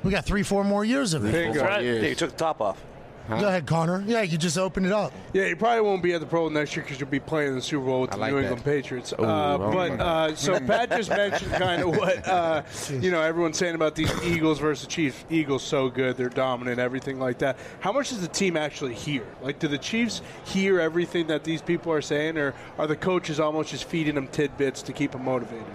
S1: We got three, four more years of it.
S13: Three, four more years.
S2: Yeah, you took the top off.
S13: Huh?
S1: Go ahead, Connor. Yeah, you just opened it up.
S3: Yeah, you probably won't be at the Pro Bowl next year because you'll be playing in the Super Bowl with
S1: I
S3: the
S1: like
S3: New
S1: that.
S3: England Patriots.
S1: Ooh, oh I
S3: uh,
S1: don't
S3: but
S1: like
S3: uh,
S1: that.
S3: so Pat just mentioned kind of what uh, you know everyone's saying about these Eagles versus Chiefs. Eagles so good, they're dominant, everything like that. How much does the team actually hear? Like, do the Chiefs hear everything that these people are saying, or are the coaches almost just feeding them tidbits to keep them motivated?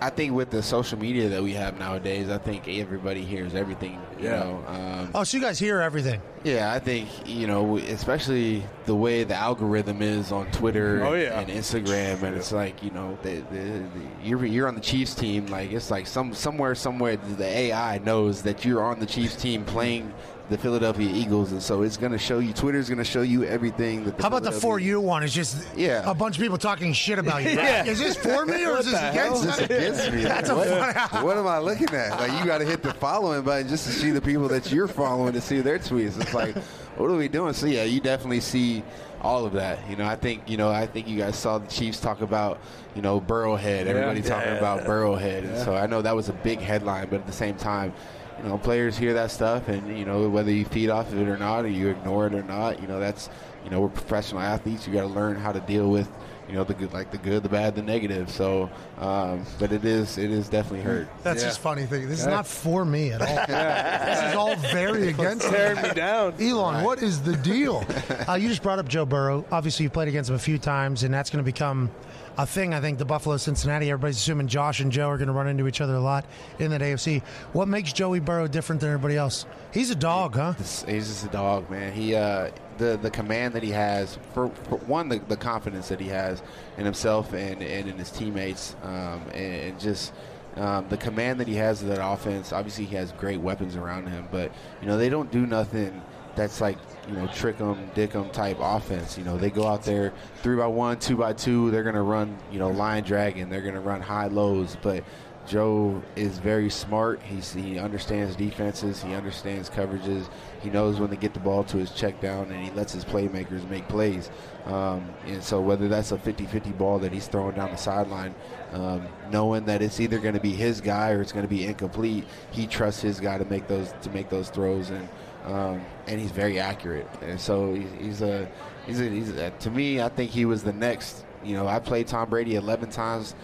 S13: I think with the social media that we have nowadays, I think everybody hears everything. You
S1: Yeah.
S13: know, um,
S1: Oh, so you guys hear everything.
S13: Yeah, I think you know, especially the way the algorithm is on Twitter
S1: Oh,
S13: and,
S1: yeah.
S13: and Instagram, and it's like you know, the, the, the, you're you're on the Chiefs team. Like it's like some somewhere somewhere the AI knows that you're on the Chiefs team playing the Philadelphia Eagles, and so it's gonna show you. Twitter's gonna show you everything. That the
S1: How about the for you one? Is just yeah. a bunch of people talking shit about you.
S13: Yeah.
S1: Is this for me or
S13: What
S1: is
S13: the
S1: this
S13: hell?
S1: against me?
S13: This against me.
S1: That's a
S13: what,
S1: fun
S13: what am I looking at? Like you got to hit the following button just to see the people that you're following to see their tweets. It's like, what are we doing? So yeah, you definitely see all of that. You know, I think you know, I think you guys saw the Chiefs talk about you know Burrowhead.
S6: Yeah.
S13: Everybody talking
S6: Yeah.
S13: about Burrowhead, and
S6: Yeah.
S13: so I know that was a big headline, but at the same time. You know, players hear that stuff, and you know whether you feed off of it or not, or you ignore it or not. You know that's, you know, we're professional athletes. You got to learn how to deal with, you know, the good, like the good, the bad, the negative. So, um, but it is, it is definitely hurt.
S1: That's just funny thing. This is
S13: Yeah.
S1: not for me at all.
S13: Yeah.
S1: This is all very against
S3: Tearing me down.
S1: Elon,
S3: Right.
S1: what is the deal? Uh, you just brought up Joe Burrow. Obviously, you played against him a few times, and that's going to become a thing. I think the Buffalo, Cincinnati. Everybody's assuming Josh and Joe are going to run into each other a lot in that AFC. What makes Joey Burrow different than everybody else? He's a dog, huh?
S13: This- he's just a dog, man. He uh, the the command that he has for, for one the, the confidence that he has in himself and, and in his teammates, um, and, and just um, the command that he has of that offense. Obviously, he has great weapons around him, but you know they don't do nothing that's like you know trick 'em, dick 'em type offense. You know they go out there three by one, two by two. They're gonna run you know line dragon. They're gonna run high lows, but Joe is very smart. He's, he understands defenses. He understands coverages. He knows when to get the ball to his check down, and he lets his playmakers make plays. Um, and so, whether that's a 50 50 ball that he's throwing down the sideline, um, knowing that it's either going to be his guy or it's going to be incomplete, he trusts his guy to make those to make those throws, and um, and he's very accurate. And so, he's, he's a he's a, he's a, to me, I think he was the next. You know, I played Tom Brady 11 times.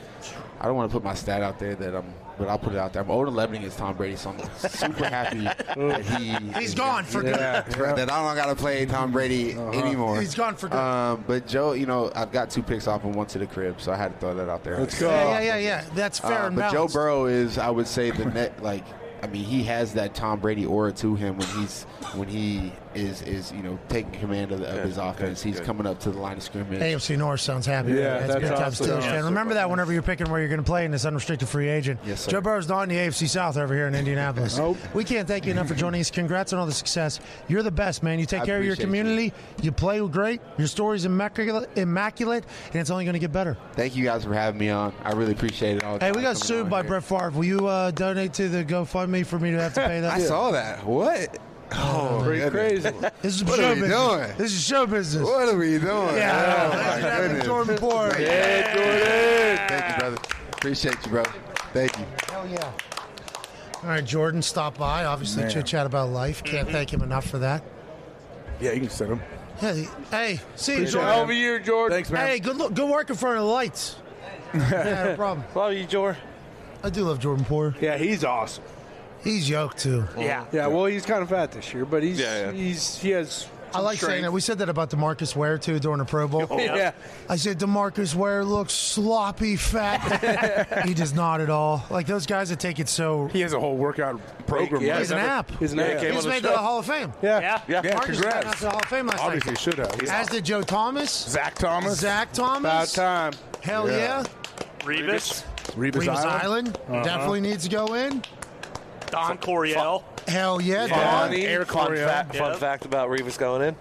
S13: I don't want to put my stat out there that I'm, but I'll put it out there. I'm old 11 against Tom Brady, so I'm super happy that he
S1: He's gone for good.
S13: that I don't got to play Tom Brady anymore.
S1: He's gone for good.
S13: Uh-huh. Um, but Joe, you know, I've got two picks off and one to the crib, so I had to throw that out there. Let's
S1: Yeah, yeah, yeah. yeah. That's fair
S13: uh,
S1: and
S13: but Joe
S1: balanced.
S13: Burrow is, I would say, the net. Like, I mean, he has that Tom Brady aura to him when he's when he is is you know taking command of, the, of his offense. he's coming up to the line of scrimmage.
S1: AFC North sounds happy.
S13: Yeah, that's
S1: big time
S13: awesome.
S1: Steelers
S13: Yeah.
S1: fan. Remember that whenever you're picking where you're going to play in this unrestricted free agent.
S13: Yes, sir.
S1: Joe Burrow's not in the AFC South over here in Indianapolis. nope. We can't thank you enough for joining us. Congrats on all the success. You're the best, man. You take
S13: I
S1: care of your
S13: appreciate
S1: community. You. play great. Your story's immaculate, immaculate, and it's only going to get better.
S13: Thank you guys for having me on. I really appreciate it. All
S1: Hey, we got sued by Brett Favre. Will you uh, donate to the GoFundMe for me to have to pay that?
S13: I saw that. What? Oh,
S1: Pretty
S13: goodness.
S1: crazy. This is
S13: what
S1: show
S13: are we
S1: business.
S13: doing?
S1: This is show business.
S13: What are we doing?
S1: Yeah.
S13: Oh,
S1: Thanks
S13: my
S1: for having
S13: goodness.
S1: Jordan Ford.
S13: Yeah, Jordan. Thank you, brother. Appreciate you, bro. Thank you.
S1: Hell yeah. All right, Jordan, stop by. Obviously,
S6: Man.
S1: chit chat about life. Can't thank him enough for that.
S6: Yeah, you can send them.
S1: Hey, hey see you,
S6: Appreciate it,
S1: Jordan.
S6: man. Hell of a year, Jordan. Thanks, man.
S1: Hey, good look, good work in front of the lights. yeah, no problem.
S3: Love you, Jor.
S1: I do love Jordan Poor.
S3: Yeah, he's awesome.
S1: He's yoked too.
S3: Yeah. Yeah. Well, he's kind of fat this year, but he's he's he has.
S1: I like saying that. We said that about Demarcus Ware too during the Pro Bowl.
S3: Oh, yeah.
S1: I said Demarcus Ware looks sloppy, fat. he does not at all. Like those guys that take it so.
S6: He has a whole workout program.
S1: Yeah,
S6: right?
S1: he's an app.
S6: He's an
S1: Yeah, he
S6: app.
S1: came He's on the made the show. Hall of Fame.
S6: Yeah,
S1: Yeah.
S6: yeah.
S1: Marcus got out
S6: congrats.
S1: to the Hall of Fame last night.
S6: Obviously, should have.
S1: As did Joe Thomas.
S6: Zach Thomas.
S1: Zach Thomas.
S6: About time.
S1: Hell yeah.
S4: Revis.
S6: Revis,
S1: Island,
S4: Uh-huh.
S13: Uh-huh.
S1: definitely needs to go in.
S4: Don Coryell.
S1: Hell yeah.
S2: Fun,
S1: Don.
S2: fun, fact, fun
S4: Yep.
S2: fact about Revis going in.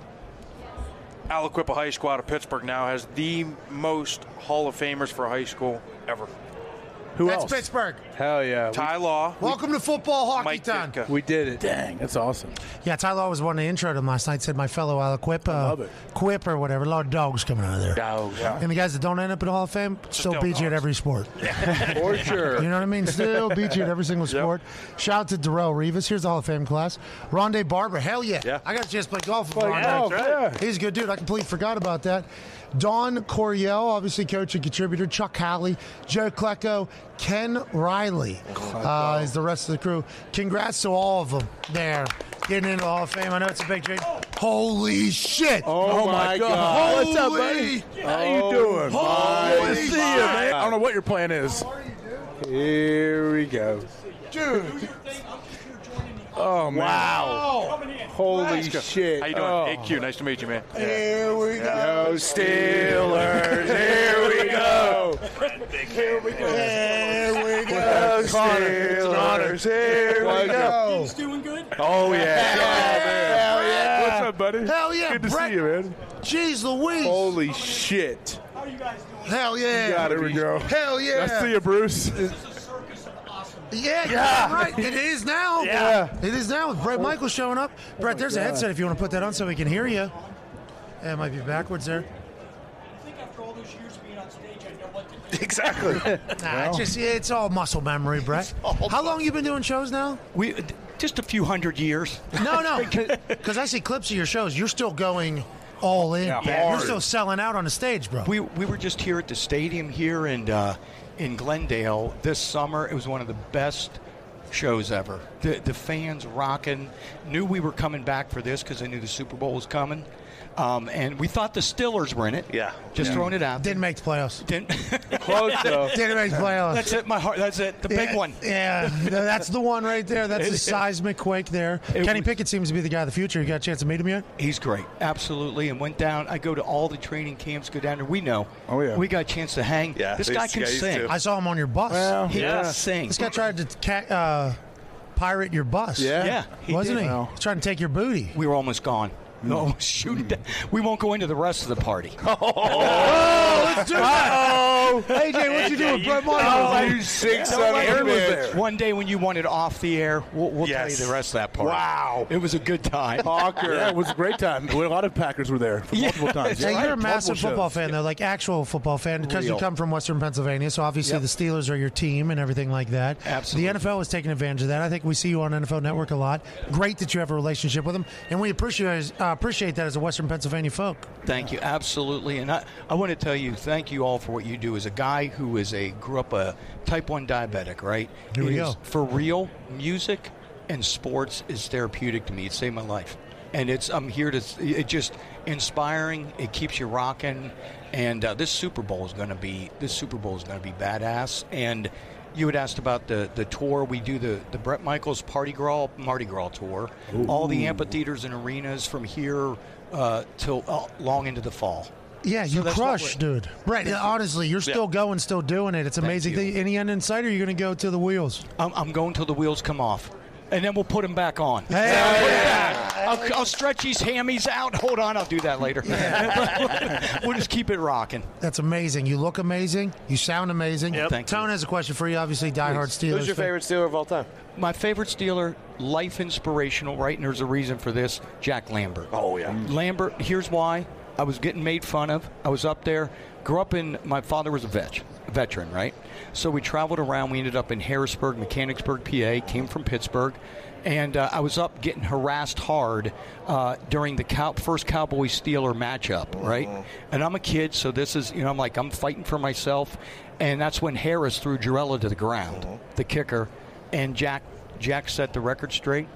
S8: Aliquippa High School out of Pittsburgh now has the most Hall of Famers for high school ever.
S6: Who
S1: That's
S6: else?
S1: Pittsburgh.
S6: Hell yeah.
S8: Ty Law.
S1: Welcome to football hockey town.
S6: We did it. Dang, that's awesome.
S1: Yeah, Ty Law was one of the intro to him last night. Said my fellow Aliquip, uh,
S6: love it.
S1: Quip or whatever. A lot of dogs coming out of there.
S6: Dogs.
S1: And the guys that don't end up in the Hall of Fame still
S6: still
S1: beat you at every sport.
S6: For sure.
S1: You know what I mean? Still beat you at every single sport. Shout out to Darrell Rivas. Here's the Hall of Fame class. Rondé Barber. Hell yeah. I got a chance to play golf with
S6: Play
S1: Rondé.
S6: golf, yeah.
S1: He's a good dude. I completely forgot about that. Don Coryell, obviously coach and contributor. Chuck Halley, Joe Klecko, Ken Riley uh, is the rest of the crew. Congrats to all of them there getting into the Hall of Fame. I know it's a big dream. Holy shit!
S6: Oh, my, God.
S1: Holy
S6: What's up, buddy? How
S1: oh
S6: you doing?
S1: Holy
S6: Good to see you,
S1: shit.
S6: man. I don't know what your plan is. Here we go.
S1: Dude.
S6: Oh, man.
S8: Wow.
S6: Holy shit.
S8: How you doing?
S6: Oh.
S8: Hey, Q. Nice to meet you, man.
S6: Here we go, Steelers. Here we go.
S8: Here we go.
S6: Here we go, Steelers. Here we go.
S14: doing good.
S6: Oh, yeah. Hell yeah. What's up, buddy?
S1: Hell yeah,
S6: Good to
S1: Brett.
S6: see you, man.
S1: Jeez Louise.
S6: Holy shit.
S1: Hell yeah.
S6: You got it, we go.
S1: Hell yeah.
S6: Nice to see you, Bruce.
S1: Yeah, you're
S6: Yeah.
S1: right. It is now.
S6: Yeah. Oh.
S1: It is now with Brett Michael showing up. Brett, there's a
S6: God.
S1: headset if you want to put that on so we can hear you. Yeah, It might be backwards there.
S14: Exactly.
S1: Nah, it's just it's all muscle memory, Brett. How long you been doing shows now?
S14: We just a few hundred years.
S1: No, no, because I see clips of your shows. You're still going all in.
S14: Yeah,
S1: you're
S14: hard.
S1: still selling out on the stage, bro.
S14: We we were just here at the stadium here and uh, in Glendale this summer. It was one of the best shows ever. The the fans rocking. Knew we were coming back for this because they knew the Super Bowl was coming, um, and we thought the Stillers were in it. Yeah, just
S1: Yeah.
S14: throwing it out.
S1: Didn't make the playoffs.
S14: Didn't.
S1: Close, though. Didn't make the playoffs.
S14: That's it. My heart. That's it. The big
S1: Yeah,
S14: one.
S1: Yeah, that's the one right there. That's
S14: It
S1: a
S14: is.
S1: seismic quake there.
S14: It
S1: Kenny
S14: was-
S1: Pickett seems to be the guy of the future. You got a chance to meet him yet?
S14: He's great, absolutely. And went down. I go to all the training camps. Go down there. We know.
S1: Oh, yeah.
S14: We got a chance to hang. this guy can sing.
S1: I saw him on your bus.
S14: Well, He yeah. can sing.
S1: This guy tried to ca- uh, pirate your bus.
S14: yeah. He
S1: wasn't
S14: did.
S1: he? He's trying to take your booty.
S14: We were almost gone.
S1: Mm.
S14: No, shoot. it down. We won't go into the rest of the party.
S1: Oh,
S15: Oh.
S1: let's do
S14: Oh.
S1: AJ, what you do with Brett Michaels?
S14: Oh,
S1: You sick
S14: Don't
S1: son of
S14: let
S1: a
S14: him
S1: bitch.
S14: do it. One day when you want it off the air, we'll, we'll
S6: Yes.
S14: tell you the rest of that part.
S6: Wow.
S14: It was a good time.
S6: Hawker. Yeah, it was a great time. A lot of Packers were there for multiple times.
S1: Yeah, you're a massive
S6: Multiple
S1: football
S6: shows.
S1: fan, though, like actual football fan, because you
S6: Real.
S1: come from Western Pennsylvania. So obviously,
S6: Yep.
S1: the Steelers are your team and everything like that. Absolutely. The NFL is taking advantage of that. I think we see you on NFL Network a lot. Great that you have a relationship with them, and we appreciate uh, appreciate that as a Western Pennsylvania folk.
S14: Thank you, absolutely. And I, I want to tell you, thank you all for what you do. As a guy who is a grew up a type one diabetic, right?
S1: Here we
S14: It is-
S1: go.
S14: For real, music and sports is therapeutic to me. It saved my life, and it's I'm here to. It just inspiring. It keeps you rocking, and uh, this Super Bowl is going to be this Super Bowl is going to be badass. And you had asked about the, the tour. We do the, the Brett Michaels Party Gras Mardi Gras tour. All the amphitheaters and arenas from here uh, till uh, long into the fall.
S1: Yeah, you crush, dude. Right.
S14: Thank you.
S1: Honestly, you're
S14: Yeah.
S1: still going, still doing it. It's amazing.
S14: you.
S1: Any end in sight, or you're going to go to the wheels?
S14: I'm, I'm going till the wheels come off, and then we'll put them back on. I'll, I'll stretch these hammies out. Hold on, I'll do that later. we'll just keep it rocking.
S1: That's amazing. You look amazing. You sound amazing.
S14: Yep. Thank
S1: Tone has a question for you. Obviously, diehard Steelers.
S2: Who's your
S1: fan.
S2: favorite Steeler of all time?
S14: My favorite Steeler, life inspirational, right? And there's a reason for this Jack Lambert. Oh, yeah. Lambert, here's why. I was getting made fun of. I was up there. Grew up in, my father was a vet, veteran, right? So we traveled around. We ended up in Harrisburg, Mechanicsburg, PA, came from Pittsburgh. And uh, I was up getting harassed hard uh, during the cow- first Cowboy Steeler matchup, right? And I'm a kid, so this is, you know, I'm like, I'm fighting for myself. And that's when Harris threw Jarella to the ground, the kicker and Jack Jack set the record straight.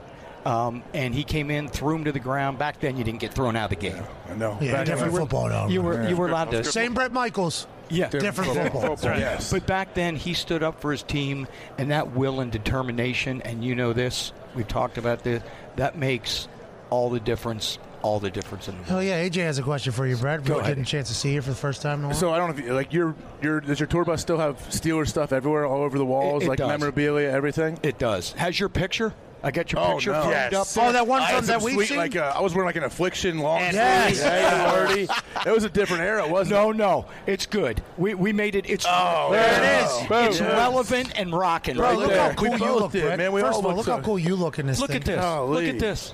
S14: Um, and he came in, threw him to the ground. Back then, you didn't get thrown out of the game.
S6: I know.
S1: Yeah, different football now.
S14: You were you were allowed to
S1: Same Brett Michaels.
S14: yeah,
S1: different, football.
S6: Yes.
S14: But back then, he stood up for his team, and that will and determination, and you know this, we've talked about this, that makes all the difference all the difference in the world.
S1: Oh yeah, AJ has a question for you, Brad.
S6: Go
S1: We're
S6: ahead.
S1: getting a chance to see you for the first time in a while.
S6: So I don't know if you, like your your does your tour bus still have Steeler stuff everywhere, all over the walls,
S14: It- it
S6: like
S14: does.
S6: memorabilia, everything.
S14: It does. Has your picture? I got your
S6: oh,
S14: picture
S6: no.
S14: framed up.
S6: Yes.
S14: there?
S6: I had some sweet, Like uh, I was wearing like an affliction long sleeve.
S14: Yes.
S6: Yeah, dirty. It was a different era, wasn't
S14: no, it? No, no. It's good. We, we made it. It's
S6: Oh, there it is. Boom.
S14: It's
S6: Yes.
S14: relevant and rocking.
S1: Bro,
S14: right
S1: look
S14: there.
S1: how cool you look, Brett. First of all, look how cool you look in this.
S14: Look
S1: thing.
S14: at this. Look at this.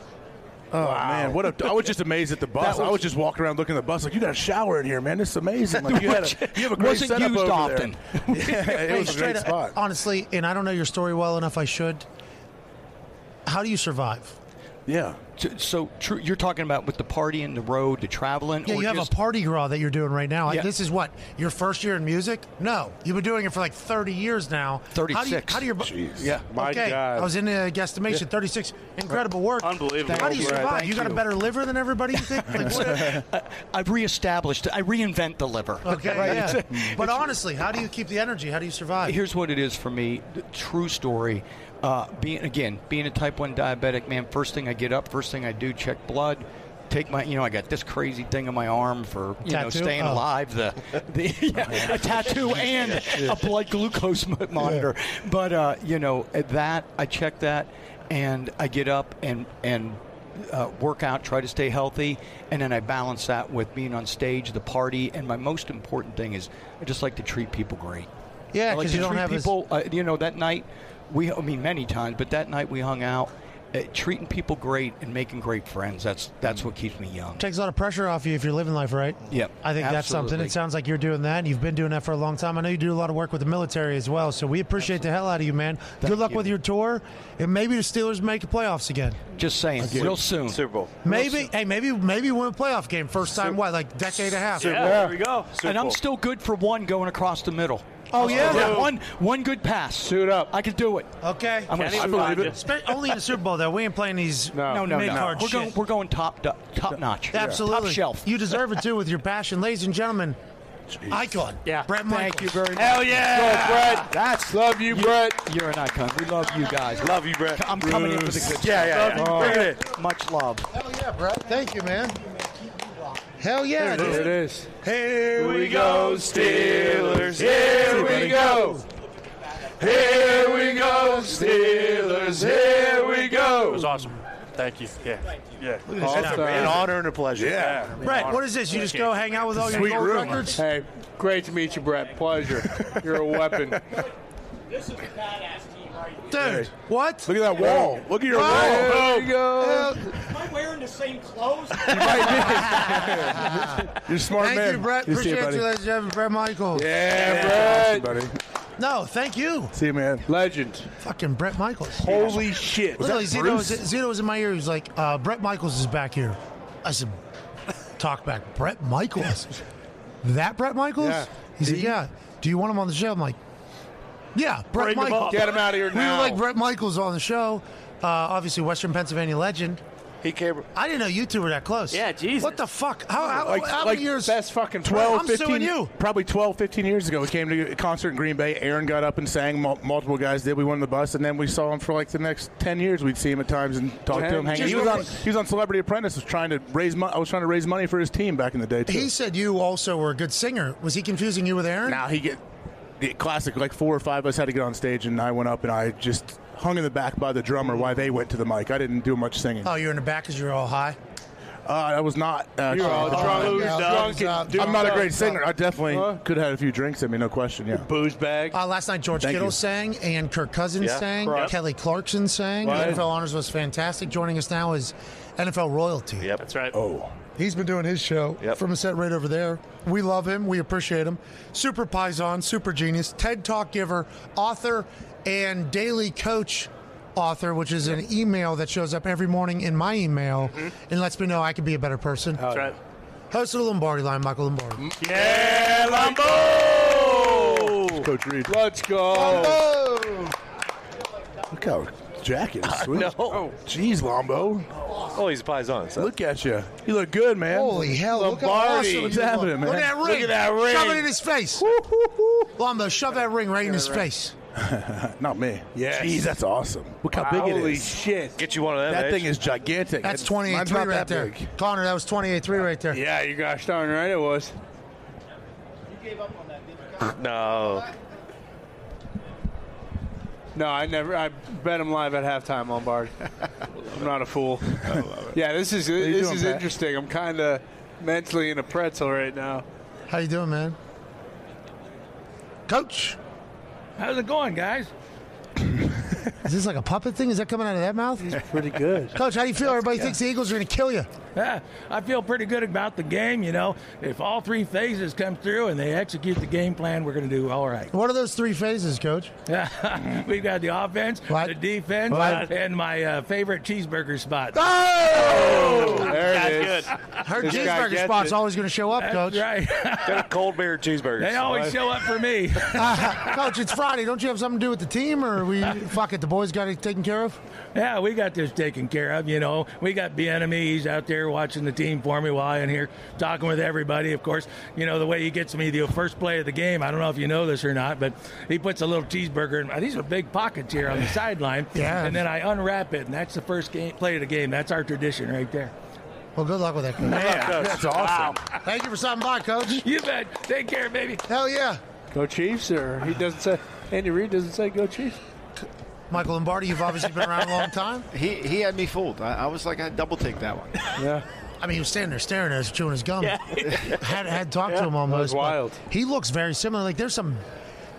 S6: Oh man, what a! I was just amazed at the bus.
S1: That
S6: I was
S1: was-
S6: just walking around looking at the bus, like you got a shower in here, man. This is amazing. Like you had a, you have a great
S1: Wasn't
S6: setup
S1: used
S6: over
S1: often.
S6: There. yeah, it
S1: Hey,
S6: was a
S1: straight
S6: great
S1: up,
S6: spot.
S1: honestly, and I don't know your story well enough. I should. How do you survive?
S6: Yeah.
S14: So, so true. You're talking about with the party and the road, the traveling.
S1: Yeah,
S14: or
S1: you have
S14: just-
S1: a party gras that you're doing right now. Like,
S14: Yeah.
S1: This is what your first year in music? No, you've been doing it for like 30 years now. How do you,
S14: 36.
S1: how do your bu-
S14: Jeez. Yeah. My
S1: okay.
S14: God.
S1: I was in a guesstimation.
S14: Yeah.
S1: 36. Incredible work.
S14: Unbelievable.
S1: How do you
S14: Thank you.
S1: survive?
S14: Thank
S1: you got
S14: you.
S1: a better liver than everybody. You think? Like, what-
S14: I- I've reestablished. I reinvent the liver.
S1: okay.
S14: Right?
S1: Yeah.
S14: It's-
S1: But honestly, how do you keep the energy? How do you survive?
S14: Here's what it is for me. The true story. Uh, being again, being a type one diabetic, man. First thing I get up, first thing I do, check blood. Take my, you know, I got this crazy thing on my arm for you know
S1: Tattoo?
S14: staying
S1: Oh.
S14: alive. The, the yeah, a tattoo and
S1: Yeah.
S14: a blood glucose mo- monitor. But uh, you know, at that I check that, and I get up and and. Uh, work out, try to stay healthy, and then I balance that with being on stage, the party, and my most important thing is I just like to treat people great.
S1: Yeah,
S14: I like
S1: 'cause
S14: to
S1: you don't
S14: treat
S1: have as-
S14: people. uh, you know, that night we, I mean, many times, but that night we hung out, uh, treating people great and making great friends. That's
S1: Mm.
S14: that's what keeps me young.
S1: Takes a lot of pressure off you if you're living life right.
S14: Yep,
S1: I think that's something.
S14: absolutely.
S1: It sounds like you're doing that, and you've been doing that for a long time. I know you do a lot of work with the military as well, so we appreciate the hell out of you, man. Good luck with your tour, and maybe the Steelers make the playoffs again.
S14: Just saying, real soon.
S3: Super Bowl.
S1: Maybe, hey, maybe, maybe win a playoff game first time. What, like decade and a half?
S14: and I'm still good for one going across the middle.
S1: Oh,
S14: I'm
S1: yeah?
S14: still good. one one good pass. Suit up. I can do it.
S1: Okay,
S14: I'm gonna
S1: Spe- Only in the Super Bowl though. We ain't playing these
S14: No, no, no.
S1: mid-card
S14: We're going,
S1: shit.
S14: we're going top do- top notch.
S1: Absolutely,
S14: Top shelf.
S1: You deserve it too with your passion, ladies and gentlemen. Icon. Yeah. Brett
S14: Thank you very much.
S15: Go, Brett.
S14: That's love you, Brett. You're an icon. We love you guys. Love you, Brett. I'm coming in with a good.
S6: Yeah, yeah, yeah.
S14: Oh,
S6: Bring it
S14: Much love.
S1: Hell yeah, Brett. Thank you, man. Hell yeah.
S14: There it
S1: dude.
S15: is.
S1: Here
S15: we go, Steelers. Here we go.
S8: Here we go, Steelers. Here we go. It was awesome. Thank you. Yeah. Yeah.
S3: That's a- an honor and a pleasure.
S8: Yeah.
S1: Brett, what is this? You just go hang out with all your
S15: Sweet
S1: gold
S15: room.
S1: records?
S15: Hey, great to meet you, Brett. Pleasure. You're a weapon.
S16: This is a badass team right here.
S1: Dude, what?
S6: Look at that wall. Look at your wall.
S15: There you go.
S16: Am I wearing the same clothes?
S6: You're a smart
S1: thank
S6: man.
S1: you, Brett.
S6: You see it,
S1: Appreciate
S6: buddy.
S1: you, ladies and gentlemen. Brett Michaels.
S6: Oh. Yeah, Brett. buddy.
S1: No, thank you.
S6: See you, man.
S15: Legend.
S1: Fucking Brett Michaels.
S6: Holy shit. Was
S1: Literally,
S6: that
S1: Zito was,
S6: Bruce?
S1: Zito was in my ear. He was like, uh, Brett Michaels is back here. I said, talk back. Brett Michaels? that Brett Michaels?
S15: Yeah.
S1: He said, yeah. Do you want him on the show? I'm like, yeah, Brett
S15: Bring him
S1: Michaels.
S15: up. Get him out of here
S1: We
S15: now.
S1: were like Brett Michaels on the show. Uh, obviously, Western Pennsylvania legend.
S3: He came.
S1: I didn't know you two were that close. Yeah, Jesus. What the fuck? How, how,
S6: Like-
S1: how
S6: like
S1: many years?
S6: best fucking
S1: 12,
S6: 12,
S1: I'm
S6: 15,
S1: suing you.
S6: probably 12, 15 years ago. We came to a concert in Green Bay. Aaron got up and sang. Mul- multiple guys did. We went on the bus, and then we saw him for like the next 10 years. We'd see him at times and talk to him. Hang. He was on. He was on Celebrity Apprentice. Was trying to raise. Mo- I was trying to raise money for his team back in the day. Too.
S1: He said you also were a good singer. Was he confusing you with Aaron?
S6: Now he get the classic. Like four or five of us had to get on stage, and I went up and I just hung in the back by the drummer while they went to the mic. I didn't do much singing.
S1: Oh, you're in the back because you're all high.
S6: Uh, I was not. Uh,
S1: You're all drunk,
S6: I'm
S1: you're
S6: not-
S1: drunk and
S6: I'm not a
S1: dumb.
S6: great singer. I definitely
S1: Huh?
S6: could have had a few drinks. I mean, no question. Yeah.
S15: Booze bag.
S1: Uh, last night, George
S6: Thank
S1: Kittle
S6: you.
S1: sang and Kirk Cousins
S6: Yeah.
S1: sang.
S6: Correct.
S1: Kelly Clarkson sang.
S6: Right.
S1: The NFL Honors was fantastic. Joining us now is NFL royalty.
S3: Yep. That's right.
S6: Oh.
S1: He's been doing his show from a set right over there. We love him. We appreciate him. Super Paisan, super genius, TED Talk giver, author, and daily coach author, which is an email that shows up every morning in my email and lets me know I can be a better person. That's
S16: right.
S1: Host of the Lombardi line, Michael Lombardi.
S15: Yeah,
S1: Oh!
S15: Lambo.
S6: Coach Reed.
S15: Let's go.
S13: Oh.
S6: Look how jacket is sweet.
S3: know.
S6: Oh, Jeez, Lombo.
S3: Oh, he's a Paisan. So.
S6: Look at you. You look good, man.
S1: Holy hell, look how
S6: Lombardi.
S1: awesome
S6: What's
S1: you look.
S6: happening, man?
S1: Look at that ring.
S6: Look at that ring.
S1: Shove it in his face. Lombo, shove that ring right in his face.
S6: Not me. Yes. Jeez, that's awesome. Look how big it is.
S1: Holy
S3: shit.
S2: Get you one of them.
S6: That
S2: H.
S6: thing is gigantic.
S1: That's
S6: It-
S1: 28
S6: mine's
S1: 3
S6: not
S1: right
S6: that
S1: there.
S6: big.
S1: Connor, that was 28 3 right there.
S3: Yeah, you gosh darn right it was.
S2: No.
S3: No, I never. I bet him live at halftime, Lombard. I'm not a fool. Yeah, this is
S1: What are you
S3: this
S1: doing,
S3: is
S1: Pat?
S3: interesting. I'm kind of mentally in a pretzel right now.
S1: How you doing, man? Coach.
S15: How's it going, guys?
S1: Is this like a puppet thing? Is that coming out of that mouth? It's
S15: pretty good.
S1: Coach, how do you feel? Everybody
S15: yeah.
S1: thinks the Eagles are going to kill you.
S15: Yeah, I feel pretty good about the game. You know, if all three phases come through and they execute the game plan, we're going to do all right.
S1: What are those three phases, Coach?
S15: Yeah, we've got the offense, the defense,
S1: What?
S15: and my uh, favorite cheeseburger spot.
S1: Oh,
S15: That's
S1: Her cheeseburger spot's always going to show up,
S15: That's
S1: Coach.
S15: right.
S2: Got a cold beer cheeseburger.
S15: They always show up for me.
S1: Uh, Coach, it's Friday. Don't you have something to do with the team, or we fuck it? The boys got it taken care of.
S15: Yeah, we got this taken care of. You know, we got B enemies out there watching the team for me while I'm here talking with everybody. Of course, you know the way he gets me the first play of the game. I don't know if you know this or not, but he puts a little cheeseburger in. my- These are big pockets here on the sideline.
S1: Yeah.
S15: And then I unwrap it, and that's the first game play of the game. That's our tradition right there.
S1: Well, good luck with that, Coach.
S15: that's awesome.
S1: Thank you for stopping by, Coach.
S15: You bet. Take care, baby.
S1: Hell yeah.
S3: Go Chiefs, or he doesn't say. Andy Reid doesn't say go Chiefs.
S1: Michael Lombardi, you've obviously been around a long time.
S17: He he had me fooled. I, I was like, I double take that one.
S3: Yeah.
S1: I mean, he was standing there staring at us, chewing his gum. had had talked to him
S17: Yeah, that
S1: almost.
S17: was
S1: but
S17: wild.
S1: He looks very similar. Like there's some,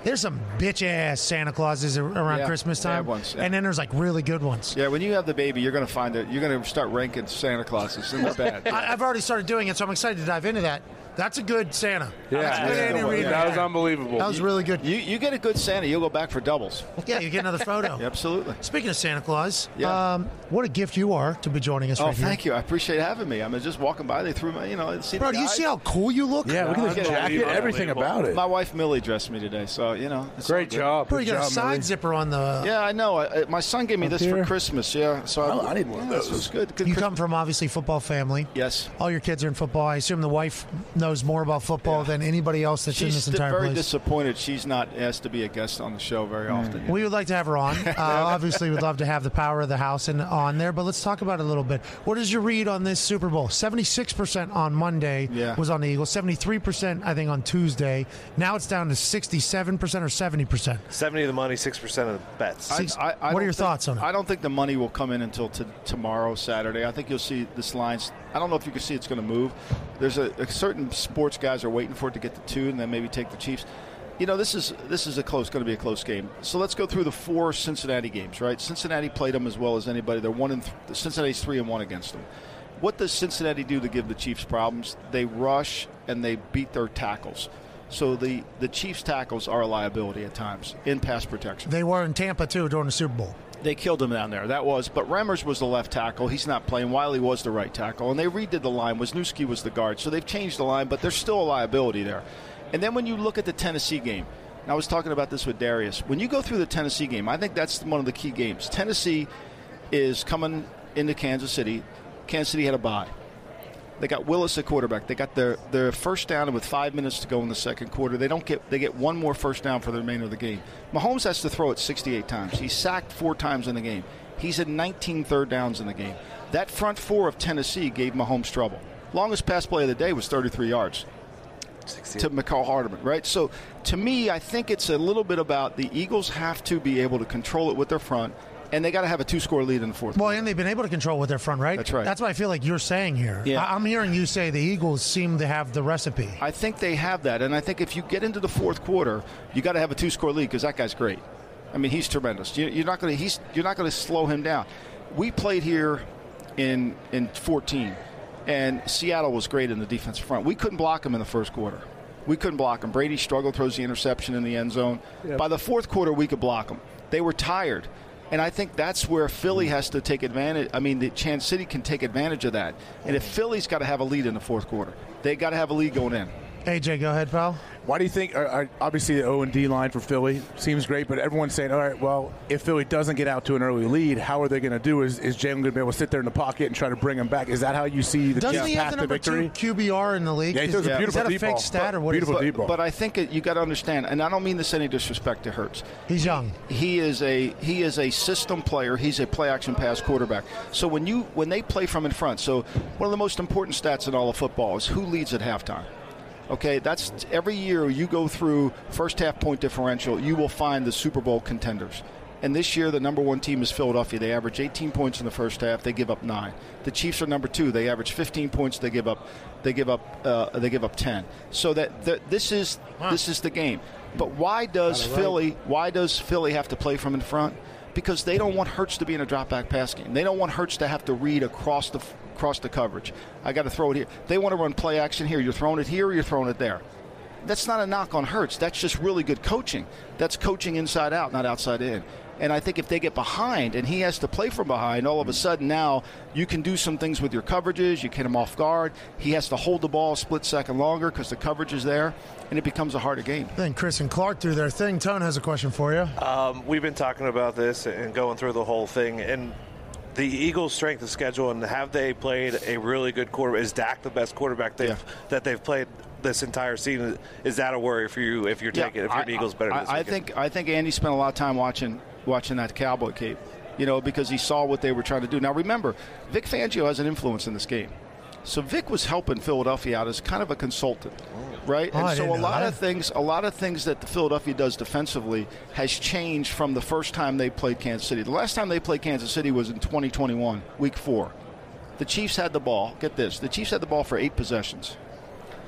S1: there's some bitch ass Santa Clauses ar- around
S17: Yeah,
S1: Christmas
S17: bad
S1: time,
S17: ones, yeah.
S1: and then there's like really good ones.
S17: Yeah, when you have the baby, you're going to find that you're going to start ranking Santa Clauses, and they're bad.
S1: I, I've already started doing it, so I'm excited to dive into that. That's a good Santa. That's a good Andy Reid right there. That was really good.
S17: You you get a good Santa, you'll go back for doubles.
S1: Yeah, you get another photo.
S17: Absolutely.
S1: Speaking of Santa Claus,
S17: Yeah.
S1: um, what a gift you are to be joining us
S17: Oh,
S1: right here.
S17: thank you. I appreciate having me. I'm just walking by. They threw my, you know, see
S1: Bro,
S17: the
S1: do you
S17: guy?
S1: see how cool you look?
S17: My wife Millie dressed me today, so you know. it's
S3: Great
S17: all good.
S3: job.
S1: Bro, you got a side zipper on the.
S17: Yeah, I know. I, I- my son gave me
S1: Up
S17: this
S1: here?
S17: for Christmas. Yeah, so I, need one of those. was good.
S1: you come from obviously football family.
S17: Yes.
S1: All your kids are in football. I assume the wife knows more about football than anybody else that's in
S17: She's
S1: this
S17: sti-
S1: entire
S17: very
S1: place.
S17: disappointed. She's not asked to be a guest on the show very often.
S1: We would like to have her on. Uh, obviously, we'd love to have the power of the house and on there. But let's talk about it a little bit. What is your read on this Super Bowl? Seventy-six percent on Monday
S17: Yeah.
S1: was on the Eagles. Seventy-three percent, I think, on Tuesday. Now it's down to sixty-seven percent or seventy percent.
S2: 70 of the money, 6% of the bets.
S1: what
S17: don't
S1: are your
S17: think-
S1: thoughts on it?
S17: I don't think the money will come in until t- tomorrow, Saturday. I think you'll see this line's. I don't know if you can see it's going to move. There's a, a certain sports guys are waiting for it to get to two, and then maybe take the Chiefs. You know, this is this is a close, going to be a close game. So let's go through the four Cincinnati games, right? Cincinnati played them as well as anybody. They're one and th- Cincinnati's three and one against them. What does Cincinnati do to give the Chiefs problems? They rush and they beat their tackles. So the the Chiefs tackles are a liability at times in pass protection.
S1: They were in Tampa too during the Super Bowl.
S17: They killed him down there. That was, but Remmers was the left tackle. He's not playing. Wiley was the right tackle, and they redid the line. Wisniewski was the guard, so they've changed the line, but there's still a liability there. And then when you look at the Tennessee game, and I was talking about this with Darius. When you go through the Tennessee game, I think that's one of the key games. Tennessee is coming into Kansas City. Kansas City had a bye. They got Willis at quarterback. They got their, their first down with five minutes to go in the second quarter. They don't get they get one more first down for the remainder of the game. Mahomes has to throw it 68 times. He's sacked four times in the game. He's had 19 third downs in the game. That front four of Tennessee gave Mahomes trouble. Longest pass play of the day was 33 yards to McCall Hardeman, right? So to me, I think it's a little bit about the Eagles have to be able to control it with their front, and they got to have a two score lead in the fourth.
S1: Well, and they've been able to control with their front, right?
S17: That's right.
S1: That's what I feel like you're saying here.
S17: Yeah.
S1: I- I'm hearing you say the Eagles seem to have the recipe.
S17: I think they have that, and I think if you get into the fourth quarter, you got to have a two-score lead because that guy's great. I mean, he's tremendous. You, you're not going to he's you're not going to slow him down. We played here in in 14, and Seattle was great in the defensive front. We couldn't block him in the first quarter. We couldn't block him. Brady struggled, throws the interception in the end zone. By the fourth quarter, we could block him. They were tired. And I think that's where Philly has to take advantage. I mean, the Chan City can take advantage of that. And if Philly's got to have a lead in the fourth quarter, they got to have a lead going in.
S1: AJ, go ahead, pal.
S6: Why do you think? Uh, uh, obviously, the O and D line for Philly seems great, but everyone's saying, "All right, well, if Philly doesn't get out to an early lead, how are they going to do? Is, is Jalen going to be able to sit there in the pocket and try to bring him back? Is that how you see the
S1: Doesn't
S6: Jets
S1: he have
S6: path
S1: the
S6: to
S1: number
S6: victory?
S1: two QBR in the league?
S6: Yeah, he
S1: is,
S6: throws a
S1: is
S6: beautiful
S1: that a
S6: deep
S1: fake
S6: ball.
S1: stat or what? is
S6: Beautiful
S1: it?
S6: deep ball.
S17: But I think it, you got to understand, and I don't mean this any disrespect to Hurts.
S1: He's young.
S17: He is a he is a system player. He's a play action pass quarterback. So when you when they play from in front, so one of the most important stats in all of football is who leads at halftime. Okay, that's every year you go through first half point differential, you will find the Super Bowl contenders. And this year, the number one team is Philadelphia. They average 18 points in the first half. They give up nine. The Chiefs are number two. They average 15 points. They give up, they give up, uh, they give up 10. So that that this is this is the game. But why does
S18: Got it right.
S17: Philly? Why does Philly have to play from in front? Because they don't want Hertz to be in a drop back pass game. They don't want Hertz to have to read across the f- across the coverage. I got to throw it here. They want to run play action here. You're throwing it here. You're throwing it there. That's not a knock on Hertz. That's just really good coaching. That's coaching inside out, not outside in. And I think if they get behind and he has to play from behind, all of a sudden now you can do some things with your coverages. You get him off guard. He has to hold the ball a split second longer because the coverage is there, and it becomes a harder game.
S19: Then Chris and Clark do their thing. Tone has a question for
S6: Oh,
S19: you.
S2: Um, we've been talking about this and going through the whole thing, and the Eagles' strength of schedule, and have they played a really good quarterback? Is Dak the best quarterback they've, that they've played this entire season? Is that a worry for you if you're taking if you're the
S17: I-
S2: Eagles better?
S17: I,
S2: this
S17: I
S2: weekend?
S17: think I think Andy spent a lot of time watching watching that Cowboy tape, you know, because he saw what they were trying to do. Now remember, Vic Fangio has an influence in this game, so Vic was helping Philadelphia out as kind of a consultant, right?
S18: Oh,
S17: and
S18: I
S17: so
S18: didn't
S17: a
S18: know
S17: lot
S18: that.
S17: of things, a lot of things that the Philadelphia does defensively has changed from the first time they played Kansas City. The last time they played Kansas City was in 2021, Week Four. The Chiefs had the ball. Get this: the Chiefs had the ball for eight possessions.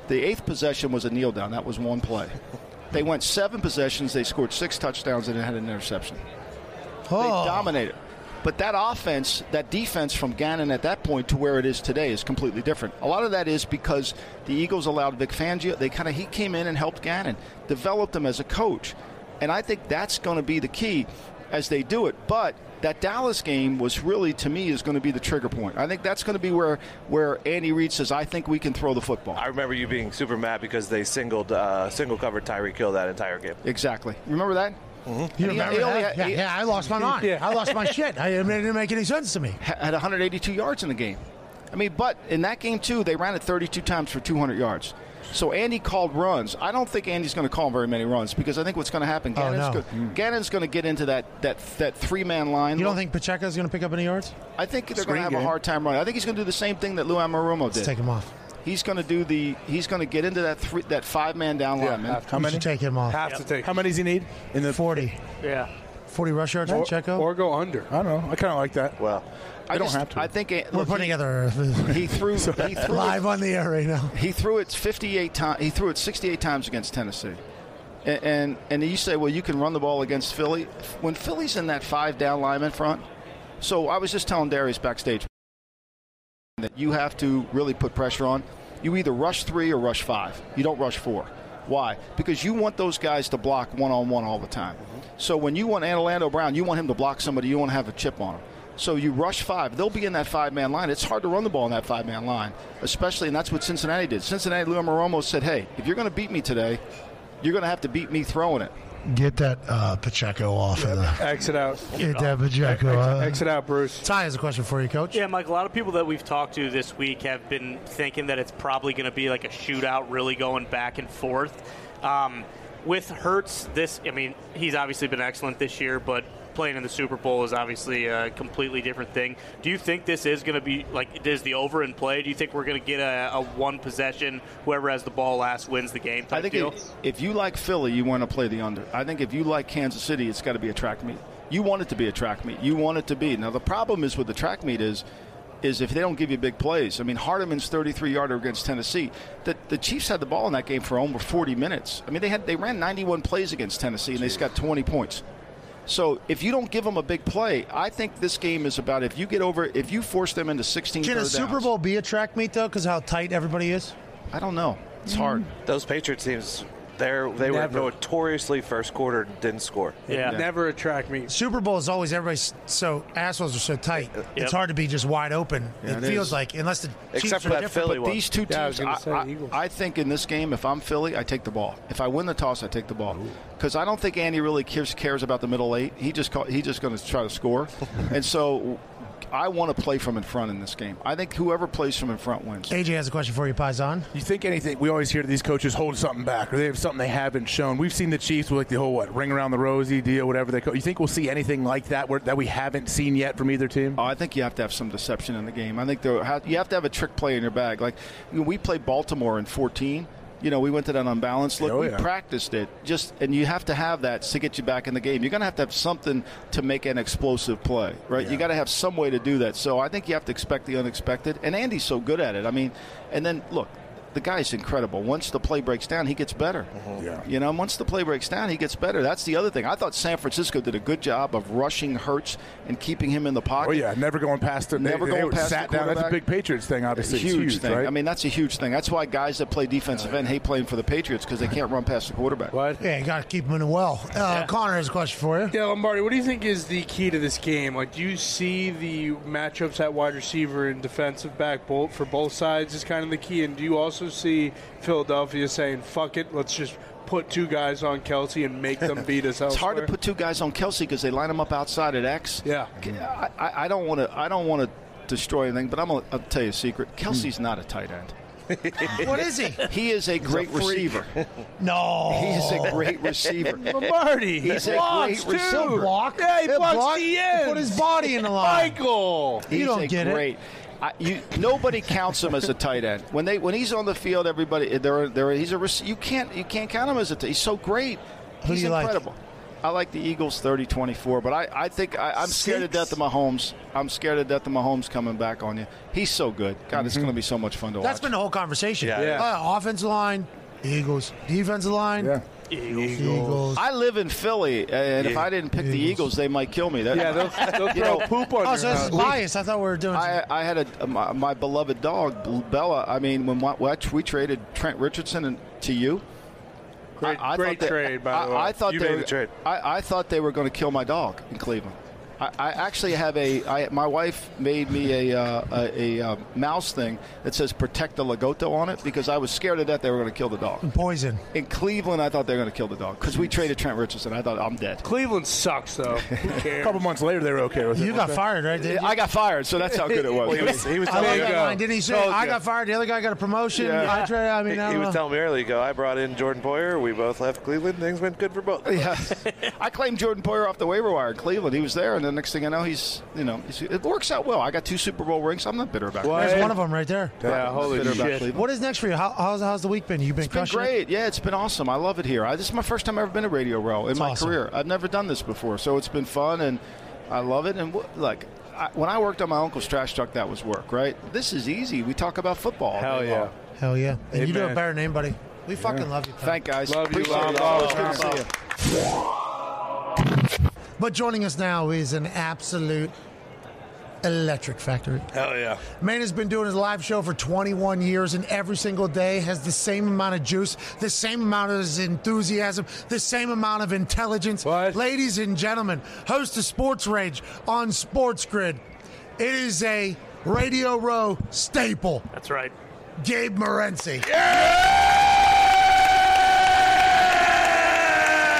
S17: The eighth possession was a kneel down. That was one play. They went seven possessions. They scored six touchdowns and had an interception. They dominated. But that offense, that defense from Gannon at that point to where it is today is completely different. A lot of that is because the Eagles allowed Vic Fangio. They kind of he came in and helped Gannon, developed him as a coach, and I think that's going to be the key as they do it. But that Dallas game was really, to me, is going to be the trigger point. I think that's going to be where where Andy Reid says, "I think we can throw the football."
S2: I remember you being super mad because they singled uh, single covered Tyreek Hill that entire game.
S17: Exactly. Remember that?
S2: Mm-hmm.
S1: You remember that? yeah, yeah, I lost my mind.
S17: Yeah.
S1: I lost my shit. I, it didn't make any sense to me.
S17: had 182 yards in the game. I mean, but in that game too, they ran it 32 times for 200 yards. So Andy called runs. I don't think Andy's going to call very many runs because I think what's going to happen,
S1: Oh,
S17: Gannon's,
S1: no.
S17: go- Gannon's going to get into that that that three man line.
S1: You don't think Pacheco's going to pick up any yards?
S17: I think they're going
S1: Screen
S17: to have
S1: game.
S17: a hard time running. I think he's going to do the same thing that Lou Amarumo did.
S1: Let's take him off.
S17: He's going to do the. He's going to get into that three, that five man down line.
S6: How many?
S1: Take him off.
S6: Have to take. How many does he need in the forty?
S17: Yeah.
S1: 40 rush yards
S6: Or-
S1: for Pacheco? Or
S17: go under.
S6: I don't know. I kind of like that.
S2: Well,
S1: I
S6: I don't
S1: just-
S6: have to.
S17: I think it-
S1: We're
S17: look,
S1: putting
S17: he-
S1: together.
S17: He threw. He threw
S1: live on the air right now.
S17: He threw it 58 times. He threw it 68 times against Tennessee. And, and and you say, well, you can run the ball against Philly when Philly's in that five down lineman front. So I was just telling Darius backstage that you have to really put pressure on. You either rush three or rush five. You don't rush four. Why? Because you want those guys to block one on one all the time. So when you want Orlando Brown, you want him to block somebody. You want to have a chip on him. So you rush five. They'll be in that five man line. It's hard to run the ball in that five man line, especially, and that's what Cincinnati did. Cincinnati, Lou Maromo said, hey, if you're going to beat me today, you're going to have to beat me throwing it.
S19: Get that uh, Pacheco off of the.
S3: Exit out.
S19: Get that Pacheco. Uh,
S3: Exit out, Bruce.
S1: Ty has a question for you, Coach.
S4: Yeah, Mike, a lot of people that we've talked to this week have been thinking that it's probably going to be like a shootout, really going back and forth. Um, with Hertz, this, I mean, he's obviously been excellent this year, but playing in the Super Bowl is obviously a completely different thing. Do you think this is going to be like, is the over in play? Do you think we're going to get a, a one possession, whoever has the ball last wins the game type
S17: I think
S4: deal?
S17: if, if you like Philly, you want to play the under. I think if you like Kansas City, it's got to be a track meet. You want it to be a track meet. You want it to be. Now the problem is with the track meet is, is if they don't give you big plays. I mean, Hardeman's 33 yarder against Tennessee. The, the Chiefs had the ball in that game for over 40 minutes. I mean, they had they ran 91 plays against Tennessee and they just got 20 points. So if you don't give them a big play, I think this game is about if you get over if you force them into 16.
S1: Can a
S17: third
S1: Super
S17: downs-
S1: Bowl be a track meet, though, because how tight everybody is?
S17: I don't know. It's hard.
S2: Those Patriots teams They're, they
S20: Never.
S2: were notoriously first quarter didn't score.
S3: never attract me.
S1: Super Bowl is always everybody's so assholes are so tight.
S2: Yep.
S1: It's hard to be just wide open.
S17: Yeah,
S1: it,
S17: it
S1: feels
S17: is.
S1: like unless the Chiefs
S17: for
S1: are different,
S17: but these two teams, I, I- I think in this game, if I'm Philly, I take the ball. If I win the toss, I take the ball because I don't think Andy really cares, cares about the middle eight. He just call, he just going to try to score, and so I want to play from in front in this game. I think whoever plays from in front wins.
S1: AJ has a question for you, Paisan.
S6: You think anything? We always hear these coaches hold something back, or they have something they haven't shown. We've seen the Chiefs with like the whole what ring around the rosy deal, whatever they. Co- you think we'll see anything like that where, that we haven't seen yet from either team?
S17: Oh, I think you have to have some deception in the game. I think there, ha- you have to have a trick play in your bag. Like when we played Baltimore in 14, you know, we went to that unbalanced look.
S6: Oh,
S17: we
S6: yeah.
S17: practiced it, just and you have to have that to get you back in the game. You're going to have to have something to make an explosive play, right? You got to have some way to do that. So I think you have to expect the unexpected. And Andy's so good at it. I mean, and then look. The guy's incredible. Once the play breaks down, he gets better. Yeah. You know, and once the play breaks down, he gets better. That's the other thing. I thought San Francisco did a good job of rushing Hurts and keeping him in the pocket.
S6: Oh yeah, never going past the
S17: Never
S6: they,
S17: going
S6: they were
S17: past
S6: sat
S17: the
S6: down. That's a
S17: quarterback.
S6: big Patriots thing, obviously. It's
S17: huge thing.
S6: right?
S17: I mean, that's a huge thing. That's why guys that play defensive end hate playing for the Patriots because they can't run past the quarterback.
S3: What?
S1: Yeah, you got to keep them in the well. Uh, Connor has a question for you.
S3: Yeah, Lombardi, what do you think is the key to this game? Like, do you see the matchups at wide receiver and defensive back both for both sides is kind of the key? And do you also see Philadelphia saying, fuck it, let's just put two guys on Kelsey and make them beat us
S17: It's hard to
S3: elsewhere?
S17: put two guys on Kelsey because they line them up outside at X.
S3: Yeah.
S17: I, I- I don't want to. I don't want to destroy anything, but I'm gonna I'll tell you a secret. Kelsey's
S3: Hmm.
S17: not a tight end.
S1: What is he?
S17: He is a great
S1: freak.
S17: receiver.
S1: No,
S17: He is a great receiver.
S3: Lombardi, he
S17: he's
S3: blocks,
S17: a great receiver.
S3: too. Block. Yeah, he He'll blocks block. the end.
S1: Put his body in the line.
S3: Michael,
S1: you
S17: He's
S1: don't
S17: a
S1: get it.
S17: great, I, you, nobody counts him as a tight end when they when he's on the field. Everybody, there, there. He's a rec- you can't you can't count him as a. T- he's so great.
S1: Who
S17: he's
S1: do you like?
S17: incredible. I like the Eagles 30-24, but I, I think I, I'm scared to death of Mahomes. I'm scared to death of Mahomes coming back on you. He's so good. God, it's going to be so much fun to
S1: That's
S17: watch.
S1: been the whole conversation.
S17: Yeah. Yeah.
S1: Uh, offensive line, Eagles. Defensive line, Eagles.
S17: I live in Philly, and if I didn't pick the Eagles, they might kill me. That-
S1: Yeah,
S3: they'll-
S1: they'll
S17: you
S1: throw
S17: know,
S1: poop on Oh, your so this is house. biased. I thought we were doing
S17: I, I had a my, my beloved dog Bella. I mean, when wa- watch- we traded Trent Richardson and, to you.
S3: Great-
S17: I, I
S3: great
S17: thought
S3: trade, by the way.
S17: I, I thought
S3: You
S17: they
S3: made
S17: were,
S3: the trade.
S17: I, I thought they were going to kill my dog in Cleveland. I, I actually have a. I, my wife made me a, uh, a, a uh, mouse thing that says "Protect the Lagoto" on it because I was scared to death they were going to kill the dog.
S1: Poison.
S17: In Cleveland, I thought they were going to kill the dog because we traded Trent Richardson. I thought I'm dead.
S3: Cleveland sucks though. Who
S6: a
S3: cares?
S6: couple months later, they were okay with it.
S1: You got
S6: Okay.
S1: fired, right? Didn't you?
S17: I got fired, so that's how good it was.
S2: Well, he was- he was
S1: I
S2: telling
S1: love that
S2: you-
S1: line. Didn't he say,
S2: Told
S1: I
S2: you.
S1: got fired, the other guy got a promotion? I, tried, I mean,
S2: he,
S1: uh, I
S2: he
S1: don't
S2: was
S1: know.
S2: telling me earlier, you go, I brought in Jordan Poyer. We both left Cleveland. Things went good for both.
S17: Yeah. I claimed Jordan Poyer off the waiver wire in Cleveland. He was there, and the next thing I know, he's you know he's, it works out well. I got two Super Bowl rings. I'm not bitter about it.
S1: There's one of them right there.
S17: Yeah, I'm not holy bitter about shit. Cleveland.
S1: What is next for you? How, how's, how's the week been? You've been
S17: It's been
S1: crushing it?
S17: great. Yeah, it's been awesome. I love it here. I, this is my first time I've ever been to Radio Row in
S1: It's
S17: my
S1: awesome.
S17: career. I've never done this before, so it's been fun, and I love it. And wh- like. I, when I worked on my uncle's trash truck, that was work, right? This is easy. We talk about football. Hell yeah!
S1: Hell yeah. And you do it
S17: Amen.
S1: better than anybody. We fucking love you. pal.
S17: Thank guys. Appreciate it. It's good to see you.
S1: But joining us now is an absolute electric factory.
S2: Hell yeah.
S1: Man has been doing his live show for 21 years, and every single day has the same amount of juice, the same amount of enthusiasm, the same amount of intelligence. Ladies and gentlemen, host of Sports Rage on Sports Grid. It is a Radio Row staple.
S4: That's right.
S1: Gabe Morency.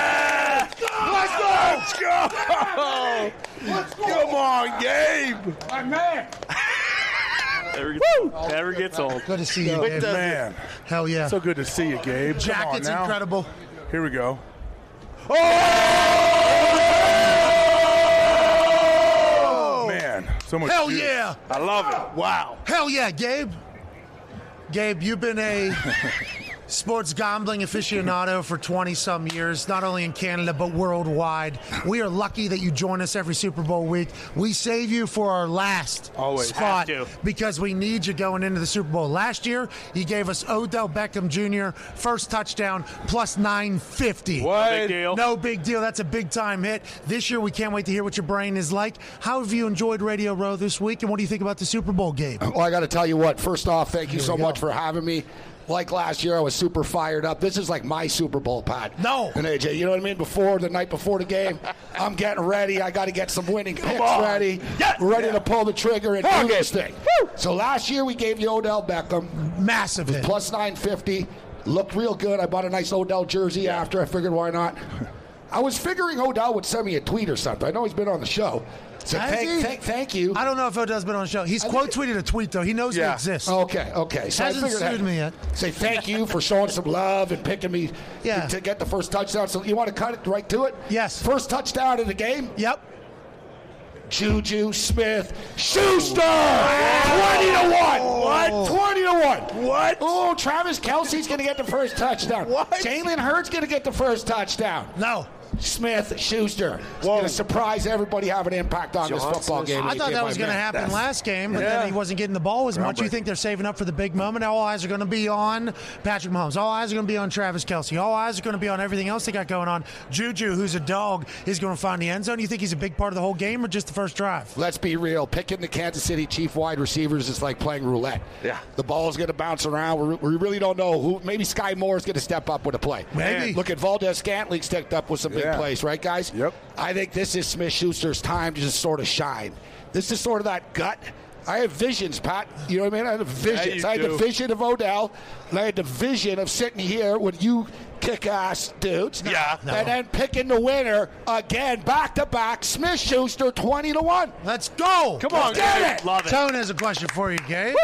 S6: Let's go! Let's go! Come on, Gabe!
S21: My man.
S4: Never gets, never gets old.
S1: Good to see you,
S6: It
S1: Gabe.
S6: does. Man.
S1: Hell yeah.
S6: So good to see you, Gabe. Come on
S1: Jacket's
S6: now.
S1: incredible.
S6: Here we go. Oh man, so much.
S1: Hell
S6: juice.
S1: yeah.
S6: I love it. Wow.
S1: Hell yeah, Gabe. Gabe, you've been a sports gambling aficionado for 20 some years, not only in Canada, but worldwide. We are lucky that you join us every Super Bowl week. We save you for our last
S6: Always.
S1: spot
S6: Have to.
S1: because we need you going into the Super Bowl. Last year, you gave us Odell Beckham Jr., first touchdown, plus 950.
S4: What? No big deal.
S1: No big deal. That's a big time hit. This year, we can't wait to hear what your brain is like. How have you enjoyed Radio Row this week, and what do you think about the Super Bowl game?
S18: Well, I got to tell you what. First off, thank you so much for having me. like last year, I was super fired up. This is like my Super Bowl pod. No. And AJ, you know what I mean? Before the night before the game, I'm getting ready. I got to get some winning picks
S22: on.
S18: ready. We're ready to pull the trigger and do this thing. So last year we gave you Odell Beckham.
S1: Massive hit.
S18: Plus 950. Looked real good. I bought a nice Odell jersey after. I figured why not. I was figuring Odell would send me a tweet or something. I know he's been on the show. So
S1: Has
S18: thank,
S1: he?
S18: thank, thank you.
S1: I don't know if Odell's been on the show. He's quote tweeted a tweet though. He knows
S18: Yeah.
S1: it exists.
S18: Okay, okay. So I
S1: hasn't
S18: figured
S1: sued
S18: that-
S1: me yet.
S18: Say thank you for showing some love and picking me
S1: Yeah.
S18: to get the first touchdown. So you want to cut it right to it? Yes. First touchdown of the game?
S1: Yep.
S18: Juju Smith Schuster! 20 to 1! What? 20 to 1. What? Oh, Travis Kelsey's going to get the first touchdown. What? Jalen Hurts going to get the first touchdown.
S1: No.
S18: Smith Schuster. It's going to surprise everybody, have an impact on this football game.
S1: I
S18: you
S1: thought
S18: give
S1: that
S18: my
S1: was going to
S18: man.
S1: happen last game, but then he wasn't getting the ball as much. You think they're saving up for the big moment? All eyes are going to be on Patrick Mahomes. All eyes are going to be on Travis Kelsey. All eyes are going to be on everything else they got going on. Juju, who's a dog, is going to find the end zone. You think he's a big part of the whole game or just the first drive?
S18: Let's be real. Picking the Kansas City Chief wide receivers is like playing roulette. Yeah. The ball's going to bounce around. We're, we really don't know who. Maybe Sky Moore is going to step up with a play.
S1: Maybe.
S18: Look at Valdez Scantling stepped up with some big
S1: Yeah.
S18: plays, right, guys? Yep. I think this is Smith Schuster's time to just sort of shine. This is sort of that gut. I have visions, Pat. You know what I mean? I have visions.
S11: you
S18: I had the
S11: do.
S18: vision of Odell, and I had the vision of sitting here with you kick ass dudes. Yeah. And then picking the winner again, back to back, Smith Schuster 20 to 1.
S1: Let's go.
S18: Come on, get it.
S1: Tone has a question for you, Gabe.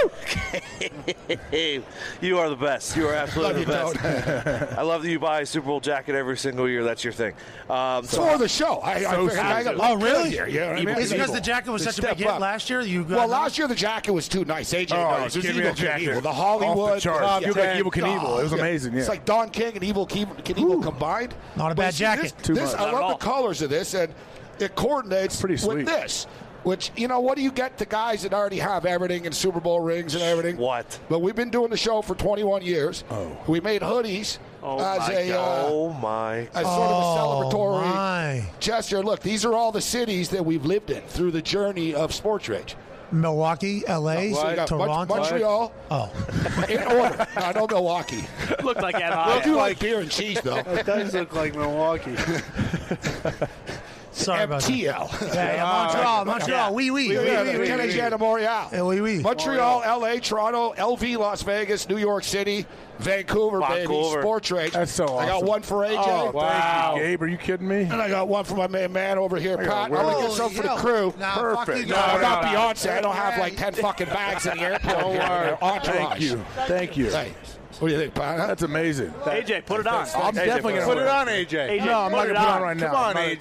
S2: you are the best. You are absolutely the best. I love that you buy a Super Bowl jacket every single year. That's your thing. Um,
S18: It's for the show. I, I, figured I got
S1: oh, really?
S18: Yeah, you know what I mean?
S1: It's because the jacket was
S18: They
S1: such a big
S18: step
S1: hit
S18: up.
S1: last year. You
S18: well, last year the jacket was too nice. AJ
S6: Oh,
S18: knows. It was
S6: give me
S18: Evil
S6: a jacket.
S18: Knievel, The
S6: Off the
S18: Hollywood.
S6: charts.
S18: Oh,
S6: Yeah. You look like Evil
S18: God.
S6: Knievel. It was amazing, yeah.
S18: It's like Don King and Evil Knie- Knievel combined.
S1: Not a
S18: But
S1: bad
S18: see,
S1: jacket.
S18: This,
S1: Too
S18: this-
S1: much.
S18: I
S1: Not at
S18: love
S1: all.
S18: the colors of this, and it coordinates with this. Which you know, what do you get to guys that already have everything and Super Bowl rings and everything? What? But we've been doing the show for 21 years. Oh. We made hoodies
S2: Oh
S18: as
S2: my
S18: a
S2: God.
S18: uh,
S2: oh my!
S18: as sort
S2: Oh,
S18: of a celebratory gesture. Look, these are all the cities that we've lived in through the journey of Sports Rage.
S1: Milwaukee, LA,
S18: So you got Mon-
S1: Toronto,
S18: Montreal.
S1: Oh,
S18: in order. No, I don't Milwaukee.
S3: Looked like that.
S18: I do like beer and cheese, though.
S3: It does look
S18: like Milwaukee.
S1: Sorry about that.
S18: MTL.
S1: Yeah, yeah, Montreal, Montreal, oui, oui, oui, oui, oui, oui.
S18: Canadien de Montreal.
S1: Eh, oui, oui.
S18: Montreal, LA, Toronto, LV, Las Vegas, New York City, Vancouver, baby.
S6: Vancouver.
S18: Sports Rage.
S6: That's so
S18: I got
S6: awesome.
S18: one for AJ.
S6: Oh, thank you, Wow. Gabe. Are you kidding me?
S18: And I got one for my man, man over here,
S6: I
S18: Pat.
S6: got
S18: I'm
S6: one.
S18: going to get some for the
S6: Holy
S18: crew.
S6: hell. Nah, fuck Perfect. you
S18: No,
S6: guys.
S18: I'm not
S6: No, no, no.
S18: Beyonce. I don't have like 10 fucking bags in the airport.
S6: Don't
S18: here.
S6: worry.
S18: Entourage.
S6: Thank you. Thank you.
S18: Hey, what do you think, Pat?
S6: That's amazing.
S3: AJ, put it on.
S6: I'm definitely going to No, I'm not going to put it on right now. I'm not- I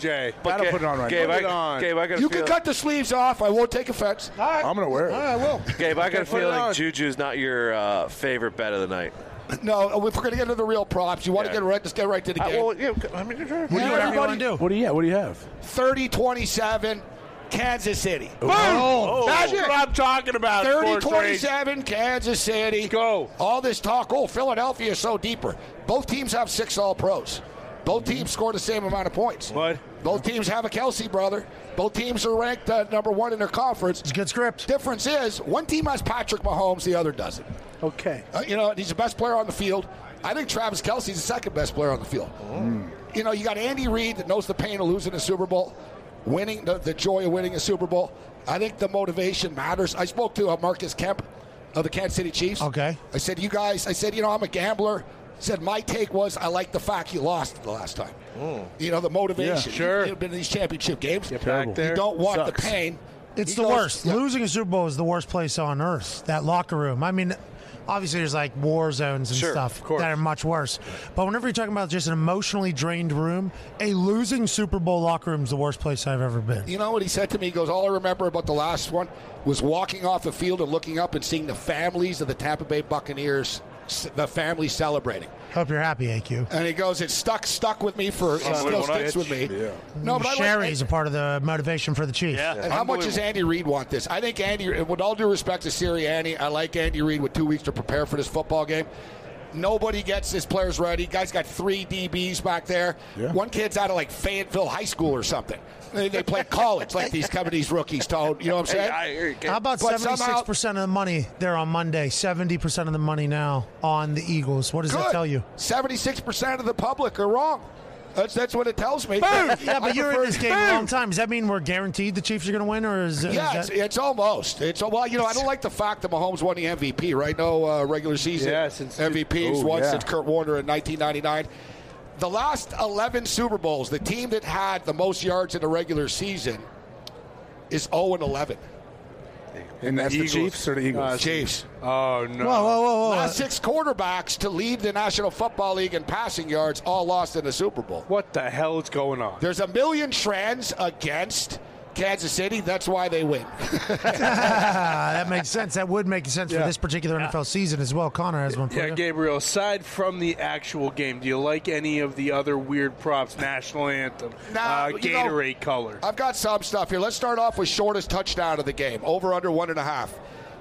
S6: don't put it on right now.
S18: you can cut the sleeves off. I won't take offense. All right.
S6: I'm going to wear it.
S18: I will.
S2: Gabe, I got a
S18: Put it
S2: feeling
S18: on.
S2: Juju's not your uh, favorite bet of the night.
S18: No, uh, if we're going to get into the real props, you want
S2: Yeah.
S18: to get right, let's get right to the
S2: Uh,
S18: game.
S2: well, yeah, I mean, what do
S18: you want everybody
S1: do?
S6: What do you have? What do you have?
S18: 30 27, Kansas City.
S6: Oh.
S18: Boom!
S6: Oh,
S18: That's
S6: shit.
S18: it.
S6: What I'm talking about,
S18: 30
S6: Sports Rage.
S18: 27, Kansas City. Go. All this talk. Oh, Philadelphia is so deeper. Both teams have six All Pros. Both teams score the same amount of points. What? Both teams have a Kelsey brother. Both teams are ranked uh, number one in their conference. It's
S1: good script.
S18: Difference is one team has Patrick Mahomes, the other doesn't.
S23: Okay.
S18: Uh, you know, he's the best player on the field. I think Travis Kelsey's the second best player on the field. You know, you got Andy Reid that knows the pain of losing a Super Bowl, winning the, the joy of winning a Super Bowl. I think the motivation matters. I spoke to uh, Marcus Kemp of the Kansas City Chiefs.
S1: Okay.
S18: I said, you guys, I said, you know, I'm a gambler. I said, my take was I like the fact you lost the last time. You know, the motivation.
S1: Yeah, sure.
S18: You, have been in these championship games. You
S1: back there,
S18: don't want the
S1: sucks.
S18: pain.
S1: It's
S18: He
S1: the
S18: goes-
S1: worst. Losing a Super Bowl is the worst place on earth. That locker room. I mean, obviously there's like war zones and
S18: Sure,
S1: stuff
S18: of course.
S1: that are much worse. But whenever you're talking about just an emotionally drained room, a losing Super Bowl locker room is the worst place I've ever been.
S18: You know what he said to me? He goes, All I remember about the last one was walking off the field and looking up and seeing the families of the Tampa Bay Buccaneers, s- the families celebrating.
S1: Hope you're happy, AQ.
S18: And he goes, It stuck, stuck with me for, it
S1: Son of a
S18: still sticks
S1: bitch.
S18: with me.
S1: No,
S18: No, but I like-
S1: Sherry's a part of the motivation for the Chiefs.
S18: And how much does Andy Reid want this? I think Andy, with all due respect to Sirianni, I like Andy Reid with two weeks to prepare for this football game. Nobody gets his players ready. Guys got three DBs back there. One kid's out of like Fayetteville High School or something. They, they play college like these some of these rookies told. You know what I'm saying?
S1: How about
S18: But somehow-
S1: seventy-six percent of the money there on Monday? Seventy percent of the money now on the Eagles. What does that
S18: Good.
S1: tell you?
S18: 76% of the public are wrong. That's, that's what it tells me.
S1: yeah,
S18: I
S1: but you're in
S18: prefer-
S1: this game a long time. Does that mean we're guaranteed the Chiefs are going to win, or is, is
S18: Yeah, it's,
S1: that-
S18: it's almost. It's well, you know, I don't like the fact that Mahomes won the MVP, right? No uh, regular season
S3: Yeah, since-
S18: MVPs
S3: Oh,
S18: once
S3: yeah.
S18: since Kurt Warner in 1999. The last 11 Super Bowls, the team that had the most yards in the regular season is 0 and 11.
S6: And that's the Chiefs or the Eagles?
S17: Uh,
S18: Chiefs.
S6: Oh
S18: Last six quarterbacks to lead the National Football League in passing yards all lost in the Super Bowl.
S3: What the hell is going on?
S18: There's a million trends against Kansas City. That's why they win.
S1: that makes sense. That would make sense for this particular NFL season as well. Connor has one for
S3: Yeah,
S1: you.
S3: Gabriel, aside from the actual game, do you like any of the other weird props? National anthem, uh,
S18: you know-
S3: Gatorade color.
S18: I've got some stuff here. Let's start off with shortest touchdown of the game, over under one and a half.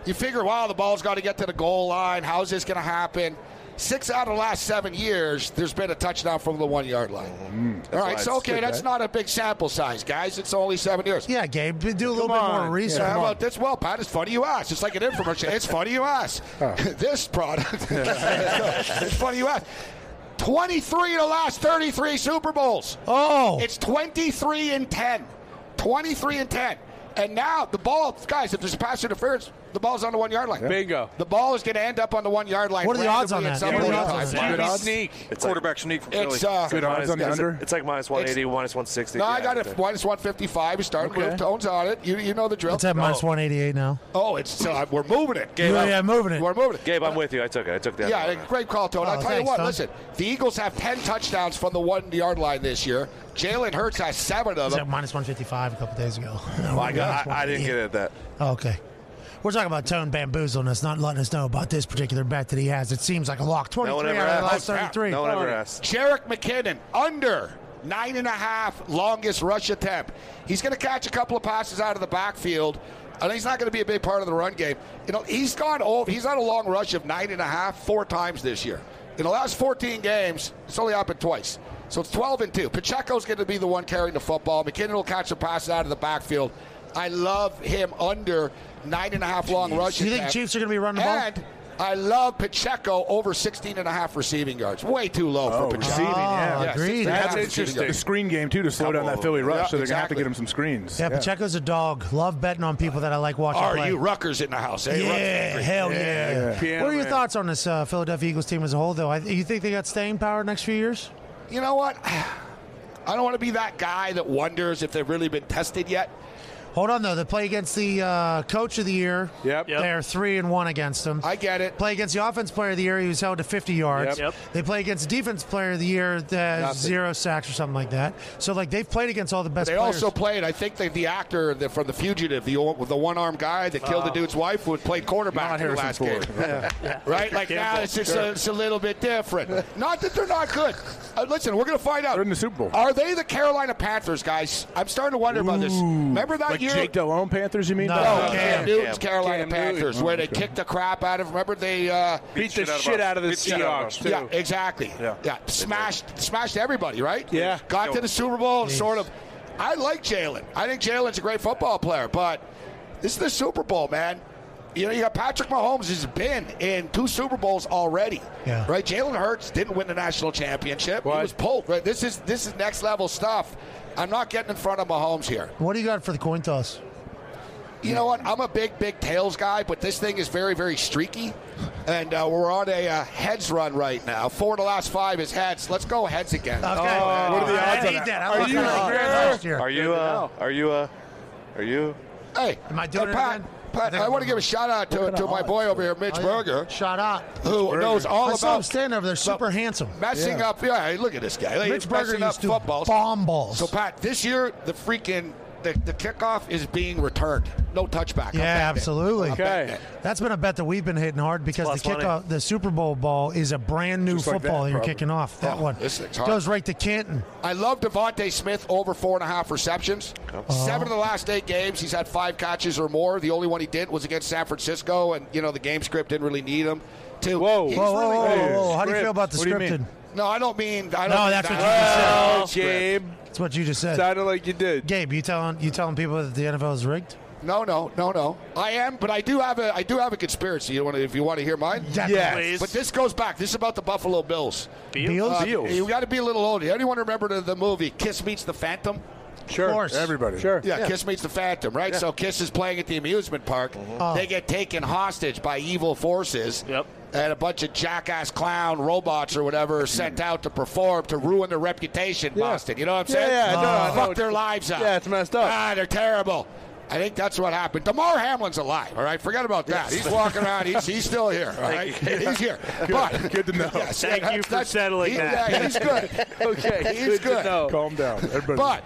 S18: You figure, wow, the ball's got to get to the goal line. How's this going to happen? Six out of the last seven years, there's been a touchdown from the one yard line.
S13: Mm.
S18: All right, so okay, Mm. that's not a big sample size, guys. It's only seven years.
S1: Yeah, Gabe, do a little
S18: Come
S1: bit more
S18: on.
S1: research.
S18: Yeah,
S1: Come
S18: how
S1: on.
S18: about this? Well, Pat, it's funny you ask. It's like an infomercial. it's funny you ask. this product. it's funny you ask. 23 of the last 33 Super Bowls.
S1: Oh.
S18: It's 23 and 10. 23 and 10. And now the ball, guys, if there's pass interference, the ball's on the one yard line.
S3: Yeah. Bingo.
S18: The ball is going to end up on the one yard line.
S3: What are the odds on
S18: randomly at some
S3: that? Yeah, what
S18: point
S3: are the
S18: in
S3: odds on
S18: time.
S3: that? Good odds? Sneak.
S2: It's
S8: Quarterback sneak from
S18: It's,
S8: Philly.
S18: uh, Good odds on the
S2: it's,
S18: under?
S2: It's like minus 180, minus 160.
S18: No, I
S2: Yeah,
S18: got
S2: there.
S18: it. Minus 155. We started
S2: Okay.
S18: with tones on it. You, you know the drill.
S1: It's at minus
S18: Oh.
S1: 188 now.
S18: Oh, it's so we're moving it.
S1: Yeah, yeah, moving it.
S18: We're moving it.
S2: Gabe, I'm with you. I took it. I took that.
S18: Yeah, great call, Tony.
S1: Oh,
S18: I'll tell you
S1: thanks,
S18: what,
S1: Tony.
S18: listen, the Eagles have 10 touchdowns from the one yard line this year. Jalen Hurts has seven of
S1: It's at
S18: them.
S1: minus 155 a couple days ago.
S2: Oh, I, got, I, I didn't get it at that.
S1: Oh, okay. We're talking about Tone bamboozling us, not letting us know about this particular bet that he has. It seems like a lock. 23 out of the last 33.
S18: Jarek McKinnon, under nine and a half, longest rush attempt. He's going to catch a couple of passes out of the backfield. And he's not going to be a big part of the run game. You know, he's gone over. He's had a long rush of nine and a half four times this year. In the last 14 games, it's only happened twice. So it's 12 and 2. Pacheco's going to be the one carrying the football. McKinnon will catch the passes out of the backfield. I love him under nine and a half long rushes.
S1: You think Chiefs are going to be running the ball?
S18: And I love Pacheco over 16 and a half receiving yards. Way too low
S6: Oh,
S18: for Pacheco.
S6: receiving, yeah.
S18: Yeah, 16 and a half
S6: That's
S18: receiving
S6: interesting. The
S18: yards.
S6: screen game, too, to slow down that Philly rush,
S18: Yeah,
S6: so they're going to have to
S18: exactly.
S6: get him some screens.
S1: Yeah, Pacheco's a dog. Love betting on people that I like watching
S18: Are
S1: play.
S18: you Rutgers in the house? eh?
S1: yeah,
S18: Rutgers.
S1: hell yeah.
S18: Yeah.
S1: What are your
S18: Yeah.
S1: thoughts on this uh, Philadelphia Eagles team as a whole, though? I, you think they got staying power next few years?
S18: You know what? I don't want to be that guy that wonders if they've really been tested yet.
S1: Hold on, though. They play against the uh, coach of the year. Yep. They're three and one against them. I
S18: get it.
S1: Play against the offense player of the year. He was held to 50 yards.
S19: Yep.
S1: They play against defense player of the year. That has
S18: Nothing.
S1: zero sacks or something like that. So like they've played against all the best.
S18: they
S1: players.
S18: also played. I think they, the actor that- from The Fugitive, the o- the one armed guy that killed the
S1: Oh.
S18: dude's wife, who played quarterback in the last
S1: Harrison
S18: game.
S1: Ford.
S18: right? Like now, it's just a, it's a little bit different. Not that they're not good. Uh, listen, we're going to find out. They're in the Super Bowl. Are they the Carolina Panthers, guys? I'm starting to wonder about this. Remember that
S6: like
S18: year?
S6: Jake Delhomme Panthers, you mean?
S18: No, Oh, Cam, Newton's Carolina Panthers, where they kicked the crap out of. Remember they uh,
S3: Beat the Beat the shit shit out of- out of the beat the shit out of Seahawks, them.
S18: Yeah,
S3: too.
S18: exactly. Yeah, smashed, smashed everybody. Right?
S3: Yeah.
S18: Got to the Super Bowl,
S3: Jeez.
S18: sort of. I like Jalen. I think Jalen's a great football player, but this is the Super Bowl, man. You know, you got Patrick Mahomes has been in two Super Bowls already.
S1: Yeah.
S18: Right? Jalen Hurts didn't win the national championship. He was pulled. Right? This is this is next level stuff. I'm not getting in front of Mahomes here.
S1: What do you got for the coin toss?
S18: You know what? I'm a big, big tails guy, but this thing is very, very streaky. And uh, we're on a uh, heads run right now. Four of the last five is heads. Let's go heads again. Okay.
S2: Oh, What are the
S1: I odds on hate that? that. I Are lost you that like grand last year.
S2: Are you? Uh, are you? Uh, are you?
S18: Hey,
S1: Am I doing
S18: uh,
S1: it
S18: Pat,
S1: again? I
S18: Pat,
S1: think
S18: I
S1: I'm
S18: want to
S1: on
S18: give a shout out
S1: What
S18: to,
S1: kind
S18: to
S1: of
S18: my
S1: odds?
S18: boy over here, Mitch
S1: Oh, yeah.
S18: Berger.
S1: Shut up.
S18: Who knows all
S1: I saw him
S18: about
S1: standing over there, super handsome.
S18: messing up. Yeah, hey, look at this guy. Like,
S1: Mitch
S18: he's
S1: Berger
S18: messing up
S1: used to
S18: footballs.
S1: bomb balls.
S18: So, Pat, this year, the freaking the, the kickoff is being returned. No touchback. I'm
S1: Yeah,
S18: betting it.
S1: absolutely.
S18: I'm betting it.
S1: That's been a bet that we've been hitting hard because
S18: Plus
S1: the
S18: money.
S1: kickoff, the Super Bowl ball is a brand new
S18: Just like
S1: football
S18: that,
S1: you're
S18: probably.
S1: kicking off. That
S18: Oh,
S1: one
S18: this thing's hard.
S1: goes right to Canton.
S18: I love Devonte Smith over four and a half receptions.
S1: Uh-huh.
S18: Seven of the last eight games, he's had five catches or more. The only one he did was against San Francisco, and you know the game script didn't really need him. too. Whoa,
S1: Whoa, whoa, whoa, whoa, whoa. How do you feel about the scripted?
S18: No, I don't mean. I don't
S1: No,
S18: mean
S1: that's what
S18: that.
S1: you just said.
S18: Gabe.
S1: That's what you just said.
S18: Sounded
S1: like you did. Gabe, you telling you telling people that the NFL is rigged?
S18: No, no, no, no. I am, but I do have a I do have a conspiracy. You want to, if you want to hear mine?
S1: Yes. Yes. Please.
S18: But this goes back. This is about the Buffalo Bills.
S1: Bills?
S18: Uh,
S1: Bills.
S18: You got to be a little older. Anyone remember the, the movie Kiss Meets the Phantom?
S1: Sure. Of course. Everybody. Sure.
S18: Yeah,
S1: Yeah.
S18: Kiss Meets the Phantom, right?
S1: Yeah.
S18: So Kiss is playing at the amusement park.
S3: Mm-hmm.
S1: Oh.
S18: They get taken hostage by evil forces. Yep. And a bunch of jackass clown robots or whatever are sent out to perform to ruin their reputation, Boston. You know what I'm
S3: Yeah,
S18: saying?
S3: yeah, I know, I know.
S18: Fuck their lives up. Yeah, it's messed up. Ah, they're terrible. I think that's what happened. Damar Hamlin's alive, all right? Forget about that.
S7: Yes.
S18: He's walking around. He's, he's still here, all right?
S7: Thank you.
S18: He's here.
S7: Good-
S18: But
S7: good to know.
S18: Yes,
S7: Thank
S18: that's-
S7: you for
S18: that's-
S7: settling
S18: he-
S7: that.
S18: Yeah, he's good.
S7: Okay,
S18: he's
S7: good to
S18: good.
S7: know.
S18: Calm down.
S7: Everybody-
S18: But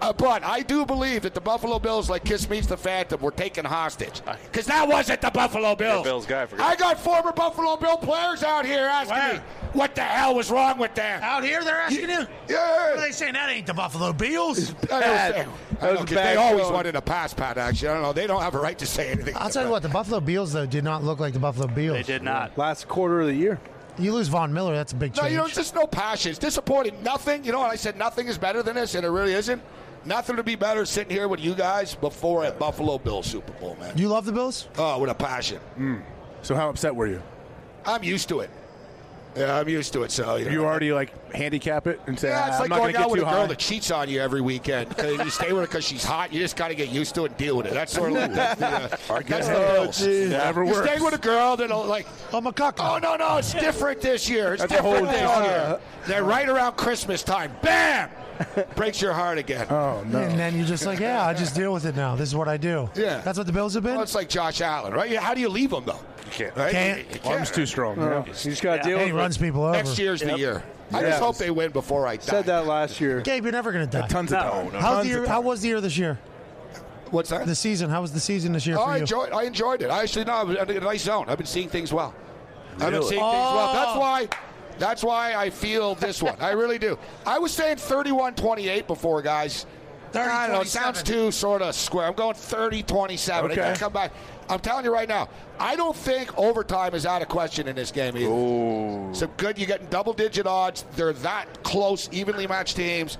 S18: uh, but I do believe that the Buffalo Bills, like Kiss Meets the Phantom, were taken hostage. Because that wasn't the Buffalo Bills.
S2: Bills guy, I forgot.
S18: I got former Buffalo Bill players out here asking me what the hell was wrong with them.
S1: Out here, they're asking you.
S18: Yeah.
S1: What are they saying? That ain't the Buffalo Bills.
S18: I know, I know, 'cause they always wanted a pass pat action. I don't know. They don't have a right to say anything.
S1: I'll tell you what, the Buffalo Bills though did not look like the Buffalo Bills. They
S4: did not.
S1: Last quarter of the year. You lose Von Miller, that's a big
S18: No,
S1: change.
S18: you know, just no passion. It's disappointing. Nothing. You know what I said? Nothing is better than this, and it really isn't. Nothing to be better sitting here with you guys before a Buffalo Bill Super Bowl, man.
S1: You love the Bills?
S18: Oh, with a passion.
S6: Mm. So how upset were you?
S18: I'm used to it. Yeah, I'm used to it. So you, know.
S6: you already like handicap it and say,
S18: Yeah,
S6: "Ah,
S18: it's
S6: I'm
S18: like
S6: not
S18: going
S6: gonna
S18: out
S6: get
S18: with
S6: too
S18: a girl
S6: high.
S18: that cheats on you every weekend. Uh, you stay with her because she's hot. You just got to get used to it and deal with it. That's sort of like that's the, uh, that's the
S6: Oh,
S18: Bills.
S6: geez. Never
S18: you stay
S6: works.
S18: with a girl that'll like.
S1: I'm a cock.
S18: Oh no no, it's different this year. It's
S6: That's a
S18: different
S6: whole
S18: this
S6: different-
S18: year. They're right around Christmas time. Bam, breaks your heart again.
S1: Oh no. And then you're just like, yeah, I just deal with it now. This is what I do.
S18: Yeah.
S1: That's what the Bills have been.
S18: Well, it's like Josh Allen, right? How do you leave him though? You
S2: can't.
S18: Right?
S1: Can't.
S18: You
S1: Arm's too strong, No. yeah. You
S18: just
S1: gotta Yeah. deal And he with it. runs people over.
S18: Next year's
S1: Yep.
S18: the year. I
S1: Yeah.
S18: just hope they win before I die.
S1: Said
S18: that last year.
S1: Gabe, you're never gonna die.
S18: Tons of No. time. No,
S1: How's
S18: tons
S1: the
S18: of
S1: year,
S18: time.
S1: How was the year this year?
S18: What's that?
S1: The season. How was the season this year
S18: Oh,
S1: for
S18: I
S1: you?
S18: enjoyed. I enjoyed it. I actually no, I'm in a nice zone. I've been seeing things well. I've been
S1: Really?
S18: seeing things well. That's
S1: Oh.
S18: why. That's why I feel this one. I really do. I was saying 31-28 before, guys. I don't know. It sounds too sort of square. I'm going 30-27. I
S6: Okay.
S18: gotta come back. I'm telling you right now. I don't think overtime is out of question in this game either. So good. You're getting double-digit odds. They're that close, evenly matched teams.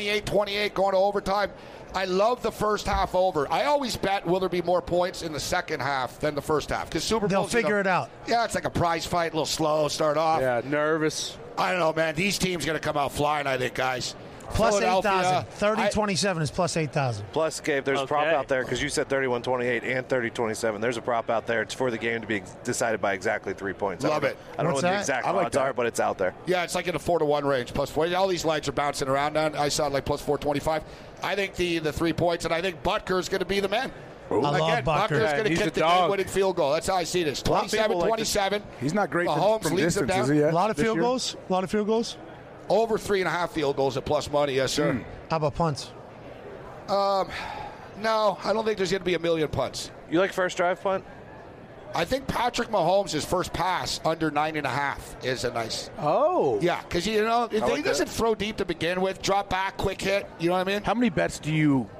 S18: 28-28 going to overtime. I love the first half over. I always bet will there be more points in the second half than the first half because Super
S1: They'll
S18: Bowls, you
S1: figure
S18: know,
S1: it out.
S18: Yeah, it's like a prize fight, a little slow, start off. Yeah, nervous. I don't know, man. These teams gonna come out flying. I think, guys.
S1: Plus eight thousand.
S18: Philadelphia,
S1: Thirty
S18: I-
S1: twenty seven is plus eight thousand.
S2: Plus, Gabe, there's a prop out there because you said 31 28 and 30 27. There's a prop out there. It's for the game to be ex- decided by exactly three points. I
S18: Love
S2: don't-
S18: it.
S2: I don't
S18: What's
S2: know what
S18: that?
S2: the exact
S18: I like
S2: odds
S18: that.
S2: are, but it's out there.
S18: Yeah, it's like in a four to one range, plus four. All these lines are bouncing around now. I saw like plus four twenty five. I think the the three points, and I think Butker's going to be the man.
S6: Ooh. I love
S18: Again,
S6: Butker.
S18: Butker's
S6: Yeah,
S18: going to
S6: he's
S18: kick
S6: the
S18: the game
S6: dog.
S18: winning field goal. That's how I see this.
S6: A lot of people
S18: 27
S6: like to-
S18: 27.
S6: He's not great from-
S18: Mahomes
S6: from
S18: leads them
S6: distance,
S18: down.
S6: is he, yet, A lot of this field year?
S1: goals? A lot of field goals?
S18: Over three and a half field goals at plus money, yes, sir.
S6: Hmm.
S1: How about punts?
S18: Um, no, I don't think there's going to be a million punts.
S2: You like first drive punt?
S18: I think Patrick Mahomes' first pass under nine and a half is a nice. Oh. Yeah, because, you know, he
S6: I like that.
S18: doesn't throw deep to begin with, drop back, quick hit. You know what I mean?
S6: How many bets do you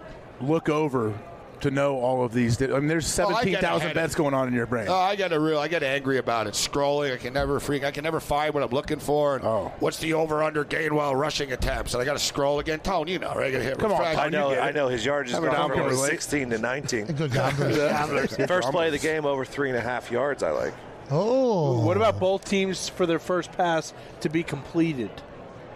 S6: look over to know all of these? I mean, there's
S18: Oh, I get
S6: 17,000
S18: ahead of-
S6: bets going on in your brain.
S18: Oh, I get a real. I get angry about it. Scrolling, I can never freak. I can never find what I'm looking for. And oh. what's the over under Gainwell rushing attempts? And I got to scroll again. Tone, you know, right? I gotta hit refresh.
S2: I know, I know his yardage is
S18: Have it down
S2: gone from
S18: for late.
S2: 16 to 19.
S1: Good
S2: First play of the game, over three and a half yards. I like.
S1: Oh.
S3: What about both teams for their first pass to be completed?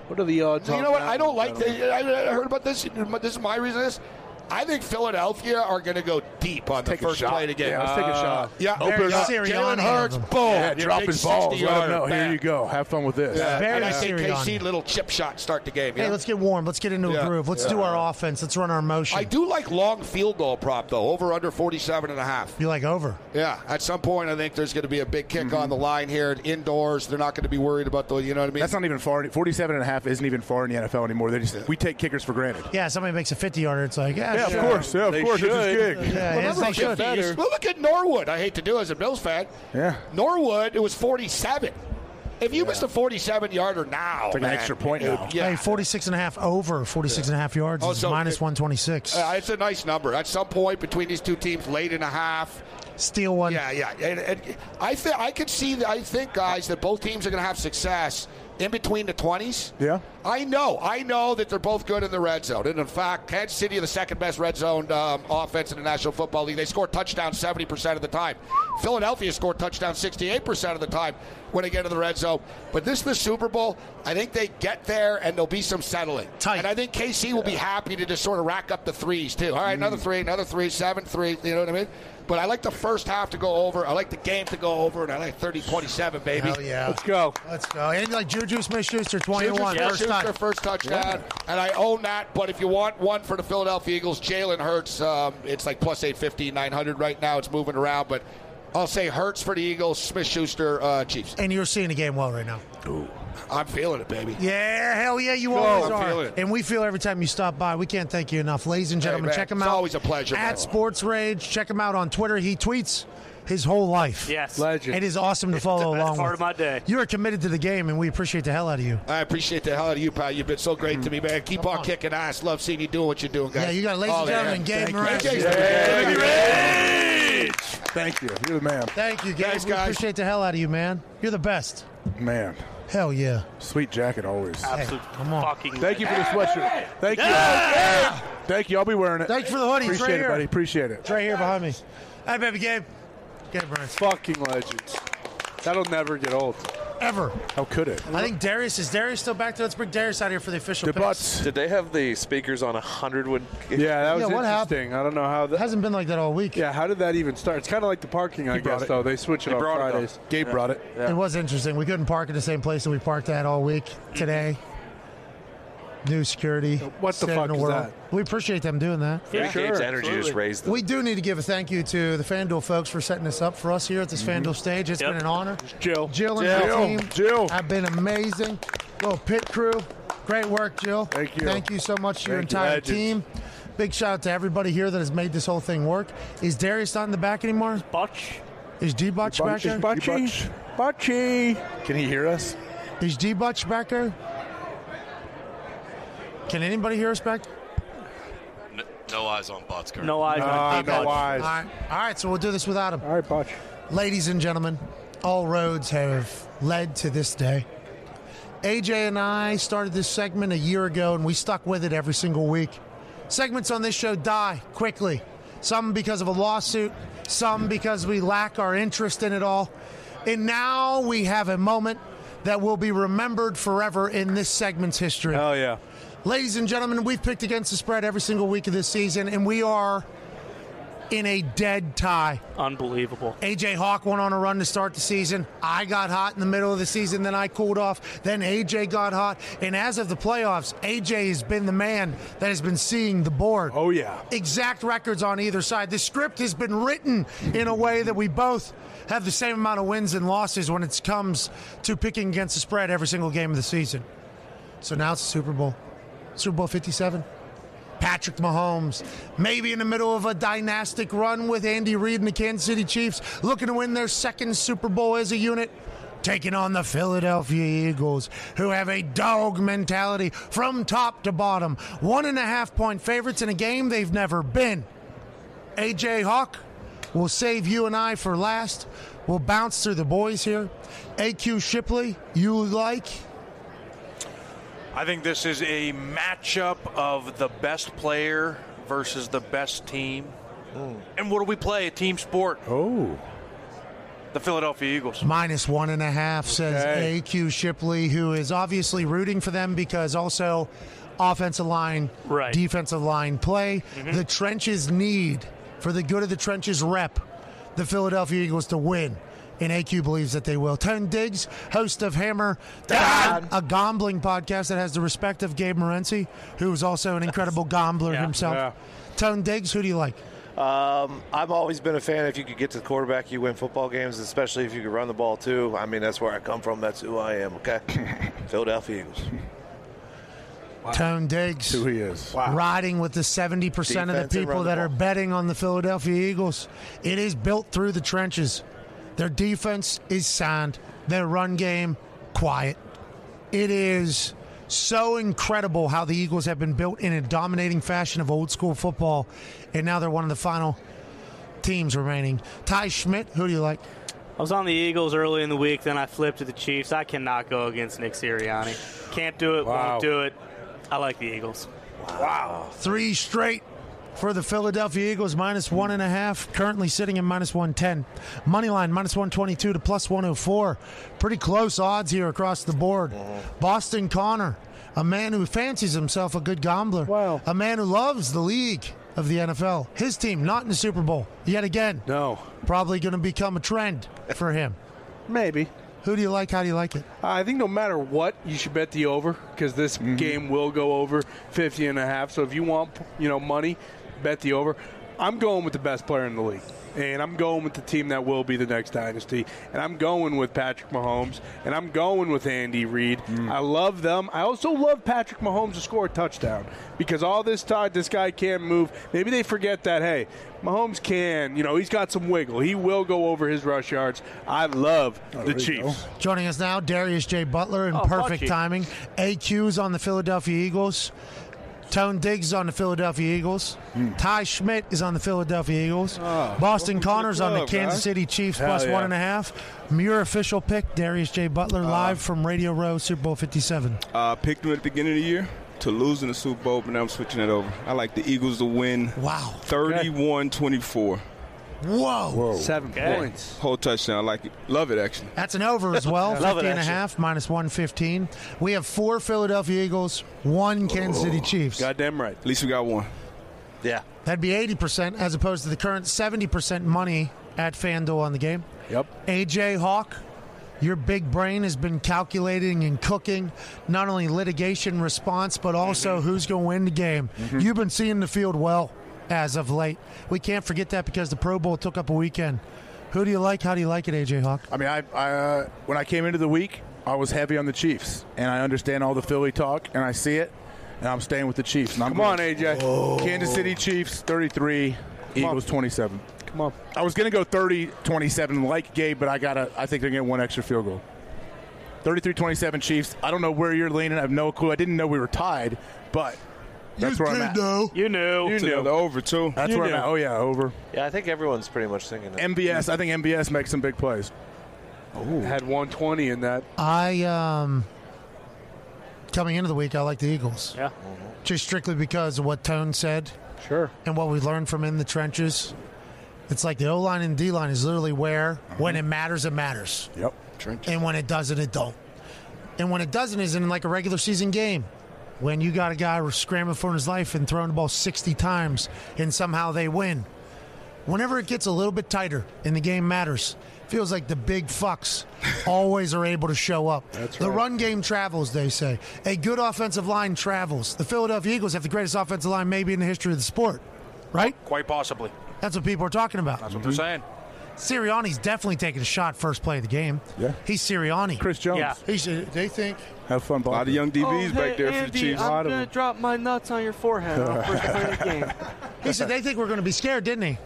S3: What are the odds?
S18: You
S3: on
S18: know what?
S3: that,
S18: I don't like.
S3: gentlemen?
S18: The, I I heard about this. but This is my reason. for This. I think Philadelphia are going to go deep on the
S6: Take a
S18: first
S6: shot.
S18: play of the game.
S6: Yeah, let's take a shot.
S18: Yeah,
S6: Uh, Open it up.
S18: Jalen Hurts, boom.
S6: Yeah,
S18: Your
S6: drop
S18: big
S6: his balls.
S18: 60
S6: Let him
S18: yarder,
S6: know. Here
S18: bam.
S6: you go. Have fun with this.
S18: Yeah,
S1: Very
S18: and I think
S1: Sirianni.
S18: KC little chip shot start the game. you
S1: Hey,
S18: know?
S1: let's get warm. Let's get into
S18: Yeah.
S1: a groove. Let's
S18: Yeah.
S1: do our offense. Let's run our motion.
S18: I do like long field goal prop though, over under 47 and a half. Mm-hmm.
S1: you like over?
S18: Yeah, at some point, I think there's going to be a big kick on the line here. Indoors, they're not going to be worried about the, you know what I mean?
S6: That's not even far. 47 and a half isn't even far in the NFL anymore. They just we take kickers for granted.
S1: Yeah, somebody makes a 50 yarder. It's like, yeah,
S6: Yeah, of
S1: sure.
S6: course. Yeah, of They course. It's his should. gig.
S1: Yeah,
S18: Well,
S1: yes, they
S18: look at
S1: should.
S18: these- well, look at Norwood. I hate to do it as a Bills fan.
S6: Yeah.
S18: Norwood, it was 47. If you missed a 47 yarder now,
S1: It's like an
S18: Oh, man,
S1: extra point
S18: it-
S1: now.
S18: Yeah.
S1: Hey, 46 and a half over, 46 and a half yards
S18: Oh,
S1: is
S18: so
S1: minus 126.
S18: Uh, it's a nice number. At some point between these two teams, late in a half,
S1: steal one.
S18: Yeah, yeah. And, and I think I could see. that- I think guys that both teams are going to have success in between the twenties.
S6: Yeah.
S18: I know. I know that they're both good in the red zone. And in fact, Kansas City are the second best red zone um, offense in the National Football League. They score touchdowns 70% of the time. Philadelphia scored touchdowns 68% of the time when they get into the red zone. But this is the Super Bowl. I think they get there and there'll be some settling. And I think KC will be happy to just sort of rack up the threes, too. All right,
S1: Mm.
S18: another three, another three, seven, three. You know what I mean? But I like the first half to go over. I like the game to go over. And I like 30 27, baby.
S1: Hell yeah. Let's
S18: go.
S1: Let's go. And like Juju Smith-Schuster, 21.
S18: Juju
S1: first time.
S18: Smith-Schuster, first touchdown, and I own that. But if you want one for the Philadelphia Eagles, Jalen Hurts, um, it's like plus 850, 900 right now. It's moving around, but I'll say Hurts for the Eagles, Smith-Schuster, uh, Chiefs.
S1: And you're seeing the game well right now.
S18: Ooh, I'm feeling it, baby.
S1: Yeah, hell yeah, you
S18: Go,
S1: always
S18: I'm feeling
S1: are.
S18: it.
S1: And we feel every time you stop by. We can't thank you enough. Ladies and
S18: Hey,
S1: gentlemen,
S18: man,
S1: check him
S18: it's
S1: out.
S18: always a pleasure, man.
S1: At Sports Rage. Check him out on Twitter. He tweets his whole life.
S24: Yes. Legend.
S1: It is awesome to follow
S24: That's
S1: along
S24: part of
S1: with.
S24: my day.
S1: You are committed to the game, and we appreciate the hell out of you.
S18: I appreciate the hell out of you, pal. You've been so great to me, man. Keep on, kicking ass. Love seeing you doing what you're doing, guys.
S1: Mm-hmm. Yeah, you got ladies and
S18: Oh, yeah.
S1: gentlemen, Gabe
S18: Thank
S1: Moran.
S18: you. Thank you.
S6: Thank you. You're the man.
S1: Thank you, Gabe.
S6: Thanks,
S1: We
S6: guys.
S1: appreciate the hell out of you, man. You're the best.
S6: Man.
S1: Hell yeah.
S6: Sweet jacket always.
S1: Absolute Hey, come on. fucking
S6: Thank you for the
S1: legend.
S6: sweatshirt. Thank you.
S1: Yeah!
S6: Thank you. I'll be wearing it.
S1: Thanks for the hoodie. It's
S6: Appreciate
S1: right
S6: it,
S1: here.
S6: buddy. Appreciate it.
S1: It's right here behind me. Hi, baby Gabe. Gabe Burns.
S3: Fucking legends. That'll never get old.
S1: Ever.
S6: How could it?
S1: I think Darius is Darius still back there. Let's bring Darius out here for the official picks.
S2: Did they have the speakers on a hundred? Would
S3: Yeah, that was
S1: Yeah, what happened?
S3: interesting. I don't know how that
S1: hasn't been like that all week.
S3: Yeah, how did that even start? It's kind of like the parking, I guess.
S6: brought it.
S3: Though they switch it
S6: He
S3: on
S6: brought it, though.
S3: Fridays.
S6: Gabe brought it.
S1: It was interesting. We couldn't park in the same place that we parked at all week today. New security.
S6: What the
S1: Saving
S6: fuck is
S1: world.
S6: that?
S1: We appreciate them doing that.
S2: Free Gabe's energy just raised the
S1: We do need to give a thank you to the FanDuel folks for setting this up for us here at this
S6: Mm-hmm.
S1: FanDuel stage. It's been an honor.
S3: Jill.
S1: Jill and
S6: Jill.
S1: her team Jill. have been amazing. Little pit crew. Great work, Jill. Thank
S6: you.
S1: Thank you so much to your
S6: Thank you,
S1: entire
S6: legends.
S1: team. Big shout out to everybody here that has made this whole thing work. Is Darius not in the back anymore?
S24: Butch.
S1: Is D Butch back there?
S6: Butchie. Butchie. Can he hear us?
S1: Is D Butch back there? Can anybody hear us back?
S25: No, no eyes on Butts currently.
S6: Ah,
S1: Uh, All right. All right, so we'll do this without him. All right, Butch. Ladies and gentlemen, all roads have led to this day. AJ and I started this segment a year ago, and we stuck with it every single week. Segments on this show die quickly. Some because of a lawsuit, some because we lack our interest in it all. And now we have a moment that will be remembered forever in this segment's history.
S3: Hell yeah.
S1: Ladies and gentlemen, we've picked against the spread every single week of this season, and we are in a dead tie.
S24: Unbelievable.
S1: AJ Hawk went on a run to start the season. I got hot in the middle of the season, then I cooled off. Then AJ got hot. And as of the playoffs, AJ has been the man that has been seeing the board. Oh,
S6: yeah.
S1: Exact records on either side. The script has been written in a way that we both have the same amount of wins and losses when it comes to picking against the spread every single game of the season. So now it's the Super Bowl. Super Bowl 57. Patrick Mahomes, maybe in the middle of a dynastic run with Andy Reid and the Kansas City Chiefs, looking to win their second Super Bowl as a unit, taking on the Philadelphia Eagles, who have a dog mentality from top to bottom. One and a half point favorites in a game they've never been. AJ Hawk will save you and I for last. We'll bounce through the boys here. AQ Shipley, you like.
S8: I think this is a matchup of the best player versus the best team.
S1: Hmm.
S8: And what do we play? A team sport.
S6: Oh.
S8: The Philadelphia Eagles.
S1: Minus one and a half,
S8: Okay.
S1: says AQ Shipley, who is obviously rooting for them because also offensive line,
S24: Right.
S1: defensive line play.
S24: Mhm.
S1: The trenches need, for the good of the trenches rep, the Philadelphia Eagles to win. And AQ believes that they will. Tone Diggs, host of Hammer, a gambling podcast that has the respect of Gabe Morency, who is also an incredible gambler himself. Tone Diggs, who do you like?
S2: Um, I've always been a fan. If you could get to the quarterback, you win football games, especially if you could run the ball too. I mean, that's where I come from. That's who I am. Okay, Philadelphia Eagles.
S1: Tone Diggs.
S6: Who he is.
S1: Riding with the 70% of
S6: Defense
S1: the
S6: and
S1: people
S6: run the
S1: that
S6: ball.
S1: are betting on the Philadelphia Eagles. It is built through the trenches. Their defense is sound, their run game, quiet. It is so incredible how the Eagles have been built in a dominating fashion of old school football, and now they're one of the final teams remaining. Ty Schmidt, who do you like?
S4: I was on the Eagles early in the week, then I flipped to the Chiefs. I cannot go against Nick Sirianni. Can't do it,
S1: Wow.
S4: won't do it. I like the Eagles.
S1: Wow. Three straight for the Philadelphia Eagles, minus one and a half, currently sitting in minus 110. Money line, minus 122 to plus 104. Pretty close odds here across the board. Boston Connor, a man who fancies himself a good gambler. Wow. A man who loves the league of the NFL. His team not in the Super Bowl yet again.
S26: No.
S1: Probably going to become a trend for him.
S3: Maybe.
S1: Who do you like? How do you like it?
S3: I think no matter what, you should bet the over because this game will go over 50 and a half. So if you want, you know, money, bet the over. I'm going with the best player in the league. And I'm going with the team that will be the next dynasty. And I'm going with Patrick Mahomes. And I'm going with Andy Reid. I love them. I also love Patrick Mahomes to score a touchdown because all this time this guy can't move. Maybe they forget that, hey, Mahomes can. You know, he's got some wiggle. He will go over his rush yards. I love the Chiefs.
S1: Joining us now, Darius J. Butler in
S3: Oh,
S1: perfect
S3: Bucky.
S1: timing. AQ's on the Philadelphia Eagles. Tone Diggs on the Philadelphia Eagles.
S26: Hmm.
S1: Ty Schmidt is on the Philadelphia
S26: Oh,
S1: Eagles. Boston Connor's on the
S26: club,
S1: Kansas
S26: huh?
S1: City Chiefs
S26: Hell
S1: plus
S26: yeah. Uh-huh.
S1: one and a half. Muir official pick, Darius J. Butler live from Radio Row, Super Bowl 57.
S26: I Uh, picked them at the beginning of the year to lose in the Super Bowl, but now I'm switching it over. I like the Eagles to win.
S1: Wow. Oh.
S26: 31 24.
S1: Whoa.
S3: Seven
S1: Okay.
S26: points. Whole touchdown. I like it. Love it, actually.
S1: That's an over as well.
S26: Yeah. Love it,
S1: 50 and a
S26: actually.
S1: half, minus 115. We have four Philadelphia Eagles, one Kansas City
S26: Oh.
S1: Chiefs.
S3: Oh, Goddamn right. At
S26: least we got one. Yeah.
S1: That'd be 80% as opposed to the current 70% money at FanDuel on the game.
S3: Yep.
S1: AJ Hawk, your big brain has been calculating and cooking not only litigation response, but also who's going to win the game. You've been seeing the field well as of late. We can't forget that because the Pro Bowl took up a weekend. Who do you like? How do you like it, AJ Hawk?
S6: I mean, I, I uh, when I came into the week, I was heavy on the Chiefs, and I understand all the Philly talk, and I see it, and I'm staying with the Chiefs. And I'm
S3: Come on,
S6: going-
S3: AJ.
S26: Oh.
S6: Kansas City Chiefs 33, Eagles 27.
S3: Come on.
S6: I was going to go 30-27 like Gabe, but I got to I think they're going to get one extra field goal. 33-27 Chiefs. I don't know where you're leaning. I have no clue. I didn't know we were tied, but that's where I'm at.
S4: You knew.
S6: You knew.
S26: The over, too.
S6: That's where I'm at. Oh yeah, over.
S2: Yeah, I think everyone's pretty much thinking that.
S6: MBS. I think MBS makes some big plays.
S3: Had 120 in that.
S1: I um coming into the week, I like the Eagles.
S4: Yeah.
S1: Just strictly because of what Tone said.
S3: Sure.
S1: And what we learned from in the trenches. It's like the O line and D line is literally where when it matters, it matters.
S6: Yep.
S1: And when it doesn't, it don't. And when it doesn't, is in like a regular season game. When you got a guy who's scrambling for his life and throwing the ball 60 times and somehow they win. Whenever it gets a little bit tighter and the game matters, feels like the big fucks always are able to show up. That's The run game travels, they say. A good offensive line travels. The Philadelphia Eagles have the greatest offensive line maybe in the history of the sport, right?
S8: Quite possibly.
S1: That's what people are talking about.
S8: That's what they're saying.
S1: Sirianni's definitely taking a shot first play of the game. Yeah. He's Sirianni. Chris
S6: Jones.
S1: Yeah. He should, they think.
S6: Have fun. A
S26: lot of young
S6: Oh,
S1: Oh,
S26: DBs back there for the Chiefs.
S4: drop my nuts on your forehead
S26: on the first play of the game.
S1: He said they think we're going to be scared, didn't he?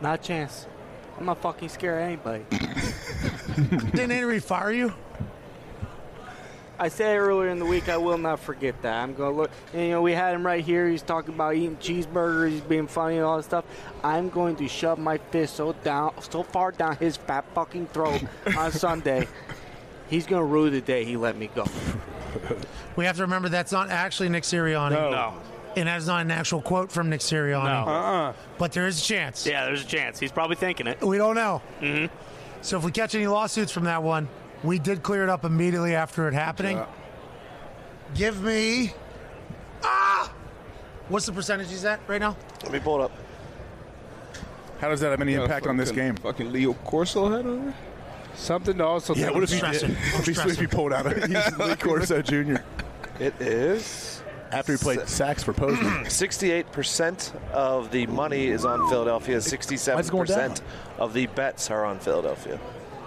S4: Not a chance. I'm not fucking scared of anybody.
S1: didn't Henry fire you?
S4: I said earlier in the week, I will not forget that. I'm going to look. And, you know, we had him right here. He's talking about eating cheeseburgers. He's being funny and all this stuff. I'm going to shove my fist so down, so far down his fat fucking throat on Sunday. He's going to rue the day he let me go.
S1: We have to remember that's not actually Nick Sirianni.
S4: No. No.
S1: And that's not an actual quote from Nick Sirianni.
S4: No. Uh-uh.
S1: But there is a chance.
S4: Yeah, there's a chance. He's probably thinking it.
S1: We don't know.
S4: Mm-hmm.
S1: So if we catch any lawsuits from that one, we did clear it up immediately after it happening. Give me. Ah! What's the percentage he's at right now?
S2: Let me pull it up.
S6: How does that have any impact on this game?
S26: Fucking Leo Corso had on there?
S3: Something to also
S6: Yeah, what if he did? If he sleepy pulled out of it? He's Lee Corso Jr.
S2: It is.
S6: After he played sax for Posey.
S2: 68% of the money is on Philadelphia. 67% of the bets are on Philadelphia.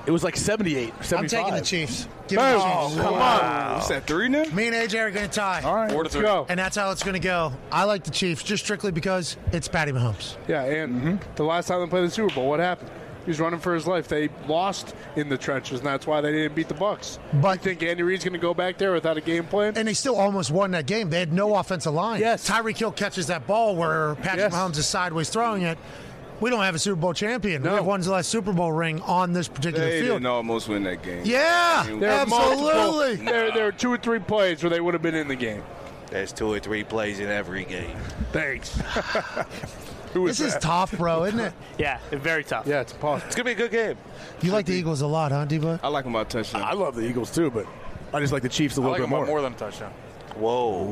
S6: It was like 78,
S1: I'm taking the Chiefs.
S2: Boom.
S1: the
S2: Oh,
S1: Chiefs.
S2: come on. Wow. Is that
S26: three now?
S1: Me and AJ are going to tie. All
S6: right,
S26: Four to let's three. go.
S1: And that's how it's going to go. I like the Chiefs just strictly because it's Patty Mahomes.
S3: Yeah, and
S2: Mm-hmm.
S3: the last time they played the Super Bowl, what happened? He was running for his life. They lost in the trenches, and that's why they didn't beat the Bucks. But you think Andy Reid's going to go back there without a game plan?
S1: And they still almost won that game. They had no offensive line. Yes. Tyreek Hill catches that ball where Patrick Mahomes is sideways throwing it. We don't have a Super Bowl champion. We have one's last Super Bowl ring on this particular
S26: They
S1: field.
S26: didn't almost win that game.
S1: Yeah,
S26: I mean,
S1: There are multiple- absolutely.
S3: there, there are two or three plays where they would have been in the game.
S2: There's two or three plays in every game.
S3: Thanks.
S1: This is tough, bro, isn't it?
S4: Yeah, very tough.
S26: Yeah, it's impossible. It's
S2: gonna be a good game.
S1: You like the Eagles a lot, huh, D-Boy?
S26: I like them by a touchdown.
S6: I love the Eagles too, but I just like the Chiefs a
S26: I
S6: little
S26: like
S6: bit
S26: them
S6: more.
S26: by more than a touchdown.
S2: Whoa.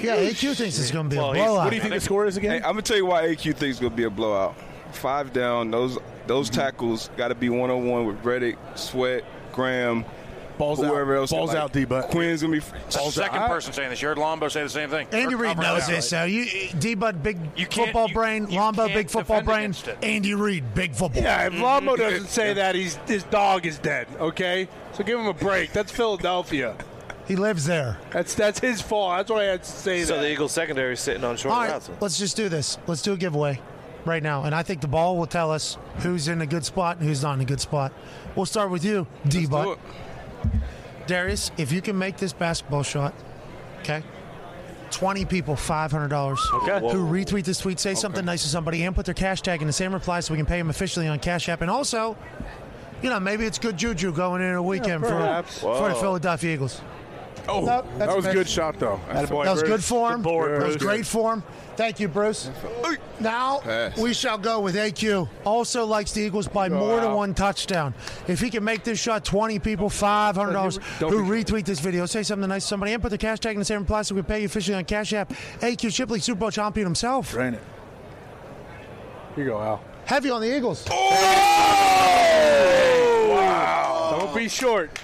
S1: Yeah, AQ thinks it's going to be
S6: Oh,
S26: Well,
S1: a
S26: he's-
S1: blowout.
S6: score is
S26: Hey, I'm gonna tell you why AQ thinks gonna be a blowout. Five down. Those those tackles got to be one on one with Reddick, Sweat, Graham,
S6: Balls
S26: whoever
S6: out.
S26: else.
S6: Balls
S26: like,
S6: out, D-Buck.
S26: Quinn's gonna be.
S8: It's the second person saying this. You heard Lombo say the same thing.
S1: Andy
S8: Or
S1: Reid
S8: cover
S1: knows
S8: out.
S1: this, uh, so you D-Bud, big
S8: can't-
S1: football brain, Lombo,
S8: can't
S1: big football
S8: defend
S1: brain,
S8: against it.
S1: Andy Reid, big football.
S3: Yeah, if Lombo doesn't say that, he's, his dog is dead. Okay, so give him a break. That's Philadelphia.
S1: He lives there.
S3: That's that's his fault. That's why I had to say
S2: So
S3: that.
S2: the Eagles secondary is sitting on short
S1: All right,
S2: routes.
S1: let's just do this. Let's do a giveaway right now, and I think the ball will tell us who's in a good spot and who's not in a good spot. We'll start with you, D Butt. Darius, if you can make this basketball shot, okay. 20 people, $500
S27: Okay.
S1: who retweet this tweet, say something nice to somebody, and put their cash tag in the same reply so we can pay them officially on Cash App. And also, you know, maybe it's good juju going in a weekend for,
S6: perhaps.
S1: for the
S6: Whoa.
S1: Philadelphia Eagles.
S6: Oh,
S1: Nope, that's
S6: that was a
S1: fair.
S6: good shot though.
S1: that was good form. that was great
S6: Good.
S1: form. Thank you, Bruce. Now
S6: Pass.
S1: we shall go with AQ. Also likes the Eagles by more than one touchdown. If he can make this shot, 20 people, $500
S27: Don't
S1: who retweet this video, say something nice to somebody, and put the cash tag in the same reply so we can pay you officially on Cash App. AQ Shipley, Super Bowl champion himself.
S6: Drain it.
S3: Here you go, Al.
S1: Heavy on the Eagles.
S6: Oh!
S3: Wow. Don't be short.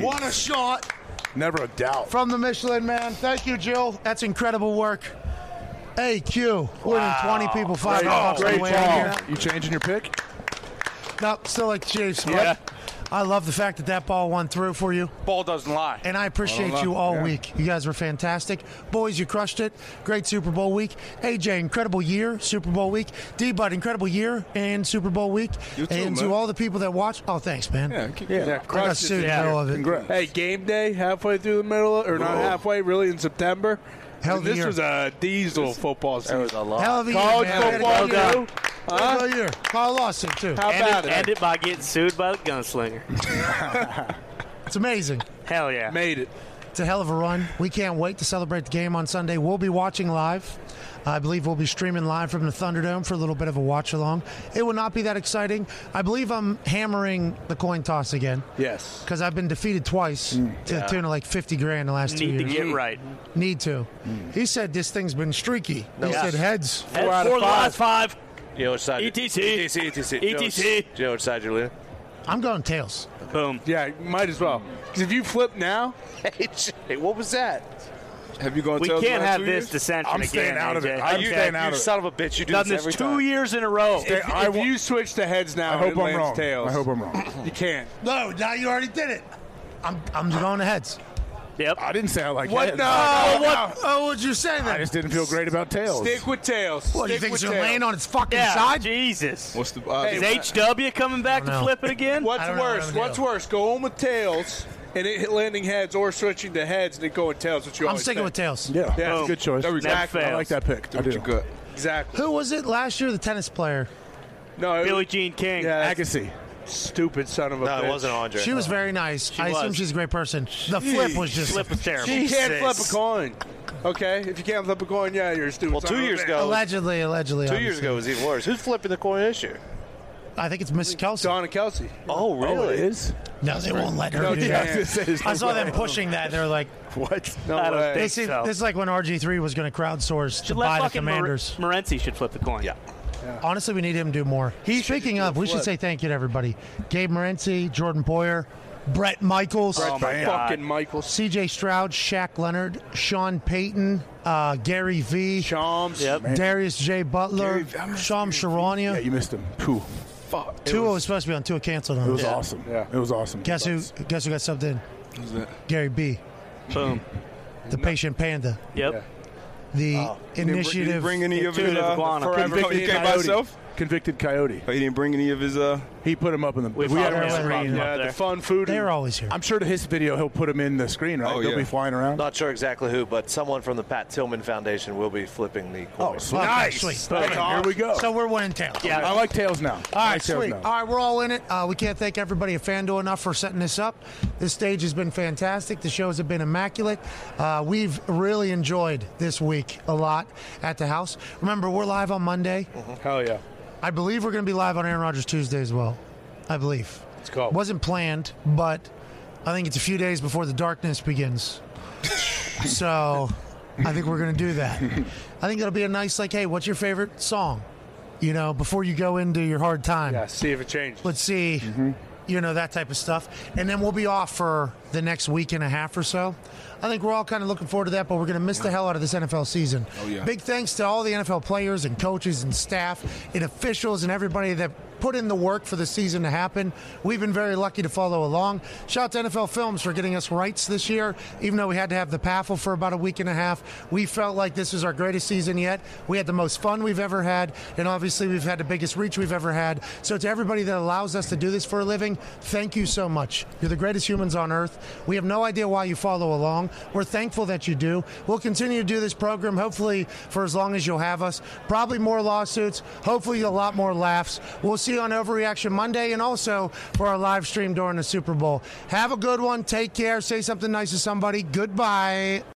S1: What a shot.
S6: Never a doubt.
S1: From the Michelin Man. Thank you, Jill. That's incredible work. AQ, winning 20 people, $500 bucks on the way out here.
S6: You changing your pick?
S1: No, still like the Chiefs. but
S6: Yeah.
S1: I love the fact that that ball went through for you.
S8: Ball doesn't lie.
S1: And I appreciate you all week. You guys were fantastic. Boys, you crushed it. Great Super Bowl week. AJ, incredible year, Super Bowl week. D Bud, incredible year and Super Bowl week.
S3: You too,
S1: and to
S3: man.
S1: all the people that watch, oh, thanks, man. I got
S3: crushed
S1: sued in the middle of it.
S3: Hey, game day halfway through the middle, or not halfway, really in September.
S1: Hell of a
S3: this
S1: year.
S3: was a diesel football season. That was a
S1: Hell of a year.
S3: College
S1: man.
S3: football,
S1: Hell of a
S3: too.
S1: year. Hell of a year. Kyle Lawson, too.
S4: End End it by getting sued by the gunslinger.
S1: It's amazing.
S4: Hell yeah.
S3: Made it.
S1: It's a hell of a run. We can't wait to celebrate the game on Sunday. We'll be watching live. I believe we'll be streaming live from the Thunderdome for a little bit of a watch along. It will not be that exciting. I believe I'm hammering the coin toss again
S3: Yes.
S1: because I've been defeated twice to
S3: Yeah.
S1: the tune of like 50 grand the last two
S4: Need
S1: years.
S4: to get right.
S1: Need to. He said this thing's been streaky.
S2: No,
S1: he
S2: yeah.
S1: said heads.
S2: Four Heads out of for the five. E last
S4: five.
S2: You know which side?
S4: ETC.
S2: ETC. ETC.
S4: ETC.
S2: Do you know which side you're leaning?
S1: I'm going tails.
S4: Boom.
S3: Yeah, might as well. Because if you flip now,
S2: hey, what was that?
S26: Have you gone?
S4: We
S26: tails the
S4: can't
S26: last
S4: have
S26: two
S4: this
S26: years?
S4: dissension again. AJ.
S26: you,
S4: Okay.
S26: you son of a bitch. You do
S4: Done
S26: this every
S4: two
S26: time.
S4: years in a row.
S3: If, if you switch to heads now,
S6: I
S3: and
S6: hope
S3: it
S6: I'm
S3: lands
S6: wrong.
S3: Tails.
S6: I hope I'm wrong.
S3: You can't.
S1: No, now you already did it. I'm, I'm going to heads.
S4: Yep.
S6: I didn't say I like
S3: What?
S6: heads.
S3: No,
S6: I-
S3: what?
S1: Oh, what'd you say then?
S6: I just didn't feel great about tails.
S3: Stick with tails.
S1: What, you
S3: Stick
S1: think
S3: with
S1: it's gonna
S3: tails.
S1: land on its fucking
S4: Yeah,
S1: side?
S4: Jesus.
S26: What's the
S3: Hey,
S4: Is
S3: what-
S4: HW coming back to flip it again?
S3: Uh, What's worse? What's worse? Going with tails and it hit landing heads, or switching to heads and it going tails? Which you
S1: I'm
S3: always
S1: sticking
S3: think.
S1: with tails.
S6: Yeah,
S3: Yeah.
S6: that's a good choice.
S3: There we go. That
S6: I
S3: fails.
S6: like that pick. I do.
S26: Good.
S3: Exactly.
S1: Who was it last year? The tennis player.
S3: No,
S4: Billie Jean King.
S3: Yeah,
S6: Agassi.
S3: Stupid son of a.
S2: No,
S3: bitch.
S2: it wasn't Andre.
S1: She was very nice.
S3: She
S1: I assume
S3: was.
S1: she's a great person. The flip was just
S4: Flip was terrible.
S3: You can't flip
S4: Jesus.
S3: a coin. Okay, if you can't flip a coin, yeah, you're a stupid.
S2: Well,
S3: son
S2: two
S3: of a
S2: years
S3: bitch.
S2: ago-
S1: Allegedly, allegedly.
S2: Two years
S1: obviously.
S2: ago was even worse. Who's flipping the coin this year?
S1: I think it's Mrs. Kelsey.
S3: Donna Kelsey.
S2: Oh, really?
S6: it is?
S1: No, they won't let her.
S6: No,
S1: do
S6: yeah, I was gonna say,
S1: that.
S6: there's
S1: I
S6: no
S1: saw them
S6: way.
S1: pushing that. They're like,
S6: What?
S4: I don't think
S1: this is,
S4: so.
S1: this is like when RG3 was going to crowdsource to
S4: Should let
S1: buy the
S4: fucking Mar-
S1: Commanders.
S4: Morency should flip the coin. Yeah.
S1: Honestly, we need him to do more. Speaking of, we should
S4: flip.
S1: say thank you to everybody: Gabe Morency, Jordan Poyer, Brett Michaels,
S3: Brett Oh, my fucking God. Michaels,
S1: C.J. Stroud, Shaq Leonard, Sean Payton, uh, Gary V,
S3: Shams,
S6: Man.
S1: Darius J. Butler,
S6: Gary V- I missed
S1: Sham
S6: Yeah,
S1: Sharania.
S6: you missed him. Pooh.
S1: Fuck. Tua was, supposed to be on. Tua canceled on.
S6: It was
S1: us.
S6: awesome. Yeah, it was awesome.
S1: Guess who? Guess who got subbed in?
S6: Who's that?
S1: Gary B.
S4: Boom.
S1: The patient panda.
S4: Yep.
S1: The
S26: Did you bring-
S1: initiative.
S26: Did you bring any of your uh,
S1: Forever
S26: forever? Oh, You
S1: Coyote.
S26: came by yourself. Oh,
S6: Convicted coyote.
S26: He didn't bring any of his. uh
S6: He put him up in the.
S26: We found
S6: had him
S26: him
S6: on the
S26: up
S6: screen.
S26: there.
S6: Yeah, the fun food.
S26: They're
S6: always here. I'm sure to his video he'll put him in the screen. Right?
S2: Oh,
S6: They'll
S2: yeah.
S6: be flying around.
S2: Not sure exactly who, but someone from the Pat Tillman Foundation will be flipping the
S1: Oh,
S2: coin.
S6: sweet. Nice.
S1: Sweet.
S6: Boom. Here we go.
S1: So we're winning tails.
S6: Yeah. I like tails now.
S1: All
S6: I
S1: right,
S6: like tails
S1: sweet.
S6: now.
S1: All right, we're all in it. Uh, we can't thank everybody at FanDuel enough for setting this up. This stage has been fantastic. The shows have been immaculate. Uh, we've really enjoyed this week a lot at the house. Remember, we're live on Monday.
S6: Hell yeah.
S1: I believe we're going to be live on Aaron Rodgers Tuesday as well. I believe. It's called. Wasn't planned, but I think it's a few days before the darkness begins. so I think we're going to do that. I think it'll be a nice, like, hey, what's your favorite song? You know, before you go into your hard time. Yeah,
S3: see if it changes.
S1: Let's see,
S19: Mm-hmm.
S1: you know, that type of stuff. And then we'll be off for the next week and a half or so. I think we're all kind of looking forward to that, but we're going to miss the hell out of this NFL season.
S19: Oh, yeah.
S1: Big thanks to all the NFL players and coaches and staff and officials and everybody that put in the work for the season to happen. We've been very lucky to follow along. Shout out to NFL Films for getting us rights this year. Even though we had to have the PAFL for about a week and a half, we felt like this was our greatest season yet. We had the most fun we've ever had, and obviously we've had the biggest reach we've ever had. So to everybody that allows us to do this for a living, thank you so much. You're the greatest humans on earth. We have no idea why you follow along. We're thankful that you do. We'll continue to do this program, hopefully, for as long as you'll have us. Probably more lawsuits, hopefully, a lot more laughs. We'll see you on Overreaction Monday and also for our live stream during the Super Bowl. Have a good one. Take care. Say something nice to somebody. Goodbye.